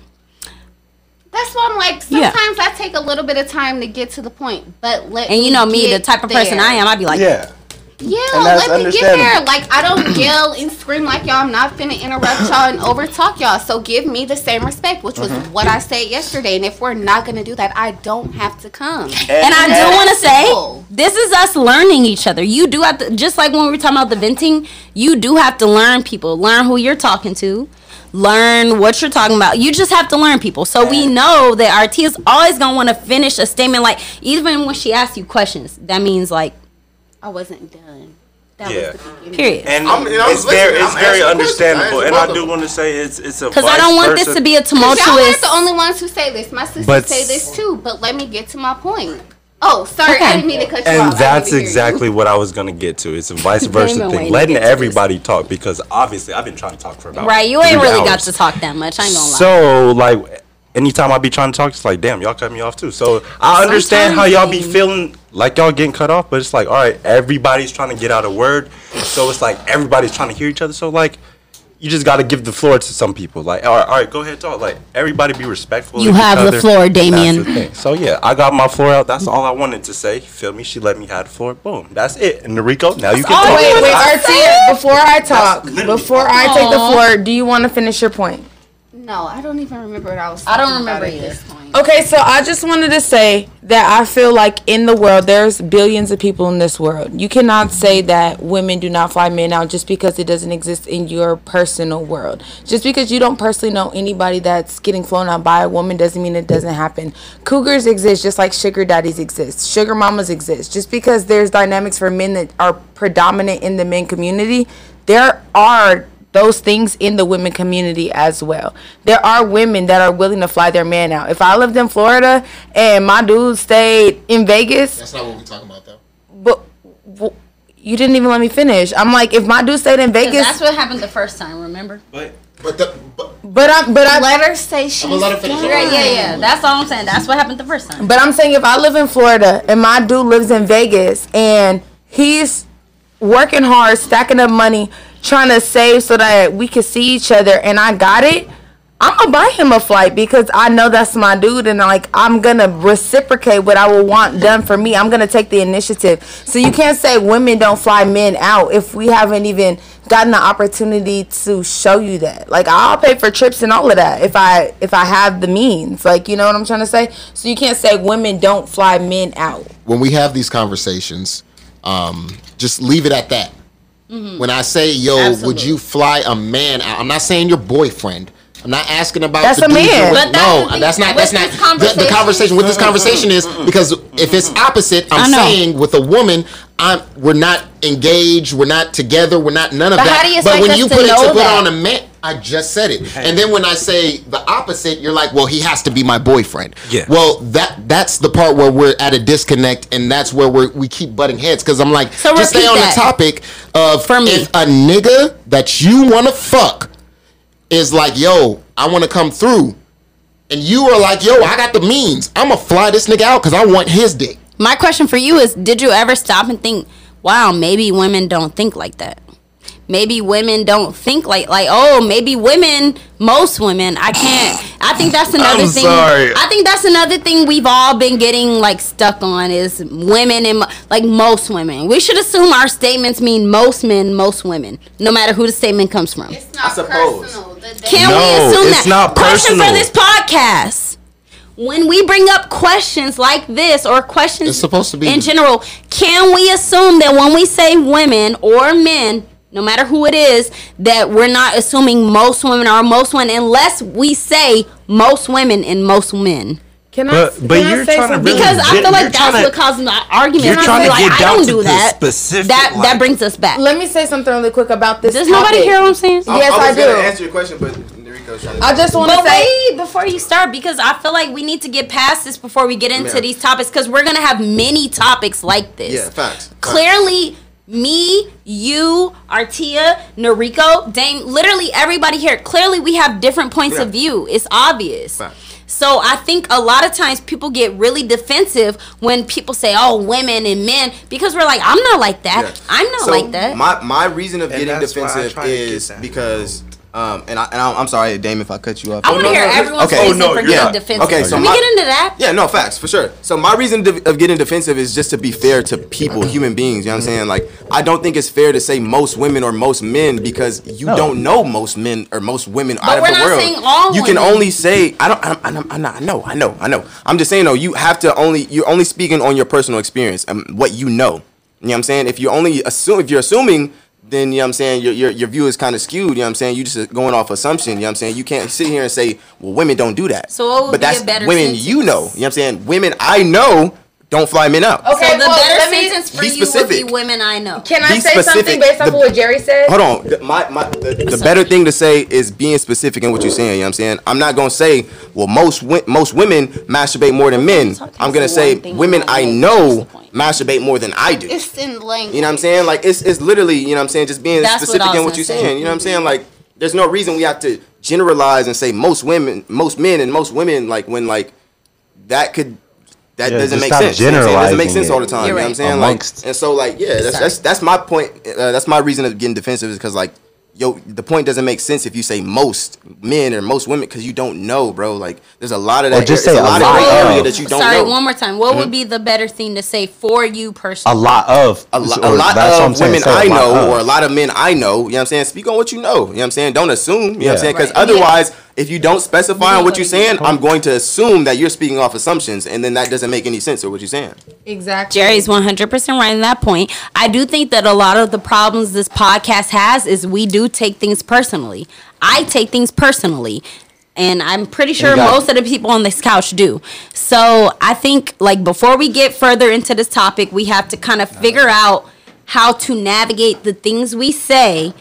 Speaker 2: That's why I'm like,
Speaker 1: Yeah.
Speaker 2: sometimes I take a little bit of time to get to the point, but let
Speaker 1: And you
Speaker 2: me
Speaker 1: know me, the
Speaker 2: get
Speaker 1: type of person
Speaker 2: there.
Speaker 1: I am, I'd be like,
Speaker 9: yeah.
Speaker 2: Yeah,
Speaker 9: And that's
Speaker 2: let me get there.
Speaker 9: understandable.
Speaker 2: Like I don't yell and scream like y'all. I'm not finna interrupt y'all and overtalk y'all. So give me the same respect, which was
Speaker 9: Mm-hmm.
Speaker 1: Mhm.
Speaker 2: what I said yesterday. And if we're not gonna do that, I don't have to come.
Speaker 1: And I do
Speaker 2: That's
Speaker 1: want to
Speaker 2: simple.
Speaker 1: say, this is us learning each other. You do have to, just like when we were talking about the venting, you do have to learn people, learn who you're talking to, learn what you're talking about. You just have to learn people. So we know that RT is always going to want to finish a statement. Like, even when she asks you questions, that means, like,
Speaker 2: I wasn't done. That
Speaker 9: yeah.
Speaker 2: was the beginning.
Speaker 1: Period.
Speaker 9: And
Speaker 1: I'm- and I was
Speaker 9: it's very,
Speaker 1: listening.
Speaker 9: it's
Speaker 1: I'm asking
Speaker 9: very
Speaker 1: questions. I
Speaker 9: understandable.
Speaker 1: answered
Speaker 9: And
Speaker 1: both
Speaker 9: I
Speaker 1: of
Speaker 9: do want to say it's it's a
Speaker 1: because I don't
Speaker 9: vice
Speaker 1: want this
Speaker 9: versa-
Speaker 1: to be a
Speaker 2: Y'all aren't
Speaker 1: tumultuous.
Speaker 2: the only ones who say this. My sisters
Speaker 9: But-
Speaker 2: say this too. But let me get to my point. Oh, sorry,
Speaker 1: Okay.
Speaker 2: I didn't mean to cut you off.
Speaker 9: And
Speaker 2: I didn't
Speaker 9: that's
Speaker 2: hear you.
Speaker 9: exactly what I was gonna get to. It's a vice
Speaker 1: Didn't
Speaker 9: versa
Speaker 1: even wait
Speaker 9: thing.
Speaker 1: to
Speaker 9: Letting
Speaker 1: get to this.
Speaker 9: everybody talk because obviously I've been trying to talk for about
Speaker 1: Right, you ain't
Speaker 9: three
Speaker 1: really got
Speaker 9: hours.
Speaker 1: to talk that much. I ain't gonna lie.
Speaker 9: So like, anytime I be trying to talk, it's like, damn, y'all cut me off too. So I understand how y'all be feeling like y'all getting cut off, but it's like, all right, everybody's trying to get out a word, so it's like everybody's trying to hear each other. So like. You just gotta give the floor to some people. Like, all right, all right go ahead, talk. Like, everybody be respectful.
Speaker 1: You
Speaker 9: of each
Speaker 1: have the
Speaker 9: other.
Speaker 1: floor,
Speaker 9: That's the
Speaker 1: Damien.
Speaker 9: thing. So yeah, I got my floor out. That's all I wanted to say. Feel me? She let me have the floor. Boom. That's it. And Noriko, now you can talk.
Speaker 4: wait, wait,
Speaker 9: I-
Speaker 4: RT, before I talk, before I take the
Speaker 2: Aw.
Speaker 4: floor, do you want to finish your point?
Speaker 2: No, I don't even remember what I was.
Speaker 1: I don't
Speaker 2: talking about
Speaker 1: remember
Speaker 2: at
Speaker 1: either.
Speaker 2: this point.
Speaker 4: Okay, so I just wanted to say that I feel like in the world, there's billions of people in this world. You cannot say that women do not fly men out just because it doesn't exist in your personal world. Just because you don't personally know anybody that's getting flown out by a woman doesn't mean it doesn't happen. Cougars exist just like sugar daddies exist, sugar mamas exist. Just because there's dynamics for men that are predominant in the men community, there are those things in the women community as well. There are women that are willing to fly their man out. If I lived in Florida and my dude stayed in Vegas,
Speaker 5: That's not what we're talking about, though.
Speaker 4: but w- you didn't even let me finish. I'm like, if my dude stayed in
Speaker 1: 'Cause
Speaker 4: Vegas,
Speaker 1: that's what happened the first time, remember?
Speaker 4: but I'm but I
Speaker 2: let her say she's
Speaker 1: Right, yeah, yeah. That's all I'm saying. That's what happened the first time.
Speaker 4: But I'm saying if I live in Florida and my dude lives in Vegas and he's working hard, stacking up money, trying to save so that we can see each other and I got it, I'm gonna buy him a flight because I know that's my dude and like I'm gonna reciprocate what I will want done for me. I'm gonna take the initiative. So you can't say women don't fly men out if we haven't even gotten the opportunity to show you that. Like I'll pay for trips and all of that if I if I have the means. Like you know what I'm trying to say? So you can't say women don't fly men out.
Speaker 5: When we have these conversations, um, just leave it at that.
Speaker 4: Mm-hmm.
Speaker 5: When I say, yo, would you fly a man out? I'm not saying your boyfriend. I'm not asking about
Speaker 4: That's
Speaker 5: the
Speaker 4: a
Speaker 5: dude you're
Speaker 4: man.
Speaker 5: with.
Speaker 4: But
Speaker 5: no,
Speaker 4: that's the
Speaker 5: that's
Speaker 4: thing.
Speaker 5: not.
Speaker 4: With
Speaker 5: That's not
Speaker 4: this
Speaker 5: the, the
Speaker 4: conversation-
Speaker 5: conversation. What this conversation is because if it's opposite,
Speaker 4: I
Speaker 5: I'm
Speaker 4: know.
Speaker 5: saying with a woman, I'm we're not engaged, we're not together, we're not none of
Speaker 4: But
Speaker 5: that.
Speaker 4: how do you
Speaker 5: but
Speaker 4: expect
Speaker 5: when
Speaker 4: us
Speaker 5: you
Speaker 4: to
Speaker 5: put it
Speaker 4: know
Speaker 5: to put
Speaker 4: that?
Speaker 5: on a man, I just said it. And then when I say the opposite, you're like, well, he has to be my boyfriend.
Speaker 9: Yeah.
Speaker 5: Well, that that's the part where we're at a disconnect, and that's where we we keep butting heads because I'm like,
Speaker 9: So
Speaker 5: just stay
Speaker 9: repeat
Speaker 5: on
Speaker 9: that.
Speaker 5: the topic of if a nigga that you want to fuck is like, yo, I want to come through, and you are like, yo, I got the means, I'm gonna fly this nigga out because I want his dick.
Speaker 1: My question for you is Did you ever stop and think, wow, maybe women don't think like that? Maybe women don't think like like oh maybe women most women I can't I think that's another
Speaker 9: I'm
Speaker 1: thing
Speaker 9: sorry.
Speaker 1: I think that's another thing we've all been getting like stuck on is women and mo- like most women we should assume our statements mean most men most women no matter who the statement comes from
Speaker 8: I suppose.
Speaker 1: can we
Speaker 9: No,
Speaker 1: assume
Speaker 9: it's
Speaker 1: that?
Speaker 9: not
Speaker 1: Question for
Speaker 9: personal.
Speaker 1: this podcast. When we bring up questions like this or questions
Speaker 5: It's supposed to be-
Speaker 1: in general, can we assume that when we say women or men, no matter who it is, that we're not assuming most women are most women unless we say most women and most men?
Speaker 4: Can
Speaker 9: I- But- but can I you're say trying to something? really
Speaker 1: because I
Speaker 9: get-
Speaker 1: feel
Speaker 9: you're
Speaker 1: like that's
Speaker 9: trying to-
Speaker 1: what causes my argument.
Speaker 9: you're trying to
Speaker 1: like,
Speaker 9: get
Speaker 1: I
Speaker 9: down
Speaker 1: don't
Speaker 9: to
Speaker 1: do
Speaker 9: the
Speaker 1: that.
Speaker 9: specific,
Speaker 1: That that
Speaker 9: like-
Speaker 1: brings us back.
Speaker 4: Let me say something really quick about this.
Speaker 1: Does nobody
Speaker 4: topic.
Speaker 1: hear what I'm saying?
Speaker 4: Yes, I,
Speaker 8: was
Speaker 4: do.
Speaker 8: gonna answer your question, but Noriko's trying to.
Speaker 6: Oh,
Speaker 4: I just want to
Speaker 1: But
Speaker 4: say.
Speaker 1: wait before you start because I feel like we need to get past this before we get into
Speaker 8: Yeah.
Speaker 1: these topics because we're gonna have many topics like this.
Speaker 8: Yeah, facts.
Speaker 1: Clearly, me, you, Artia, Noriko, Dame, literally everybody here. Clearly, we have different points of
Speaker 8: Yeah.
Speaker 1: view. It's obvious.
Speaker 8: Facts.
Speaker 1: So I think a lot of times people get really defensive when people say, "Oh, women and men," because we're like, "I'm not like that.
Speaker 8: Yeah.
Speaker 1: I'm not
Speaker 8: So,
Speaker 1: like that."
Speaker 8: My my reason of
Speaker 1: And
Speaker 8: getting
Speaker 1: that's why I
Speaker 8: defensive
Speaker 1: try to get
Speaker 8: is because. Um, and I and I, I'm sorry, Damon, if I cut you off.
Speaker 1: I wanna hear everyone's reason for getting defensive.
Speaker 8: Oh, Okay, so
Speaker 1: Can
Speaker 8: my-
Speaker 1: we get into that?
Speaker 8: Yeah, no, facts for sure. So my reason de- of getting defensive is just to be fair to people, human beings. You know what I'm saying? Like, I don't think it's fair to say most women or most men because you don't know most men or most women
Speaker 1: But
Speaker 8: out of
Speaker 1: we're
Speaker 8: the
Speaker 1: not
Speaker 8: world.
Speaker 1: saying all
Speaker 8: you can
Speaker 1: women.
Speaker 8: only say I don't. I'm, I'm, I'm not. I know. I know. I know. I'm just saying though. You have to only. You're only speaking on your personal experience and what you know. You know what I'm saying? If you only assume, if you're assuming, then you know what I'm saying your your, your view is kind of skewed. You know what I'm saying? You're just going off assumption. You know what I'm saying? You can't sit here and say, well, women don't do that.
Speaker 1: So what would
Speaker 8: but
Speaker 1: be a
Speaker 8: that's
Speaker 1: better
Speaker 8: women
Speaker 1: sentence?
Speaker 8: you know. You know what I'm saying? Women I know don't fly men out.
Speaker 1: Okay, so the
Speaker 4: well,
Speaker 1: better
Speaker 4: let me-
Speaker 1: sentence for
Speaker 8: Be
Speaker 1: you would be
Speaker 8: specific.
Speaker 1: women I know.
Speaker 4: Can
Speaker 8: I Be say something specific. based off The- of what
Speaker 4: Jerry said?
Speaker 8: Hold on. The- My, my, the, the better thing to say is being specific in what you're saying. You know what I'm saying? I'm not going to say, well, most wo- most women masturbate more than men. I'm going to say women I know masturbate more than I do.
Speaker 2: It's in language.
Speaker 8: You know what I'm saying? Like, it's, it's literally, you know what I'm saying, just being
Speaker 2: That's what
Speaker 8: specific
Speaker 2: I was
Speaker 8: in what
Speaker 2: gonna
Speaker 8: you're
Speaker 2: say.
Speaker 8: saying. You know what I'm saying? Like, there's no reason we have to generalize and say most women, most men and most women, like, when, like, that could... That
Speaker 9: Yeah,
Speaker 8: doesn't
Speaker 9: just
Speaker 8: make
Speaker 9: stop
Speaker 8: sense. You know what I'm saying? It doesn't make
Speaker 9: generalizing
Speaker 8: sense all the
Speaker 9: it.
Speaker 8: time.
Speaker 9: You're
Speaker 8: You know what I'm
Speaker 9: right.
Speaker 8: saying?
Speaker 9: Amongst-
Speaker 8: Like, and so, like, yeah, that's
Speaker 9: Sorry.
Speaker 8: that's that's my point. Uh, that's my reason of getting defensive is because, like, yo, the point doesn't make sense if you say most men or most women because you don't know, bro. Like, there's a lot of
Speaker 9: Or
Speaker 8: that.
Speaker 9: just
Speaker 8: it's
Speaker 9: say a
Speaker 8: lot,
Speaker 9: lot
Speaker 8: of gray area
Speaker 9: of.
Speaker 8: that you don't
Speaker 1: Sorry,
Speaker 8: know.
Speaker 1: one more time. What would
Speaker 8: Mhm.
Speaker 1: be the better thing to say for you personally?
Speaker 9: A lot of
Speaker 8: a, lo-
Speaker 9: or
Speaker 8: a lot
Speaker 9: that's what I'm
Speaker 8: of
Speaker 9: saying,
Speaker 8: women
Speaker 9: say a
Speaker 8: I
Speaker 9: lot
Speaker 8: know
Speaker 9: of.
Speaker 8: or a lot of men I know, you know what I'm saying? Speak on what you know, you know what I'm saying? Don't assume, you know what I'm
Speaker 9: Yeah.
Speaker 8: saying? Because
Speaker 9: Right.
Speaker 8: otherwise, if you don't specify on what you're saying, I'm going to assume that you're speaking off assumptions and then that doesn't make any sense of what you're saying.
Speaker 1: Exactly. Jerry's 100% right in that point. I do think that a lot of the problems this podcast has is we do take things personally. I take things personally. And I'm pretty sure
Speaker 4: got it.
Speaker 1: most of the people on this couch do. So I think, like, before we get further into this topic, we have to kind of figure out how to navigate the things we say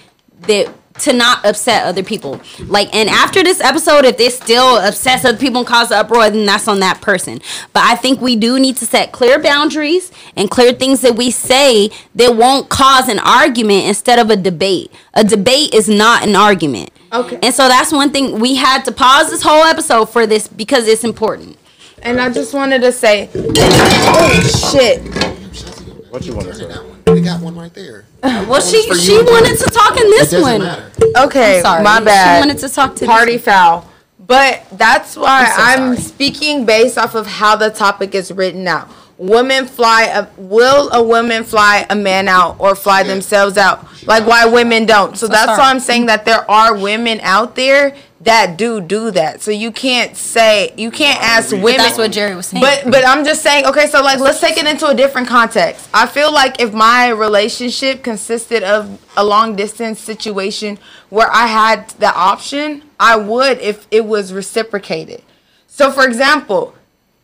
Speaker 1: that to not upset other people. Like, and after this episode, if they still upset other people and cause uproar, then that's on that person. But I think we do need to set clear boundaries and clear things that we say that won't cause an argument instead of a debate. A debate is not an argument. Okay. And so that's one thing we had to pause this whole episode for this because it's important.
Speaker 4: And I just wanted to say, oh shit.
Speaker 9: What you want to say?
Speaker 5: They got one right there.
Speaker 1: Well, she
Speaker 5: for
Speaker 1: she
Speaker 5: you.
Speaker 1: wanted to talk in
Speaker 5: It
Speaker 1: this
Speaker 5: doesn't
Speaker 1: one.
Speaker 5: matter.
Speaker 4: Okay,
Speaker 1: I'm sorry.
Speaker 4: my bad.
Speaker 1: She wanted to talk to
Speaker 4: party foul. But that's why
Speaker 1: I'm
Speaker 4: I'm, speaking based off of how the topic is written out. Women fly. A, will a woman fly a man out or fly themselves out? Like why women don't? So
Speaker 1: so
Speaker 4: that's
Speaker 1: sorry.
Speaker 4: why I'm saying that there are women out there that do do that. So you can't say you can't ask
Speaker 1: But
Speaker 4: women.
Speaker 1: that's what Jerry was saying.
Speaker 4: But but I'm just saying. Okay, so like let's take it into a different context. I feel like if my relationship consisted of a long distance situation where I had the option, I would if it was reciprocated. So for example,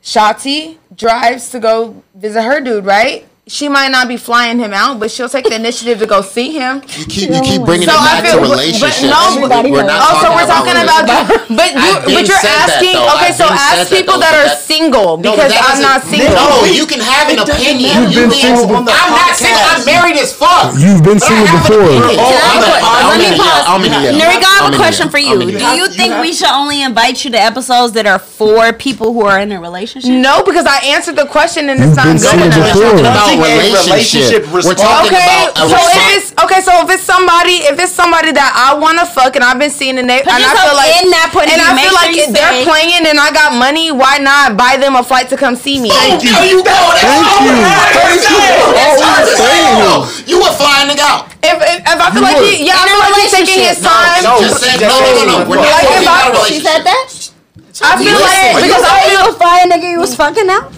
Speaker 4: Shati drives to go visit her dude, right? She might not be flying him out, but she'll take the initiative to go see him.
Speaker 5: You keep, you keep bringing it back to
Speaker 4: but- but
Speaker 5: relationships.
Speaker 4: no, but-
Speaker 5: we're not
Speaker 4: oh, so we're talking about, but
Speaker 5: I
Speaker 4: you,
Speaker 5: didn't
Speaker 4: but you're
Speaker 5: say that,
Speaker 4: asking.
Speaker 5: though. I
Speaker 4: okay, so
Speaker 5: didn't say
Speaker 4: ask
Speaker 5: that,
Speaker 4: people
Speaker 5: though,
Speaker 4: that
Speaker 5: but
Speaker 4: are
Speaker 5: that-
Speaker 4: single
Speaker 5: No, but
Speaker 4: because
Speaker 5: that
Speaker 4: I'm
Speaker 5: doesn't-
Speaker 4: not single.
Speaker 5: No, you can have an opinion. You being on the
Speaker 6: I'm not single. I'm
Speaker 5: podcast.
Speaker 6: married as fuck.
Speaker 7: You've been single
Speaker 9: Oh,
Speaker 7: before.
Speaker 1: Let me pause. Nerica, I have a
Speaker 7: Omni,
Speaker 1: question
Speaker 7: yeah.
Speaker 1: for you.
Speaker 7: Omni,
Speaker 1: Do
Speaker 7: yeah.
Speaker 1: you think we should only invite you to episodes that are for people who are in a relationship?
Speaker 4: No, because I answered the question and it's
Speaker 1: You've
Speaker 4: not
Speaker 1: been
Speaker 4: good
Speaker 1: single
Speaker 4: enough.
Speaker 1: before. We're
Speaker 5: talking about relationship. We're talking
Speaker 4: okay,
Speaker 5: about a
Speaker 4: so
Speaker 5: respons-
Speaker 4: if it's okay, so if it's somebody, if it's somebody that I want to fuck and I've been seeing and they,
Speaker 1: Put
Speaker 4: and I
Speaker 1: yourself
Speaker 4: feel like
Speaker 1: in that point of
Speaker 4: and
Speaker 1: view.
Speaker 4: I
Speaker 1: Make
Speaker 4: feel
Speaker 1: sure
Speaker 4: like
Speaker 1: you
Speaker 4: if they're
Speaker 1: say-
Speaker 4: playing and I got money, why not buy them a flight to come see me?
Speaker 6: Thank you. There you go. That's Thank all you. that Thank you. matters. That's all Always that matters. saying. You a flying nigga out.
Speaker 4: If, if, if I feel
Speaker 6: You
Speaker 4: like
Speaker 6: were.
Speaker 4: he, yeah, I
Speaker 6: In a
Speaker 4: feel like he's taking his
Speaker 6: relationship. No,
Speaker 4: time.
Speaker 6: no, just say- no, no, no, no, we're not
Speaker 4: Like,
Speaker 6: talking
Speaker 4: if
Speaker 6: about
Speaker 4: I-
Speaker 6: a relationship.
Speaker 1: She said that?
Speaker 4: I feel
Speaker 1: Listen,
Speaker 4: like because
Speaker 1: you
Speaker 4: I
Speaker 1: say
Speaker 4: feel
Speaker 1: you a fire nigga you was fucking out.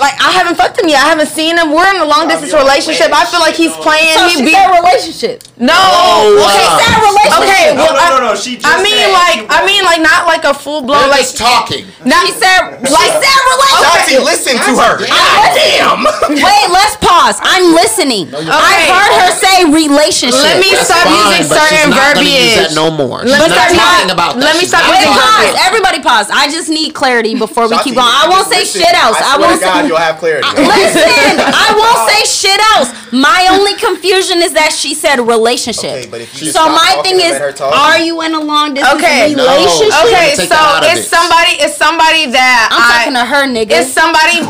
Speaker 4: Like I haven't fucked him yet. I haven't seen him. We're in a long distance relationship. I feel like he's playing.
Speaker 1: So
Speaker 4: he
Speaker 1: she
Speaker 4: be
Speaker 1: said relationship.
Speaker 4: No.
Speaker 1: Oh, wow. She said relationship.
Speaker 4: Okay.
Speaker 1: No,
Speaker 4: Well,
Speaker 1: no, no,
Speaker 4: I-
Speaker 1: no, she just
Speaker 4: I mean,
Speaker 1: said
Speaker 4: like, I mean, like, not like a full blown.
Speaker 6: They're
Speaker 4: Like
Speaker 6: just talking.
Speaker 4: Not, she said. Like
Speaker 1: said relationship.
Speaker 6: Tati, listen to her.
Speaker 1: I'm listening. Wait, let's pause. I'm listening. I
Speaker 4: Okay.
Speaker 1: heard her say relationship.
Speaker 4: Let me
Speaker 1: That's
Speaker 4: stop
Speaker 1: fine,
Speaker 4: using
Speaker 1: but she's
Speaker 4: certain
Speaker 1: not gonna use
Speaker 4: verbiage.
Speaker 1: that no more.
Speaker 4: Let
Speaker 1: She's
Speaker 4: me
Speaker 1: not
Speaker 4: stop
Speaker 1: talking
Speaker 4: using-
Speaker 1: about that.
Speaker 4: Let me
Speaker 1: She's
Speaker 4: stop
Speaker 1: not
Speaker 4: using
Speaker 1: talking about
Speaker 4: verbiage.
Speaker 1: that. Everybody pause. I just need clarity before we keep going. I won't say shit else. I, won't say
Speaker 8: time you'll have clarity.
Speaker 1: Listen, I won't say shit else. My only confusion is that she said relationship.
Speaker 8: you
Speaker 1: so
Speaker 8: stop
Speaker 1: my
Speaker 8: talking
Speaker 1: thing
Speaker 8: and
Speaker 1: is,
Speaker 8: let her talk.
Speaker 1: are you in a long distance
Speaker 7: Okay.
Speaker 1: relationship?
Speaker 7: Okay, so it's somebody. It's somebody that
Speaker 1: I'm
Speaker 7: I-
Speaker 1: talking to her, nigga.
Speaker 7: It's somebody.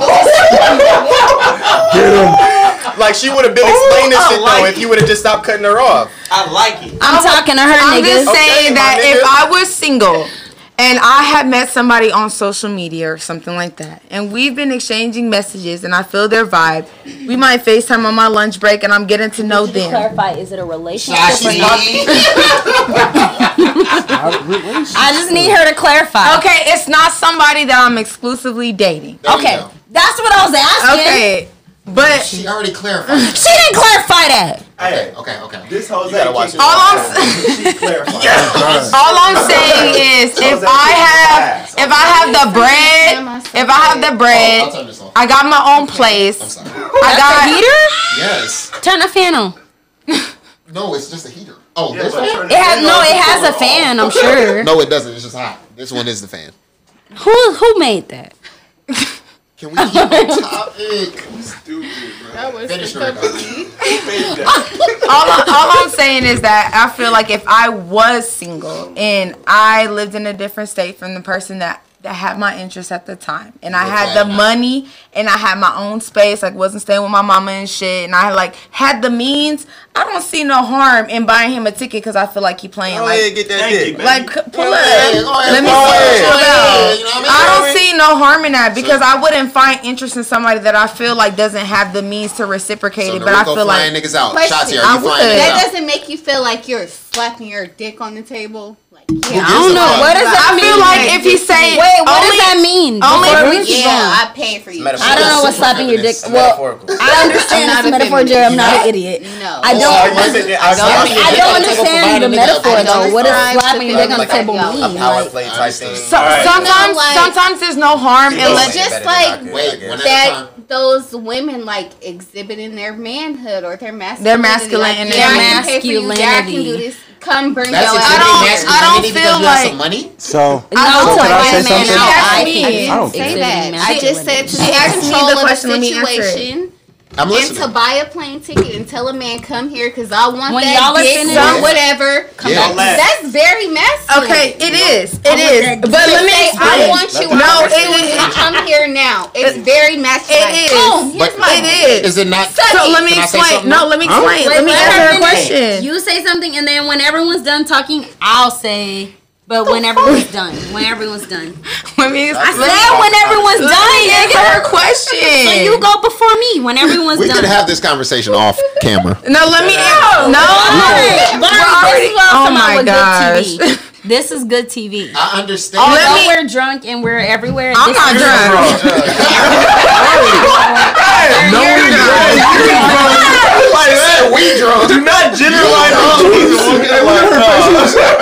Speaker 8: Like she would have been explaining this shit though if you would have just stopped cutting her off.
Speaker 7: I like it.
Speaker 1: I'm talking to her,
Speaker 7: I'm
Speaker 1: niggas.
Speaker 7: just saying
Speaker 1: Okay, my
Speaker 7: that if
Speaker 1: nigga.
Speaker 7: I was single.
Speaker 4: And I had met somebody on social media or something like that. And we've been exchanging messages and I feel their vibe. We might FaceTime on my lunch break and I'm getting to know
Speaker 1: To
Speaker 4: them.
Speaker 1: clarify, is it a relationship?
Speaker 4: Sassy.
Speaker 1: I just need her to clarify.
Speaker 4: Okay, it's not somebody that I'm exclusively dating.
Speaker 1: Okay, that's what I was asking.
Speaker 4: Okay, but
Speaker 5: she already clarified.
Speaker 1: She didn't clarify that.
Speaker 5: Okay, okay, okay.
Speaker 8: This whole thing. All
Speaker 5: I'm
Speaker 4: all I'm saying is if I have if I have the bread, if I have the bread, I got my own place. I got
Speaker 5: Yes.
Speaker 1: Turn the fan on.
Speaker 5: No, it's just a heater. Oh,
Speaker 1: Yeah,
Speaker 5: this
Speaker 1: but
Speaker 5: one?
Speaker 1: turn the It has- fan no, on. it has a fan, I'm sure.
Speaker 5: no, it doesn't. It's just hot. This one is the fan.
Speaker 1: Who who made that?
Speaker 5: Can we keep on topic? That was Finish your
Speaker 4: all, I, all I'm saying is that I feel like if I was single and I lived in a different state from the person that that had my interests at the time, and I had the money and I had my own space, like wasn't staying with my mama and shit, and I like had the means. I don't see no harm in buying him a ticket because I feel like he playing
Speaker 8: Go
Speaker 4: like
Speaker 8: ahead, get that dick.
Speaker 4: like c- pull up.
Speaker 8: ahead, go ahead,
Speaker 4: Let me
Speaker 8: pull
Speaker 4: see
Speaker 8: it.
Speaker 4: pull
Speaker 8: Go ahead,
Speaker 4: out.
Speaker 8: you know what I mean?
Speaker 4: I don't see no harm in that because I wouldn't find interest in somebody that I feel like doesn't have the means to reciprocate it. But I
Speaker 5: Noriko
Speaker 4: feel like
Speaker 5: flying niggas out.
Speaker 2: Question.
Speaker 5: Shots here.
Speaker 4: I
Speaker 5: You flying
Speaker 4: would.
Speaker 5: niggas
Speaker 2: That
Speaker 5: out.
Speaker 2: doesn't make you feel like you're slapping your dick on the table. Like,
Speaker 5: Who
Speaker 2: yeah,
Speaker 5: gives I don't a know. fuck? What does that
Speaker 2: I
Speaker 5: mean?
Speaker 2: feel like if you say,
Speaker 5: Wait,
Speaker 1: what does that mean?
Speaker 2: Only
Speaker 1: Before
Speaker 2: yeah,
Speaker 1: we keep going.
Speaker 2: I paid for you.
Speaker 1: I don't know what slapping your dick. Well, I understand it's
Speaker 2: I'm not
Speaker 1: a
Speaker 2: a
Speaker 1: metaphor,
Speaker 2: feminist.
Speaker 1: Jerry. I'm not
Speaker 2: No.
Speaker 1: an idiot.
Speaker 2: No.
Speaker 1: I don't.
Speaker 2: Oh,
Speaker 1: I
Speaker 2: I
Speaker 1: don't,
Speaker 2: get it. I slapped your dick on the table,
Speaker 1: understand the
Speaker 2: provided nigga
Speaker 1: metaphor
Speaker 2: don't
Speaker 1: though. What does
Speaker 2: subscribe
Speaker 1: slapping your
Speaker 2: to
Speaker 1: dick on the
Speaker 2: like a-
Speaker 1: table
Speaker 2: a
Speaker 1: mean?
Speaker 8: Power
Speaker 1: Like,
Speaker 8: play type thing.
Speaker 4: So, sometimes,
Speaker 2: No, like-
Speaker 4: sometimes there's no harm in
Speaker 2: It's
Speaker 4: let
Speaker 2: just like
Speaker 4: Wait, one at a
Speaker 2: that those women like exhibiting their manhood or their masculinity.
Speaker 4: Their masculine
Speaker 2: like,
Speaker 4: energy.
Speaker 2: yeah, I can pay for you, yeah, I can do
Speaker 4: Masculinity.
Speaker 2: this. Come bring
Speaker 5: That's
Speaker 2: your
Speaker 5: exhibiting
Speaker 2: ass. I
Speaker 5: masculinity
Speaker 2: don't, I don't
Speaker 5: because
Speaker 2: feel
Speaker 5: you have
Speaker 2: like
Speaker 5: some money.
Speaker 9: So,
Speaker 2: I don't
Speaker 9: so
Speaker 2: tell
Speaker 9: can I
Speaker 2: my
Speaker 9: say
Speaker 2: man
Speaker 9: something?
Speaker 2: out. I
Speaker 9: I
Speaker 2: can
Speaker 9: didn't
Speaker 2: not
Speaker 9: think
Speaker 2: say
Speaker 9: so.
Speaker 2: that. I just said to
Speaker 4: She asked me the
Speaker 2: control of a
Speaker 4: question, let me answer it.
Speaker 2: situation.
Speaker 5: I'm
Speaker 2: And
Speaker 5: listening.
Speaker 2: to buy a plane ticket and tell a man come here because I want
Speaker 1: When
Speaker 2: that
Speaker 1: y'all are
Speaker 2: dick
Speaker 1: finished-
Speaker 2: or whatever. Come
Speaker 5: Yeah.
Speaker 2: back. That's very masculine.
Speaker 4: Okay, it is. It
Speaker 2: I want
Speaker 4: is.
Speaker 2: that
Speaker 4: But
Speaker 2: dick.
Speaker 4: let me
Speaker 2: Say, I
Speaker 4: explain.
Speaker 2: want you.
Speaker 4: No,
Speaker 2: No,
Speaker 4: it is-
Speaker 2: it is. Come here now. It's very masculine.
Speaker 4: It is.
Speaker 2: Boom, here's
Speaker 5: But
Speaker 2: my
Speaker 5: it is. Is it not?
Speaker 4: So let me
Speaker 5: Can I say
Speaker 4: explain.
Speaker 5: something?
Speaker 4: No, let me
Speaker 5: Huh?
Speaker 4: explain.
Speaker 1: Wait,
Speaker 4: let me
Speaker 1: let her
Speaker 4: answer a
Speaker 1: finish.
Speaker 4: question.
Speaker 1: You say something, and then when everyone's done talking, I'll say. But when everyone's done, when everyone's done.
Speaker 4: Let me.
Speaker 1: I said when everyone's
Speaker 4: Let
Speaker 1: done.
Speaker 4: me
Speaker 1: nigga.
Speaker 4: answer her question.
Speaker 1: So you go before me when everyone's
Speaker 5: We
Speaker 1: done.
Speaker 5: could have this conversation off camera.
Speaker 4: No, let me.
Speaker 1: No,
Speaker 4: No.
Speaker 1: Burn.
Speaker 4: We're
Speaker 1: This
Speaker 4: already-
Speaker 1: is what I'm
Speaker 4: Oh
Speaker 1: talking
Speaker 4: my
Speaker 1: about
Speaker 4: gosh.
Speaker 1: with good TV. This is good TV.
Speaker 5: I understand.
Speaker 1: Although
Speaker 4: Let me-
Speaker 1: we're drunk and we're everywhere. and
Speaker 4: I'm
Speaker 1: this
Speaker 4: not
Speaker 1: is-
Speaker 4: drunk.
Speaker 6: No, we drunk. You drunk. Like that. We drunk. Do not generalize the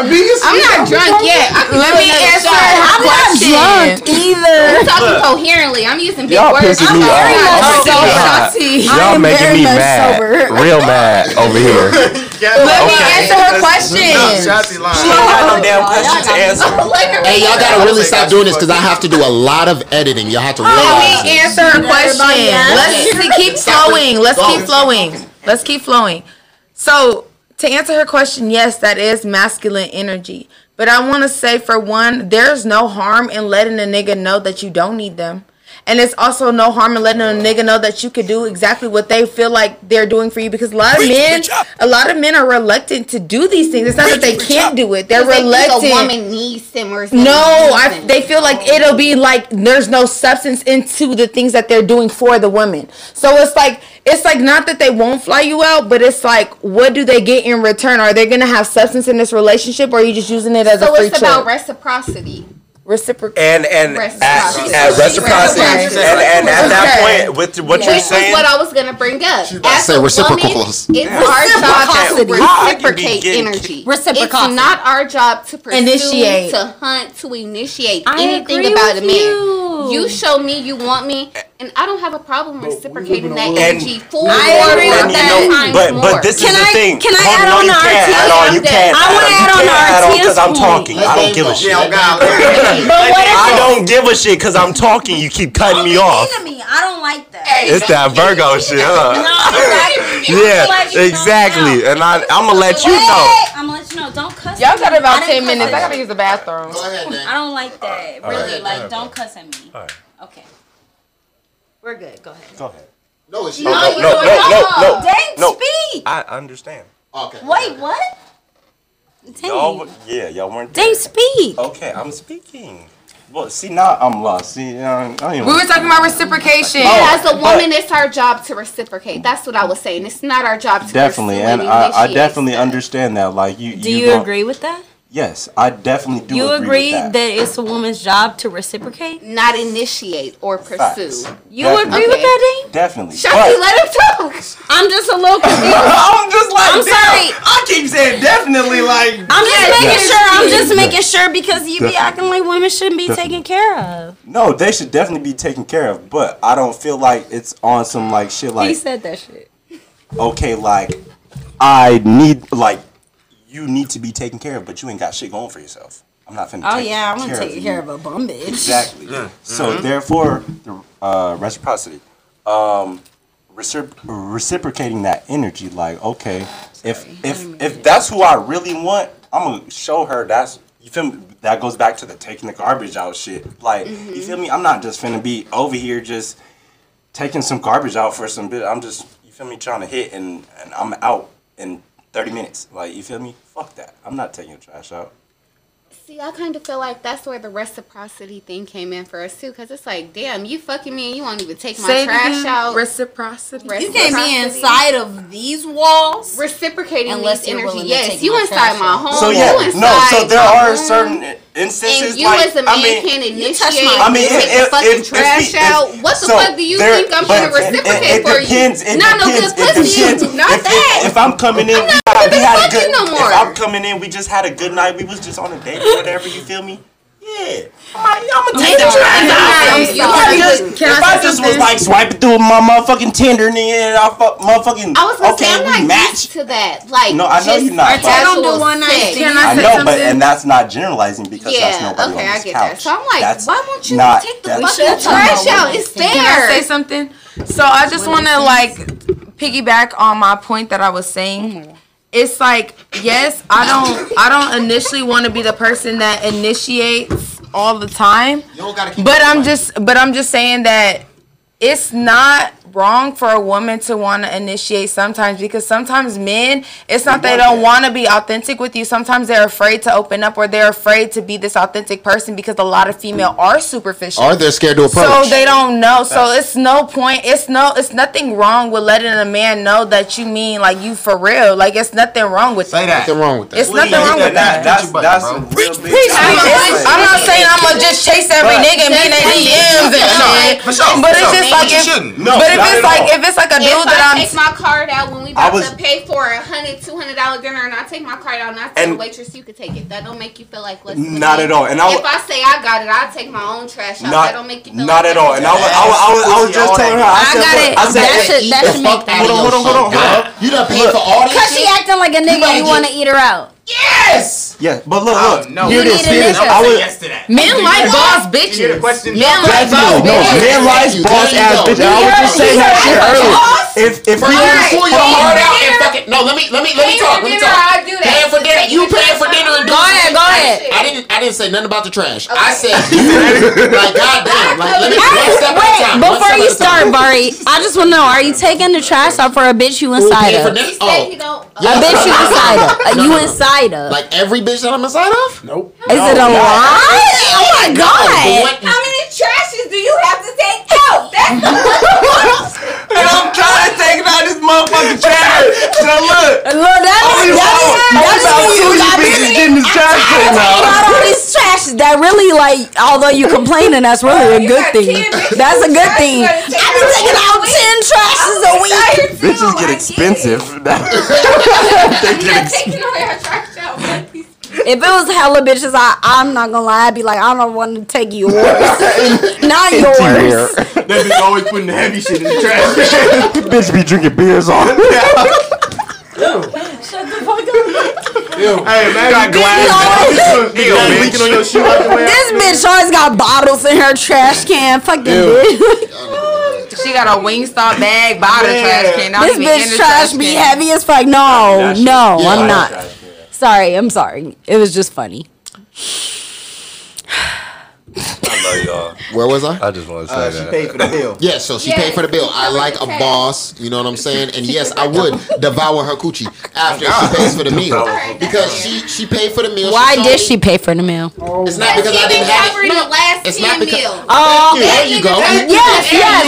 Speaker 4: I'm not drunk yet. Let me answer her
Speaker 2: I'm not
Speaker 4: question.
Speaker 2: drunk
Speaker 4: either.
Speaker 2: I'm talking coherently. I'm using big
Speaker 9: Y'all
Speaker 2: words.
Speaker 9: pissing
Speaker 2: I'm
Speaker 9: me
Speaker 2: very
Speaker 9: off.
Speaker 2: much
Speaker 4: Oh,
Speaker 9: Y'all- Y'all making me mad, real mad Oh. over here.
Speaker 4: Let me answer her question.
Speaker 9: She ain't got no damn question to answer.
Speaker 5: Hey, y'all gotta really stop doing this because I have to do a lot of editing. Y'all have to realize
Speaker 4: Let
Speaker 5: this.
Speaker 4: me answer her question.
Speaker 5: everybody ask
Speaker 4: Let's
Speaker 5: it.
Speaker 4: just keep flowing. Let's keep flowing. Let's keep flowing. So, to answer her question, yes, that is masculine energy. But I want to say, for one, there's no harm in letting a nigga know that you don't need them. And it's also no harm in letting a nigga know that you could do exactly what they feel like they're doing for you because a lot of men, a lot of men are reluctant to do these things. It's not that they can't do it; they're
Speaker 2: Because they
Speaker 4: reluctant.
Speaker 2: Think a woman needs them or something.
Speaker 4: No, I, they feel like it'll be like there's no substance into the things that they're doing for the women. So it's like it's like not that they won't fly you out, but it's like what do they get in return? Are they gonna have substance in this relationship, or are you just using it as
Speaker 2: So
Speaker 4: a free
Speaker 2: it's about
Speaker 4: trip?
Speaker 2: reciprocity.
Speaker 4: Reciproc-
Speaker 9: And and at,
Speaker 2: Reciprocity.
Speaker 9: at reciprocity, and,
Speaker 2: Reciprocity.
Speaker 9: and at that
Speaker 2: Okay.
Speaker 9: point, with what
Speaker 2: Which
Speaker 9: you're
Speaker 2: is
Speaker 9: saying,
Speaker 2: what I was gonna bring up.
Speaker 5: about to
Speaker 2: As
Speaker 5: say
Speaker 2: a
Speaker 5: reciprocal
Speaker 2: woman,
Speaker 5: clause.
Speaker 2: It's our job to
Speaker 9: Reciprocity. How you be
Speaker 2: reciprocate
Speaker 9: getting
Speaker 2: energy.
Speaker 1: Reciprocity.
Speaker 2: It's not our job to pursue,
Speaker 1: Initiate.
Speaker 2: to hunt, to initiate
Speaker 1: I
Speaker 2: anything
Speaker 1: agree
Speaker 2: about
Speaker 1: with
Speaker 2: a man.
Speaker 1: you. you.
Speaker 2: You show me you want me, and I don't have a problem reciprocating that
Speaker 1: world-
Speaker 2: energy for
Speaker 1: I agree with that.
Speaker 9: But but this
Speaker 1: Can
Speaker 9: is the
Speaker 1: I-
Speaker 9: thing.
Speaker 1: can I
Speaker 9: Hold
Speaker 1: add on
Speaker 9: you
Speaker 1: to
Speaker 9: can't
Speaker 1: RTS?
Speaker 9: Add on, you can't.
Speaker 1: I wanna add on
Speaker 9: to
Speaker 1: to
Speaker 9: because I'm
Speaker 1: RTS
Speaker 9: talking. I don't give a shit. I don't give a shit because I'm talking. You keep cutting me off.
Speaker 1: me. I don't like that.
Speaker 9: It's that Virgo shit, huh? Yeah, exactly. And I, I'm gonna let you know.
Speaker 1: I'm gonna let you know. Don't cuss.
Speaker 4: Y'all
Speaker 1: at me.
Speaker 4: got about
Speaker 1: I
Speaker 4: 10
Speaker 1: didn't cuss
Speaker 4: minutes.
Speaker 1: at
Speaker 4: I
Speaker 1: you.
Speaker 4: gotta use the bathroom.
Speaker 1: I don't like that.
Speaker 4: All right.
Speaker 1: Really,
Speaker 4: All
Speaker 1: like,
Speaker 4: right.
Speaker 1: don't cuss at me. Okay. We're good. Go ahead.
Speaker 9: Go ahead.
Speaker 1: No, it's
Speaker 9: No, no, no, no, no,
Speaker 1: Dang,
Speaker 9: no.
Speaker 1: speak.
Speaker 9: I understand. Okay.
Speaker 1: Wait, what?
Speaker 9: Y'all, Oh,
Speaker 1: Dang.
Speaker 9: were- yeah, y'all weren't.
Speaker 1: Dang, speak.
Speaker 9: Okay, I'm speaking. Well, see now I'm lost. See, I, I don't even.
Speaker 4: about reciprocation.
Speaker 2: Yeah, as a
Speaker 9: But-
Speaker 2: woman, it's our job to reciprocate. That's what I was saying. It's not our job to
Speaker 9: definitely,
Speaker 2: pursue
Speaker 9: and
Speaker 2: any
Speaker 9: I, I
Speaker 2: initiates.
Speaker 9: definitely understand that. Like you,
Speaker 1: Do you
Speaker 9: don't-
Speaker 1: agree with that?
Speaker 9: Yes, I definitely do.
Speaker 1: you agree
Speaker 9: agree,
Speaker 1: that.
Speaker 9: with that.
Speaker 1: it's a woman's job to reciprocate,
Speaker 2: not initiate or pursue.
Speaker 9: Facts.
Speaker 1: You
Speaker 9: Definitely.
Speaker 1: agree with that, Dane?
Speaker 9: Definitely.
Speaker 2: Shotzi,
Speaker 9: But-
Speaker 2: let him talk.
Speaker 1: I'm just a little confused.
Speaker 9: I'm just like,
Speaker 1: I'm
Speaker 9: damn,
Speaker 1: sorry.
Speaker 9: I keep saying definitely, like.
Speaker 1: I'm just
Speaker 9: Yeah.
Speaker 1: making sure. I'm just
Speaker 9: Yeah.
Speaker 1: making sure because you be
Speaker 9: Definitely.
Speaker 1: acting like women shouldn't be
Speaker 9: Definitely.
Speaker 1: taken care of.
Speaker 9: No, they should definitely be taken care of, but I don't feel like it's on some like shit
Speaker 1: he
Speaker 9: like
Speaker 1: said that shit.
Speaker 9: okay, like I need like you need to be taken care of, but you ain't got shit going for yourself. I'm not finna.
Speaker 1: Oh
Speaker 9: take
Speaker 1: yeah, I'm gonna
Speaker 9: care
Speaker 1: take
Speaker 9: you.
Speaker 1: care of a bum bitch.
Speaker 9: Exactly. So
Speaker 1: Mhm.
Speaker 9: therefore, the uh, reciprocity, um, recipro- reciprocating that energy, like okay, if if if that's who I really want, I'm gonna show her that's. You feel me? That goes back to the taking the garbage out shit. Like, you feel me? I'm not just finna be over here just taking some garbage out for some bit. I'm just, you feel me, trying to hit and, and I'm out in 30 minutes. Like, you feel me? Fuck that. I'm not taking the trash out.
Speaker 2: See, I kind of feel like that's where the reciprocity thing came in for us too, because it's like, damn, you fucking me, and you won't even take my
Speaker 4: Say it
Speaker 2: trash
Speaker 4: again.
Speaker 2: out.
Speaker 4: Reciprocity.
Speaker 1: You can't be inside of these walls.
Speaker 2: Reciprocating
Speaker 1: Unless
Speaker 2: these
Speaker 1: you're
Speaker 2: energy.
Speaker 1: willing to
Speaker 2: Yes,
Speaker 1: take
Speaker 2: you
Speaker 1: my
Speaker 2: inside
Speaker 1: trash
Speaker 2: my
Speaker 1: out.
Speaker 2: home.
Speaker 9: So yeah,
Speaker 2: you inside
Speaker 9: no. So there
Speaker 2: my
Speaker 9: are
Speaker 2: home.
Speaker 9: certain instances
Speaker 2: mm-hmm. And you
Speaker 9: like
Speaker 2: as a man
Speaker 9: I mean,
Speaker 2: can
Speaker 1: You
Speaker 2: initiate.
Speaker 1: touch my-
Speaker 9: I mean,
Speaker 2: you
Speaker 9: it-
Speaker 2: take
Speaker 9: it-
Speaker 2: the fucking
Speaker 9: it-
Speaker 2: trash
Speaker 9: it-
Speaker 2: out.
Speaker 9: it-
Speaker 2: What the
Speaker 9: so
Speaker 2: fuck do you
Speaker 9: there-
Speaker 2: think I'm
Speaker 9: but
Speaker 2: gonna
Speaker 9: it- it-
Speaker 2: reciprocate
Speaker 9: it
Speaker 2: for
Speaker 9: depends,
Speaker 2: you?
Speaker 9: It
Speaker 2: Not no
Speaker 9: depends, it
Speaker 2: good pussy.
Speaker 9: depends.
Speaker 2: Not
Speaker 9: if,
Speaker 2: that.
Speaker 9: If I'm coming in, we,
Speaker 2: not
Speaker 9: had-
Speaker 2: gonna
Speaker 9: we
Speaker 2: be
Speaker 9: had a
Speaker 2: fucking
Speaker 9: good.
Speaker 2: no more.
Speaker 9: If I'm coming in, we just had a good night. We was just on a date or whatever. You feel me? Yeah. I'm gonna take the trash out.
Speaker 19: I'm
Speaker 9: If I
Speaker 19: sorry.
Speaker 9: just,
Speaker 19: Can I say
Speaker 9: if I just was
Speaker 19: something?
Speaker 9: like swiping through my motherfucking Tinder and then I fuck motherfucking.
Speaker 2: I was gonna
Speaker 9: okay,
Speaker 2: say I'm
Speaker 9: we
Speaker 2: not
Speaker 9: match.
Speaker 2: used to that. Like,
Speaker 9: No, I know
Speaker 2: just
Speaker 9: you're not,
Speaker 2: our
Speaker 9: but- I
Speaker 1: don't do
Speaker 2: actual
Speaker 1: one night
Speaker 2: sex.
Speaker 1: stands.
Speaker 9: I know, but and that's not generalizing because that's
Speaker 2: yeah,
Speaker 9: nobody
Speaker 2: okay,
Speaker 9: on
Speaker 2: I
Speaker 9: this
Speaker 2: get
Speaker 9: couch.
Speaker 2: that. So I'm like,
Speaker 9: That's
Speaker 2: why won't you
Speaker 9: not-
Speaker 2: take the
Speaker 9: that's-
Speaker 2: fucking trash out? It's there.
Speaker 4: Can I say something? So I just want to like piggyback on my point that I was saying. It's like yes, I don't, I don't initially want to be the person that initiates all the time. But I'm just, but I'm just saying that it's not wrong for a woman to want to initiate sometimes because sometimes men it's not they don't want to be authentic with you sometimes they're afraid to open up or they're afraid to be this authentic person because a lot of female are superficial
Speaker 5: Or they're scared to approach.
Speaker 4: so they don't know so it's
Speaker 5: Facts.
Speaker 4: no point it's no it's nothing wrong with letting a man know that you mean like you for real like it's nothing wrong with
Speaker 5: Say that. Nothing wrong with that.
Speaker 4: it's nothing wrong with that
Speaker 9: That's that's a real big.
Speaker 4: Preach, bitch. I'm not saying I'm gonna just chase every
Speaker 9: But-
Speaker 4: nigga and be in their DMs and
Speaker 9: No,
Speaker 4: shit.
Speaker 9: for sure,
Speaker 4: But it's
Speaker 9: for sure.
Speaker 4: just like
Speaker 9: But you
Speaker 4: if,
Speaker 9: shouldn't. No,
Speaker 4: but if
Speaker 9: not
Speaker 4: it's
Speaker 9: at
Speaker 4: like
Speaker 9: all.
Speaker 4: if it's like a dude
Speaker 2: if
Speaker 4: that
Speaker 2: I
Speaker 4: I'm
Speaker 2: take my card out when we
Speaker 9: I
Speaker 2: about
Speaker 9: was-
Speaker 2: to pay for a hundred, two hundred dollar dinner, and I take my card out and I tell
Speaker 9: And-
Speaker 2: the waitress you can take it. That don't make you feel like let's
Speaker 9: Not at all, and I
Speaker 2: if
Speaker 9: wa-
Speaker 2: I say I got it, I take my own trash out. that don't make you feel
Speaker 9: not
Speaker 2: like
Speaker 9: at all. And I was, I was, I was, I was just telling her. I, said, look, I said,
Speaker 1: that should, that
Speaker 9: look,
Speaker 1: should make that.
Speaker 9: hold on, hold on, hold on, hold on.
Speaker 5: You done
Speaker 9: paid for all
Speaker 1: Cause she acting like a nigga, you want to eat her out.
Speaker 9: Yes. Yeah, but look, look.
Speaker 1: no. You
Speaker 9: Hear this,
Speaker 1: need a
Speaker 9: hear this.
Speaker 1: nigga.
Speaker 9: I was.
Speaker 1: Yes
Speaker 4: men like boss bitches. Men like boss
Speaker 9: Definitely, no,
Speaker 4: bitches.
Speaker 9: man likes boss ass bitch. I was just saying that shit earlier.
Speaker 1: Oh,
Speaker 9: If if
Speaker 6: For
Speaker 9: we
Speaker 6: you to pull your heart out and
Speaker 9: Alright.
Speaker 6: fucking no, let me let me let
Speaker 4: Paying
Speaker 6: me talk.
Speaker 4: for
Speaker 6: Let me
Speaker 4: dinner,
Speaker 6: talk.
Speaker 4: I do that.
Speaker 6: Paying for dinner, you paying for dinner and
Speaker 4: Go
Speaker 6: doing
Speaker 4: ahead,
Speaker 6: shit.
Speaker 4: go ahead.
Speaker 6: I didn't I didn't say nothing about the trash. I said like goddamn, like let me one step at a
Speaker 1: Wait,
Speaker 6: time.
Speaker 1: before you start, Bari, I just want to know: Are you taking the trash out for a bitch you inside
Speaker 6: paying for
Speaker 1: of?
Speaker 6: this? Oh.
Speaker 2: "Uh,
Speaker 1: A bitch you inside of? Uh, You inside of?
Speaker 6: Like every bitch that I'm inside of? Nope.
Speaker 1: Is it a lie? Oh my
Speaker 6: No,
Speaker 1: god!
Speaker 6: but
Speaker 2: How many trashes do you have to take out? That's
Speaker 9: And I'm trying to take out this motherfucking trash. So look.
Speaker 1: Look, that
Speaker 9: I'm
Speaker 1: is- that is-
Speaker 9: about-
Speaker 1: that
Speaker 9: I'm
Speaker 1: is
Speaker 9: about
Speaker 1: when you
Speaker 9: two of you
Speaker 1: got
Speaker 9: bitches
Speaker 1: busy.
Speaker 9: getting this trash
Speaker 1: Take
Speaker 9: can
Speaker 1: out all these trashes that really like although you complaining that's really a good thing that's a good thing i've been taking out 10 trashes a week
Speaker 9: Bitches get expensive. they get
Speaker 2: taking all your trash out.
Speaker 1: If it was hella bitches, I I'm not gonna lie. I'd be like, I don't want to take yours, not yours.
Speaker 11: That bitch always putting the heavy shit in the trash.
Speaker 3: Bitch be drinking beers on.
Speaker 11: Shut the fuck up. Hey, man, got
Speaker 1: glass.
Speaker 11: glass. Ew, man. Leaking on your shoe out the way out.
Speaker 1: This bitch always got bottles in her trash can. Fucking bitch.
Speaker 6: She got a Wingstop bag by the trash can. Not
Speaker 1: This
Speaker 6: even in
Speaker 1: bitch
Speaker 6: the
Speaker 1: trash
Speaker 6: trash
Speaker 1: be
Speaker 6: can.
Speaker 1: heavy as fuck. No, no,
Speaker 6: Yeah, I
Speaker 1: I'm
Speaker 6: like
Speaker 1: not. Sorry, I'm sorry. It was just funny.
Speaker 9: I love y'all.
Speaker 5: Where was I?
Speaker 9: I just want to say
Speaker 5: Uh, she
Speaker 9: that.
Speaker 5: paid for the bill. Yeah, so she paid for the bill. I like a boss. You know what I'm saying? And yes, I would devour her coochie after she pays for the meal because she she paid for the meal.
Speaker 1: Why
Speaker 5: she
Speaker 1: did she pay for the meal?
Speaker 5: It's not because I didn't have it.
Speaker 2: the last
Speaker 5: It's not because. Meals.
Speaker 1: Oh,
Speaker 5: there you go.
Speaker 1: Yes, yes.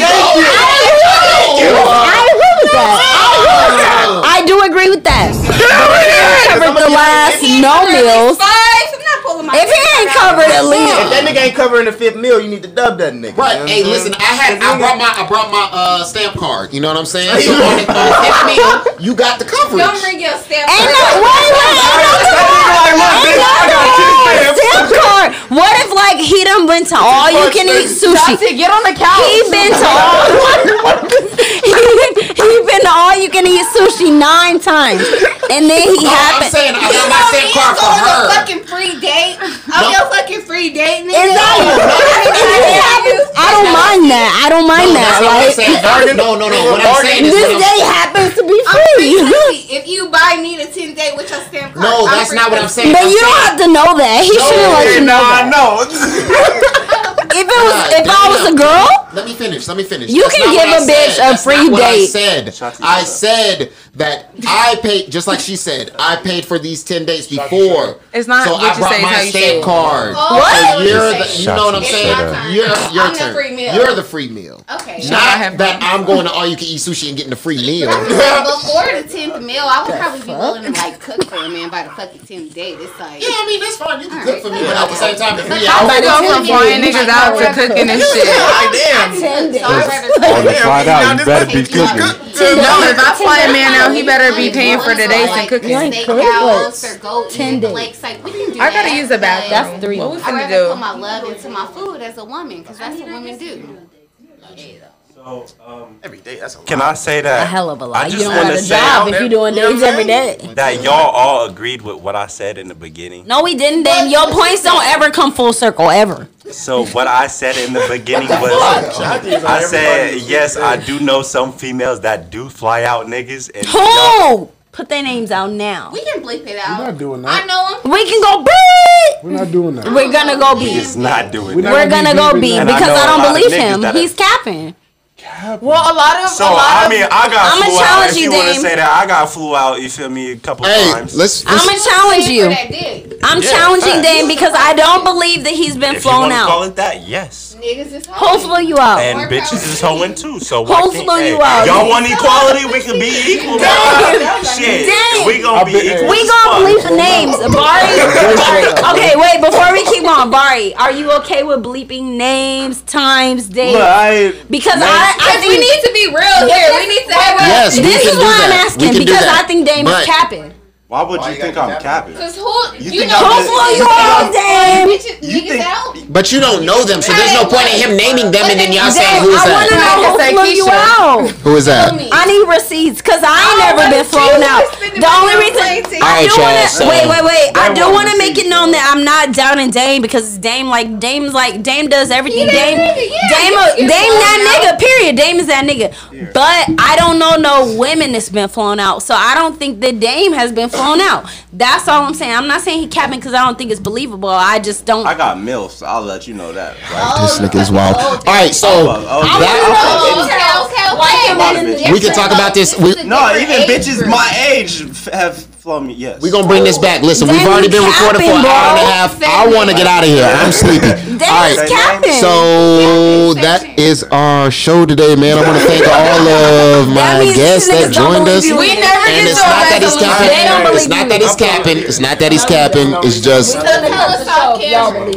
Speaker 1: I agree with that. I agree with that. I do agree with that. If he ain't covered the last no meals. If he ain't covered at
Speaker 11: If
Speaker 1: least.
Speaker 11: that nigga ain't covering the fifth meal, you need to dub that nigga.
Speaker 5: Right. Hey, listen. I had. I brought my. I brought my uh, stamp card. You know what I'm saying? So on the on the fifth meal, you got the coverage.
Speaker 11: Don't
Speaker 2: bring your stamp.
Speaker 1: Ain't no wait, wait, ain't no
Speaker 11: Like, look,
Speaker 1: Ain't
Speaker 11: bitch, I got two
Speaker 1: no
Speaker 11: stamps.
Speaker 1: stamp card. What if like he done went to all you can eat sushi?
Speaker 6: Chauncey, get on the couch.
Speaker 1: He been to all. he, he been to all you can eat sushi nine times, and then he
Speaker 5: Oh,
Speaker 2: No, I'm
Speaker 1: happened.
Speaker 2: saying, I got my stamp
Speaker 1: card
Speaker 2: on your fucking free date. On your fucking free date, nigga.
Speaker 1: Exactly. It happens. I don't mind that. I don't mind
Speaker 2: No,
Speaker 1: that.
Speaker 2: that's what I'm
Speaker 1: Like,
Speaker 2: saying. Bargain.
Speaker 5: No, no, no. What I'm
Speaker 1: Bargain.
Speaker 5: saying is
Speaker 1: this
Speaker 5: that I'm-
Speaker 1: day happens to be free.
Speaker 2: Exactly. If you buy me the 10 day with your stamp card,
Speaker 5: No,
Speaker 2: I'm
Speaker 5: that's
Speaker 2: free.
Speaker 5: not what I'm saying.
Speaker 1: But
Speaker 5: I'm
Speaker 1: you don't
Speaker 5: saying-
Speaker 1: have to know that. He should have let you know.
Speaker 5: I know.
Speaker 1: If it was, if I was a girl,
Speaker 5: Let me finish. Let me finish.
Speaker 1: You can
Speaker 5: not
Speaker 1: give
Speaker 5: what
Speaker 1: a bitch
Speaker 5: said.
Speaker 1: a
Speaker 5: That's not
Speaker 1: free
Speaker 5: what I
Speaker 1: date.
Speaker 5: said. I said that I paid, just like she said, I paid for these 10 days before.
Speaker 6: It's not
Speaker 5: So
Speaker 6: what
Speaker 5: I
Speaker 6: you
Speaker 5: brought
Speaker 6: say, it's
Speaker 5: my
Speaker 6: how you say
Speaker 5: stamp
Speaker 6: it.
Speaker 5: card.
Speaker 6: Oh, What?
Speaker 5: So you're the,
Speaker 6: Shut
Speaker 5: you know what I'm
Speaker 6: your
Speaker 5: saying?
Speaker 6: shit up.
Speaker 5: You're your
Speaker 6: I'm the
Speaker 5: turn.
Speaker 6: free meal.
Speaker 5: You're the free meal.
Speaker 2: Okay.
Speaker 5: Not that I'm going to all you can eat sushi and getting the free meal.
Speaker 2: Before the 10th meal, I would probably be willing to like cook for a man by the fucking 10th date. It's like. Yeah,
Speaker 5: I mean, that's fine. You can cook for me, but at the same time, if we
Speaker 2: I'm
Speaker 5: out-
Speaker 2: gonna go from flying
Speaker 6: niggas out to cooking and shit.
Speaker 5: Like, damn.
Speaker 9: On the fly out, you better be cooking.
Speaker 6: No, if I fly a man out, he better be paying for the days and cooking.
Speaker 2: Steakhouse or go eat the lakes. Like, we can do
Speaker 6: I gotta
Speaker 2: that,
Speaker 6: use the bathroom.
Speaker 2: but
Speaker 6: That's three. What we
Speaker 2: I'd
Speaker 6: finna
Speaker 2: rather
Speaker 6: do?
Speaker 2: put my love into my food as a woman, because that's what women do.
Speaker 10: So, um,
Speaker 11: every day, that's a
Speaker 9: Can I say that?
Speaker 1: A hell of a lot.
Speaker 9: I
Speaker 1: You
Speaker 9: just
Speaker 1: don't got
Speaker 9: wanna
Speaker 1: a
Speaker 9: say
Speaker 1: job if you doing days every day.
Speaker 9: that y'all all agreed with what I said in the beginning.
Speaker 1: No, we didn't. Then your points don't ever come full circle ever.
Speaker 9: So what I said in the beginning was, I said yes, I do know some females that do fly out niggas, and
Speaker 1: Who? Put their names out now.
Speaker 2: We can bleep it out.
Speaker 1: We're
Speaker 2: not doing that. I know him.
Speaker 1: We can go beat.
Speaker 20: We're not doing that.
Speaker 1: We're gonna go
Speaker 9: he
Speaker 1: beat.
Speaker 9: is not doing
Speaker 1: We're,
Speaker 9: that.
Speaker 1: gonna go beat
Speaker 9: And
Speaker 1: because
Speaker 9: know
Speaker 1: I,
Speaker 9: a lot
Speaker 1: don't
Speaker 9: of
Speaker 1: believe
Speaker 9: niggas
Speaker 1: him.
Speaker 9: that-
Speaker 1: He's capping.
Speaker 6: Well, a lot of
Speaker 9: So
Speaker 6: a lot
Speaker 9: I
Speaker 6: of,
Speaker 9: mean, I got
Speaker 1: I'ma
Speaker 9: flew out.
Speaker 1: challenge
Speaker 9: If
Speaker 1: you,
Speaker 9: you want to
Speaker 1: Dame.
Speaker 9: say that, I got flew out. You feel me? A couple times.
Speaker 5: Let's.
Speaker 1: I'm gonna challenge you. I'm
Speaker 9: Yeah,
Speaker 1: challenging
Speaker 9: facts.
Speaker 1: Dan because I don't believe that he's been
Speaker 9: if you
Speaker 1: flown
Speaker 9: wanna Call
Speaker 1: out.
Speaker 9: it that? Yes.
Speaker 2: Niggas is
Speaker 1: Who flew you out?
Speaker 9: And bitches is hoeing too. So
Speaker 1: Who
Speaker 9: why can't-
Speaker 1: flew you
Speaker 9: hey,
Speaker 1: out?
Speaker 9: Y'all want equality? We can be equal.
Speaker 1: Dang.
Speaker 9: Shit,
Speaker 1: Dang.
Speaker 9: we gonna be equal.
Speaker 1: We
Speaker 9: as
Speaker 1: gonna
Speaker 9: fuck.
Speaker 1: bleep the names, Bari. Bari. Okay, wait. Before we keep on, Bari, are you okay with bleeping names, times, dates?
Speaker 11: Look, I-
Speaker 1: because
Speaker 11: Names.
Speaker 1: I, I
Speaker 2: We
Speaker 1: think
Speaker 2: need to be real here. We need to have
Speaker 5: Yes, we
Speaker 1: this
Speaker 5: can
Speaker 1: is
Speaker 5: do
Speaker 1: why
Speaker 5: that.
Speaker 1: I'm
Speaker 5: We
Speaker 1: asking
Speaker 5: can do
Speaker 1: because
Speaker 5: that.
Speaker 1: I think Dame
Speaker 5: But-
Speaker 1: is capping.
Speaker 9: Why would you think I'm capping?
Speaker 2: Because who? You,
Speaker 9: think
Speaker 2: know.
Speaker 9: I'm
Speaker 1: Who flew you out, Dame?
Speaker 2: You think? Out?
Speaker 5: But you don't know them, so there's no point in him naming them and then y'all saying
Speaker 1: Dame,
Speaker 5: who is
Speaker 1: I want to
Speaker 5: that?
Speaker 1: know who
Speaker 6: Say
Speaker 1: flew you
Speaker 6: Keisha.
Speaker 1: out.
Speaker 5: Who is that?
Speaker 1: I need receipts because I
Speaker 7: Oh,
Speaker 1: ain't never been flown out. The only reason I
Speaker 5: Alright,
Speaker 1: do want
Speaker 5: y'all,
Speaker 1: to
Speaker 5: so-
Speaker 1: wait, wait, wait. I
Speaker 5: They
Speaker 1: do
Speaker 5: want
Speaker 1: want to make it known that I'm not down in Dame because Dame like Dame's like Dame does everything. Dame, Dame, a- Dame that nigga. Period. Dame is that nigga. But I don't know no women that's been flown out, so I don't think that Dame has been flown out. That's all I'm saying. I'm not saying he capping because I don't think it's believable. I just don't.
Speaker 10: I got milfs. So I'll let you know that. Oh,
Speaker 5: This nigga is wild. All right,
Speaker 1: Oh,
Speaker 5: so that, we can talk about this. We,
Speaker 10: No, even bitches my age f- have flown me. Yes.
Speaker 5: we gonna bring this back. Listen, we've
Speaker 10: Dang,
Speaker 5: already been
Speaker 10: you
Speaker 5: recording for an
Speaker 10: capping,
Speaker 5: hour and a
Speaker 10: bro.
Speaker 5: half. I want to get out of here. I'm sleepy. All
Speaker 10: is
Speaker 5: right,
Speaker 10: capping.
Speaker 5: so that is our show today, man. I want to thank all of my guests that joined us.
Speaker 6: We never
Speaker 5: And
Speaker 6: get
Speaker 5: it's
Speaker 6: to a
Speaker 5: not that he's
Speaker 6: resolution. They don't
Speaker 5: capping. It's
Speaker 6: believe
Speaker 5: not that he's capping. It's not that he's capping. It's just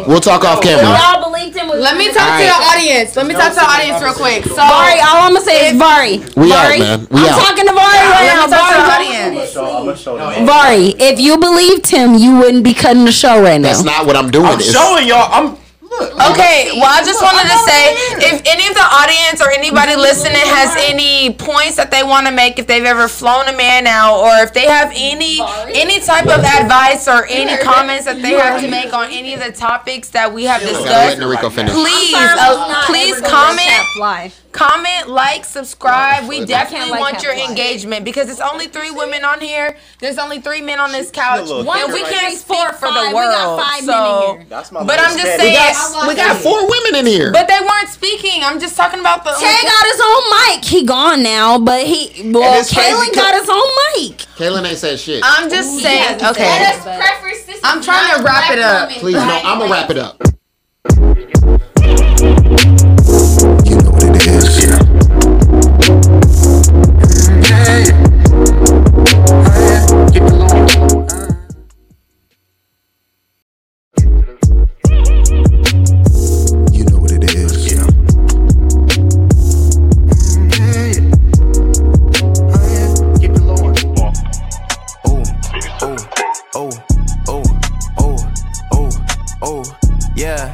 Speaker 5: we'll talk off camera.
Speaker 1: Y'all believed him.
Speaker 6: Let me talk to
Speaker 5: Alright.
Speaker 6: the audience. Let me talk to the audience real quick. So,
Speaker 1: Vari, all I'm gonna say is Vari.
Speaker 5: We out,
Speaker 1: Vari.
Speaker 5: man. We
Speaker 1: I'm
Speaker 5: out.
Speaker 1: talking to Vari right
Speaker 6: Let me
Speaker 1: now.
Speaker 6: talk to the
Speaker 1: Vari.
Speaker 6: audience.
Speaker 10: So I'm gonna show them.
Speaker 1: Vari, if you believed him, you wouldn't be cutting the show right now.
Speaker 5: That's not what I'm doing.
Speaker 1: I'm showing
Speaker 5: y'all. I'm
Speaker 4: Okay, well, I just wanted to say if any of the audience or anybody listening has any points that they want to make, if they've ever flown a man out, or if they have any any type of advice or any comments that they have to make on any of the topics that we have discussed,
Speaker 5: Noriko finish.
Speaker 4: please,
Speaker 1: I'm sorry,
Speaker 4: uh,
Speaker 1: it's not
Speaker 4: please
Speaker 1: everybody's half
Speaker 4: comment, comment, like, subscribe. We
Speaker 1: it's
Speaker 4: definitely
Speaker 1: not like
Speaker 4: want
Speaker 1: half
Speaker 4: your
Speaker 1: life.
Speaker 4: engagement because it's only three women on here. There's only three men on this couch,
Speaker 6: little thicker
Speaker 4: and we
Speaker 6: right
Speaker 4: can't
Speaker 6: there.
Speaker 4: speak for the
Speaker 6: We got
Speaker 4: world.
Speaker 6: five men in
Speaker 4: So,
Speaker 6: here.
Speaker 4: but
Speaker 6: my
Speaker 4: I'm
Speaker 6: lowest
Speaker 4: just
Speaker 6: bid.
Speaker 4: saying,
Speaker 6: We got- we got four
Speaker 5: women in here.
Speaker 4: but they weren't speaking. I'm just talking about the.
Speaker 1: Tay got his own mic. He gone now, but he well,
Speaker 5: And it's crazy
Speaker 1: Kalen got his own mic.
Speaker 5: Kaylin ain't said shit.
Speaker 4: I'm just saying.
Speaker 1: yeah,
Speaker 4: okay.
Speaker 1: let us
Speaker 4: I'm trying to wrap it up.
Speaker 5: Please, no, I'm gonna wrap it up.
Speaker 8: oh, oh, oh, oh, yeah.